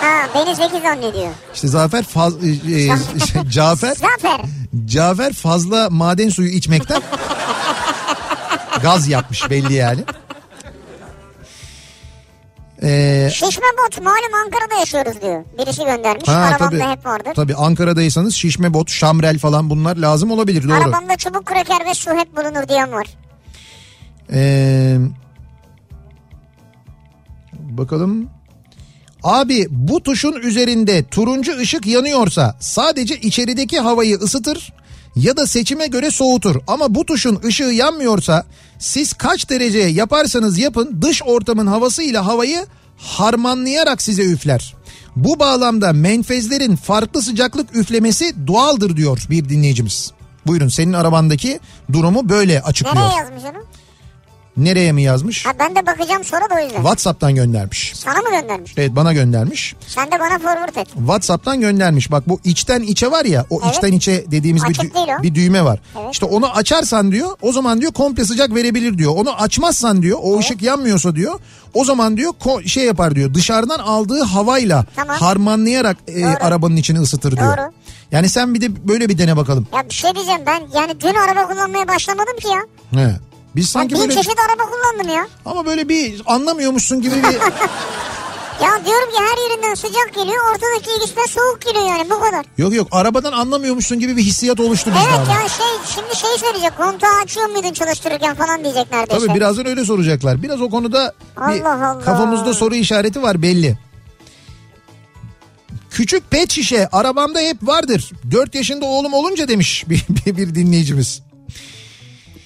S2: Ha beni zeki zannediyor.
S1: İşte Zafer faz, e, e, Cafer
S2: Zafer.
S1: Cafer fazla maden suyu içmekten gaz yapmış belli yani. Ee,
S2: Şişme bot malum Ankara'da yaşıyoruz diyor. Birisi göndermiş.
S1: ha,
S2: Arabamda
S1: tabii,
S2: hep vardır.
S1: tabii Ankara'daysanız şişme bot, şamrel falan bunlar lazım olabilir doğru.
S2: Arabamda çubuk kraker ve su hep bulunur diyen var.
S1: Ee, bakalım. Abi bu tuşun üzerinde turuncu ışık yanıyorsa sadece içerideki havayı ısıtır ya da seçime göre soğutur. Ama bu tuşun ışığı yanmıyorsa siz kaç dereceye yaparsanız yapın dış ortamın havasıyla havayı harmanlayarak size üfler. Bu bağlamda menfezlerin farklı sıcaklık üflemesi doğaldır diyor bir dinleyicimiz. Buyurun senin arabandaki durumu böyle açıklıyor.
S2: Nereye yazmış onu?
S1: Nereye mi yazmış?
S2: Ha ben de bakacağım sonra da o yüzden.
S1: WhatsApp'tan göndermiş.
S2: Sana mı göndermiş?
S1: Evet bana göndermiş.
S2: Sen de bana forward et.
S1: WhatsApp'tan göndermiş. Bak bu içten içe var ya o
S2: Evet.
S1: içten içe dediğimiz bir,
S2: Açık
S1: dü-
S2: değil o.
S1: bir düğme var.
S2: Evet.
S1: İşte onu açarsan diyor o zaman diyor komple sıcak verebilir diyor. Onu açmazsan diyor o ışık yanmıyorsa diyor o zaman diyor ko- şey yapar diyor dışarıdan aldığı havayla
S2: Tamam.
S1: harmanlayarak e,
S2: Doğru.
S1: arabanın içini ısıtır diyor.
S2: Doğru.
S1: Yani sen bir de böyle bir dene bakalım.
S2: Ya bir şey diyeceğim ben yani dün araba kullanmaya başlamadım ki ya.
S1: He. Biz sanki
S2: Sanki bin
S1: böyle
S2: çeşit araba kullandım ya.
S1: ama böyle bir anlamıyormuşsun gibi bir
S2: Ya diyorum ki her yerinden sıcak geliyor ortadaki ilgisinden soğuk geliyor yani bu kadar.
S1: yok yok arabadan anlamıyormuşsun gibi bir hissiyat oluştu bizde
S2: Evet
S1: ama.
S2: ya şey şimdi şey söyleyecek kontağı açıyor muydun çalıştırırken falan diyecek neredeyse.
S1: Tabii birazdan öyle soracaklar. Biraz o konuda bir
S2: Allah Allah.
S1: kafamızda soru işareti var belli. Küçük pet şişe arabamda hep vardır. 4 yaşında oğlum olunca demiş bir, bir, bir dinleyicimiz.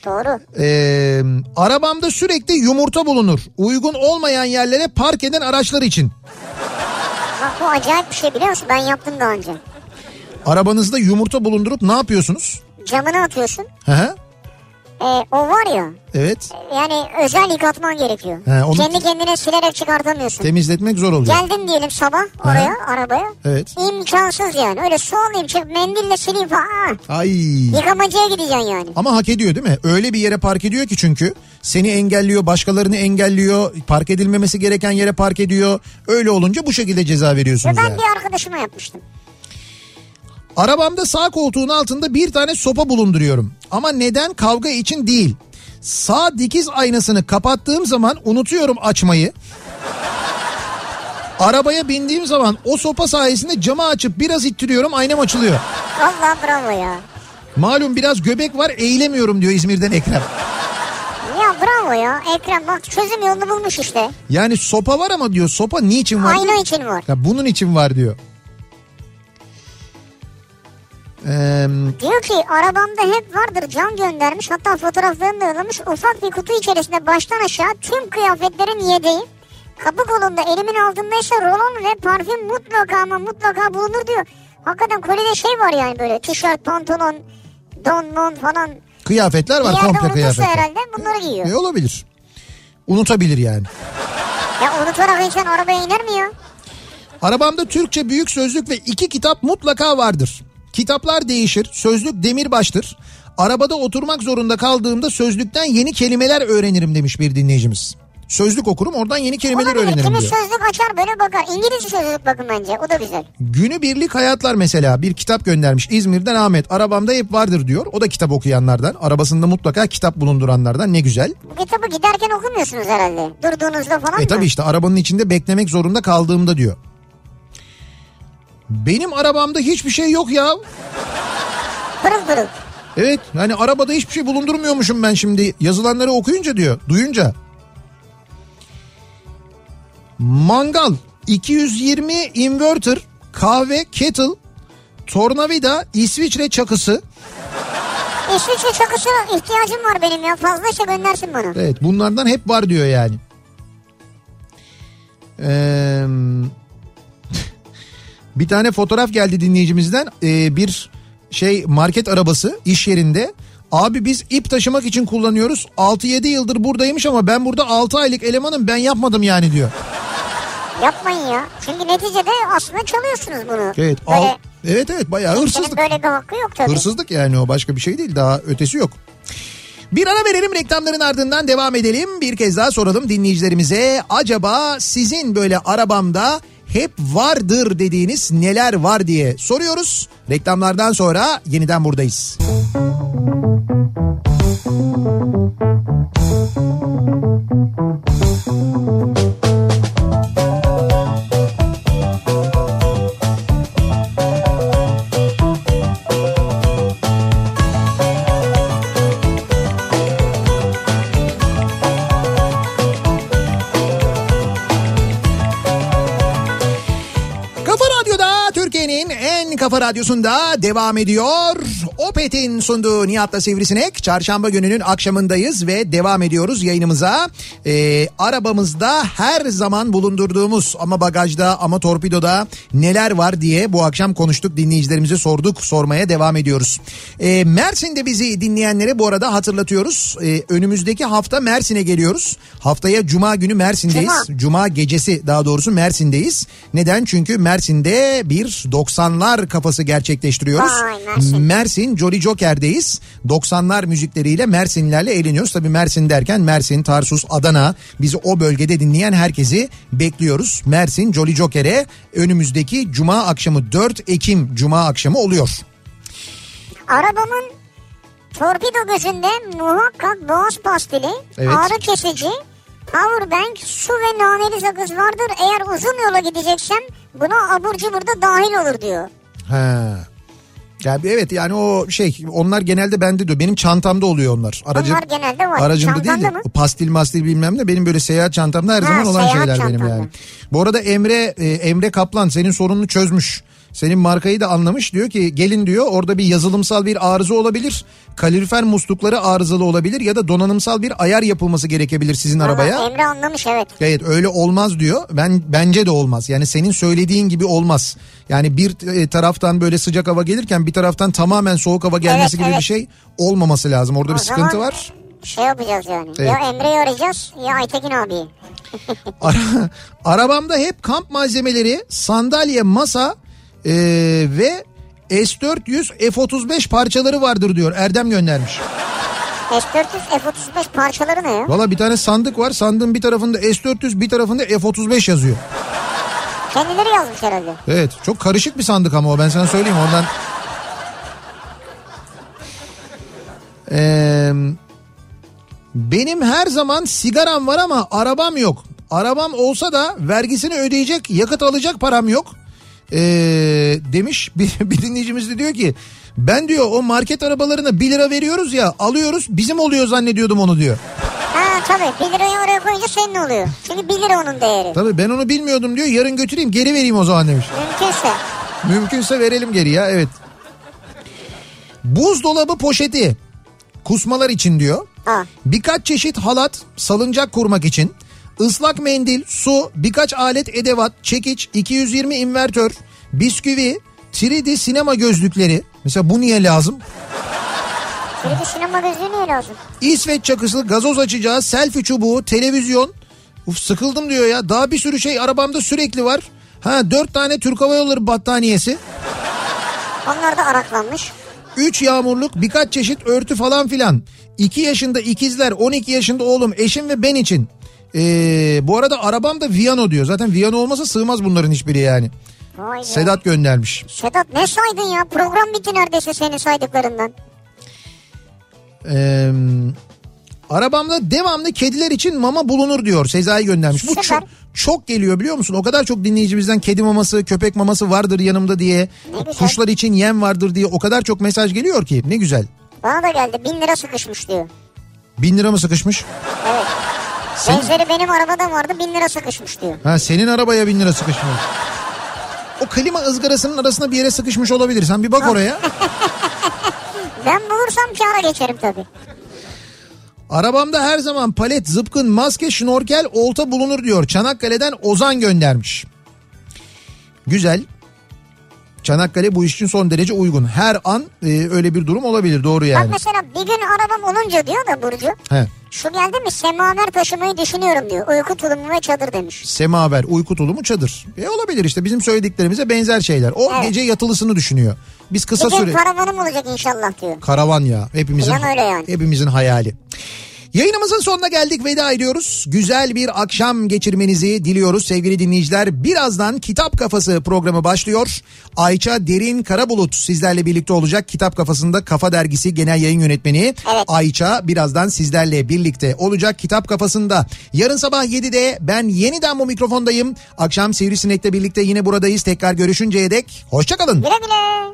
S2: Doğru.
S1: Ee, arabamda sürekli yumurta bulunur. Uygun olmayan yerlere park eden araçlar için.
S2: Bak bu acayip bir şey biliyor musun ben yaptım daha önce.
S1: Arabanızda yumurta bulundurup ne yapıyorsunuz?
S2: Camına atıyorsun.
S1: Hı hı.
S2: Ee, o var ya
S1: Evet.
S2: yani özel yıkatman gerekiyor.
S1: He, onu-
S2: Kendi kendine silerek çıkartamıyorsun.
S1: Temizletmek zor oluyor.
S2: Geldin diyelim sabah oraya arabaya.
S1: Evet.
S2: İmkansız yani. Öyle su alayım çık mendille sileyim falan. Aa,
S1: Ay.
S2: Yıkamacıya gideceksin yani.
S1: Ama hak ediyor değil mi? Öyle bir yere park ediyor ki çünkü seni engelliyor, başkalarını engelliyor, park edilmemesi gereken yere park ediyor. Öyle olunca bu şekilde ceza veriyorsunuz
S2: Ben
S1: yani.
S2: bir arkadaşıma yapmıştım.
S1: Arabamda sağ koltuğun altında bir tane sopa bulunduruyorum. Ama neden kavga için değil. Sağ dikiz aynasını kapattığım zaman unutuyorum açmayı. Arabaya bindiğim zaman o sopa sayesinde camı açıp biraz ittiriyorum aynam açılıyor.
S2: Valla bravo ya.
S1: Malum biraz göbek var eğilemiyorum diyor İzmir'den Ekrem.
S2: Ya bravo ya. Ekrem bak çözüm yolunu bulmuş işte.
S1: Yani sopa var ama diyor sopa niçin var?
S2: Ayna için var.
S1: Ya bunun için var diyor. Ee,
S2: Diyor ki arabamda hep vardır cam göndermiş hatta fotoğraflarını da yollamış. Ufak bir kutu içerisinde baştan aşağı tüm kıyafetlerin yedeği. Kapı kolunda elimin altında ise rolon ve parfüm mutlaka ama mutlaka bulunur diyor. Hakikaten kolide şey var yani böyle tişört, pantolon, don, mon falan.
S1: kıyafetler
S2: Bir
S1: var
S2: yerde
S1: komple
S2: unutursa
S1: kıyafetler.
S2: herhalde bunları giyiyor.
S1: E, olabilir. Unutabilir yani.
S2: Ya unutarak insan arabaya iner mi ya?
S1: Arabamda Türkçe büyük sözlük ve iki kitap mutlaka vardır. Kitaplar değişir, sözlük demirbaştır. Arabada oturmak zorunda kaldığımda sözlükten yeni kelimeler öğrenirim demiş bir dinleyicimiz. Sözlük okurum oradan yeni kelimeler
S2: Olabilir.
S1: öğrenirim
S2: Kimi
S1: diyor.
S2: sözlük açar böyle bakar. İngilizce sözlük bakın bence. O da güzel.
S1: Günübirlik hayatlar mesela bir kitap göndermiş İzmir'den Ahmet arabamda hep vardır diyor. O da kitap okuyanlardan arabasında mutlaka kitap bulunduranlardan ne güzel.
S2: Bu kitabı giderken okumuyorsunuz herhalde. Durduğunuzda falan
S1: E
S2: mı?
S1: tabi işte arabanın içinde beklemek zorunda kaldığımda diyor. Benim arabamda hiçbir şey yok ya.
S2: Pırıl pırıl.
S1: Evet yani arabada hiçbir şey bulundurmuyormuşum ben şimdi yazılanları okuyunca diyor duyunca. Mangal 220 inverter kahve kettle tornavida İsviçre çakısı.
S2: İsviçre çakısına ihtiyacım var benim ya. Fazla şey göndersin bana.
S1: Evet bunlardan hep var diyor yani. Ee, bir tane fotoğraf geldi dinleyicimizden. Ee, bir şey market arabası iş yerinde. Abi biz ip taşımak için kullanıyoruz. 6-7 yıldır buradaymış ama ben burada 6 aylık elemanım ben yapmadım yani diyor.
S2: Yapmayın ya. Çünkü neticede aslında çalıyorsunuz bunu.
S1: Evet,
S2: Böyle
S1: al, evet evet bayağı
S2: kimsenin
S1: hırsızlık.
S2: böyle bir hakkı yok tabii.
S1: Hırsızlık yani o başka bir şey değil daha ötesi yok. Bir ara verelim reklamların ardından devam edelim. Bir kez daha soralım dinleyicilerimize. Acaba sizin böyle arabamda hep vardır dediğiniz neler var diye soruyoruz. Reklamlardan sonra yeniden buradayız. Kafa Radyo'da Türkiye'nin en kafa radyosunda devam ediyor. Opet'in sunduğu Nihat'la Sivrisinek. Çarşamba gününün akşamındayız ve devam ediyoruz yayınımıza. Ee, arabamızda her zaman bulundurduğumuz ama bagajda ama torpidoda neler var diye bu akşam konuştuk. Dinleyicilerimize sorduk sormaya devam ediyoruz. Ee, Mersin'de bizi dinleyenlere bu arada hatırlatıyoruz. Ee, önümüzdeki hafta Mersin'e geliyoruz. Haftaya Cuma günü Mersin'deyiz.
S2: Cuma.
S1: Cuma gecesi daha doğrusu Mersin'deyiz. Neden? Çünkü Mersin'de bir 90'lar kafası gerçekleştiriyoruz.
S2: Vay, Mersin.
S1: Mersin Jolly Joker'deyiz. 90'lar müzikleriyle Mersinlilerle eğleniyoruz. Tabii Mersin derken Mersin, Tarsus, Adana bizi o bölgede dinleyen herkesi bekliyoruz. Mersin Jolly Joker'e önümüzdeki Cuma akşamı 4 Ekim Cuma akşamı oluyor.
S2: Arabamın torpido gözünde muhakkak boğaz pastili,
S1: Evet.
S2: ağrı kesici, powerbank, su ve naneli sakız vardır. Eğer uzun yola gideceksem buna abur cubur da dahil olur diyor.
S1: Ha. Ya bir- evet yani o şey onlar genelde bende diyor. Benim çantamda oluyor onlar. Aracım,
S2: Onlar genelde var.
S1: Aracımda değil
S2: Çantanda
S1: de
S2: mı?
S1: o pastil mastil bilmem ne benim böyle seyahat çantamda her
S2: Ha,
S1: zaman olan
S2: seyahat
S1: şeyler benim
S2: çantanda.
S1: yani. Bu arada Emre e, Emre Kaplan senin sorununu çözmüş. Senin markayı da anlamış diyor ki gelin diyor orada bir yazılımsal bir arıza olabilir. Kalorifer muslukları arızalı olabilir ya da donanımsal bir ayar yapılması gerekebilir sizin arabaya.
S2: Vallahi Emre anlamış evet.
S1: Evet öyle olmaz diyor. Ben bence de olmaz. Yani senin söylediğin gibi olmaz. Yani bir t- e, taraftan böyle sıcak hava gelirken bir taraftan tamamen soğuk hava gelmesi
S2: Evet,
S1: gibi
S2: evet.
S1: bir şey olmaması lazım. Orada
S2: O
S1: bir sıkıntı
S2: zaman
S1: var.
S2: Şey yapacağız yani.
S1: Evet.
S2: Ya Emre'yi arayacağız ya Aytekin abi.
S1: Ara- arabamda hep kamp malzemeleri, sandalye, masa e, ve S400 F35 parçaları vardır diyor. Erdem göndermiş.
S2: S400 F35 parçaları ne ya?
S1: Valla bir tane sandık var. Sandığın bir tarafında S400 bir tarafında F35 yazıyor.
S2: Kendileri yazmış herhalde.
S1: Evet çok karışık bir sandık ama o ben sana söyleyeyim ondan. Ee, benim her zaman sigaram var ama arabam yok. Arabam olsa da vergisini ödeyecek yakıt alacak param yok. Ee, demiş bir, bir dinleyicimiz de diyor ki ben diyor o market arabalarına 1 lira veriyoruz ya alıyoruz bizim oluyor zannediyordum onu diyor.
S2: Ha tabii 1 lirayı oraya koyunca senin oluyor. Çünkü 1 lira onun değeri.
S1: Tabii ben onu bilmiyordum diyor yarın götüreyim geri vereyim o zaman demiş.
S2: Mümkünse.
S1: Mümkünse verelim geri ya evet. Buzdolabı poşeti kusmalar için diyor.
S2: Ha.
S1: Birkaç çeşit halat salıncak kurmak için. ıslak mendil, su, birkaç alet edevat, çekiç, 220 invertör, bisküvi, 3D sinema gözlükleri. Mesela bu niye lazım?
S2: Bir de sinema gözlüğü niye lazım?
S1: İsveç çakısı, gazoz açacağı, selfie çubuğu, televizyon. Uf sıkıldım diyor ya. Daha bir sürü şey arabamda sürekli var. Ha dört tane Türk Hava Yolları battaniyesi.
S2: Onlar da araklanmış.
S1: 3 yağmurluk birkaç çeşit örtü falan filan. 2 yaşında ikizler 12 yaşında oğlum eşim ve ben için. Ee, bu arada arabam da Viano diyor. Zaten Viano olmasa sığmaz bunların hiçbiri yani.
S2: Vay be. Sedat.
S1: Sedat göndermiş.
S2: ne saydın ya? Program bitti neredeyse senin saydıklarından.
S1: Ee, arabamda devamlı kediler için mama bulunur diyor. Sezai göndermiş. Bu
S2: Süper.
S1: çok, çok geliyor biliyor musun? O kadar çok dinleyicimizden kedi maması, köpek maması vardır yanımda diye.
S2: güzel.
S1: Kuşlar için yem vardır diye o kadar çok mesaj geliyor ki. Ne güzel.
S2: Bana da geldi. 1000 lira sıkışmış diyor.
S1: Bin lira mı sıkışmış?
S2: Evet. Benzeri benim arabada vardı 1000 lira sıkışmış diyor.
S1: Ha senin arabaya bin lira sıkışmış. O klima ızgarasının arasına bir yere sıkışmış olabilir. Sen bir bak oraya.
S2: Ben bulursam kâra geçerim tabii.
S1: Arabamda her zaman palet, zıpkın, maske, şnorkel, olta bulunur diyor. Çanakkale'den Ozan göndermiş. Güzel. Çanakkale bu iş için son derece uygun. Her an e, öyle bir durum olabilir. Doğru
S2: Bak
S1: yani.
S2: mesela bir gün arabam olunca diyor da Burcu.
S1: He.
S2: Şu geldi mi semaver taşımayı düşünüyorum diyor. Uyku tulumu ve çadır demiş.
S1: Semaver, uyku tulumu, çadır. E olabilir işte bizim söylediklerimize benzer şeyler. O
S2: Evet.
S1: gece yatılısını düşünüyor. Biz kısa
S2: Bir gün
S1: süre...
S2: karavanım olacak inşallah diyor.
S1: Karavan ya. Hepimizin,
S2: Plan öyle yani.
S1: hepimizin hayali. Yayınımızın sonuna geldik veda ediyoruz. Güzel bir akşam geçirmenizi diliyoruz sevgili dinleyiciler. Birazdan Kitap Kafası programı başlıyor. Ayça Derin Karabulut sizlerle birlikte olacak. Kitap Kafası'nda Kafa Dergisi Genel Yayın Yönetmeni
S2: Evet.
S1: Ayça birazdan sizlerle birlikte olacak Kitap Kafası'nda. Yarın sabah 7'de ben yeniden bu mikrofondayım. Akşam Sivrisinek'le birlikte yine buradayız. Tekrar görüşünceye dek hoşçakalın.
S2: Güle güle.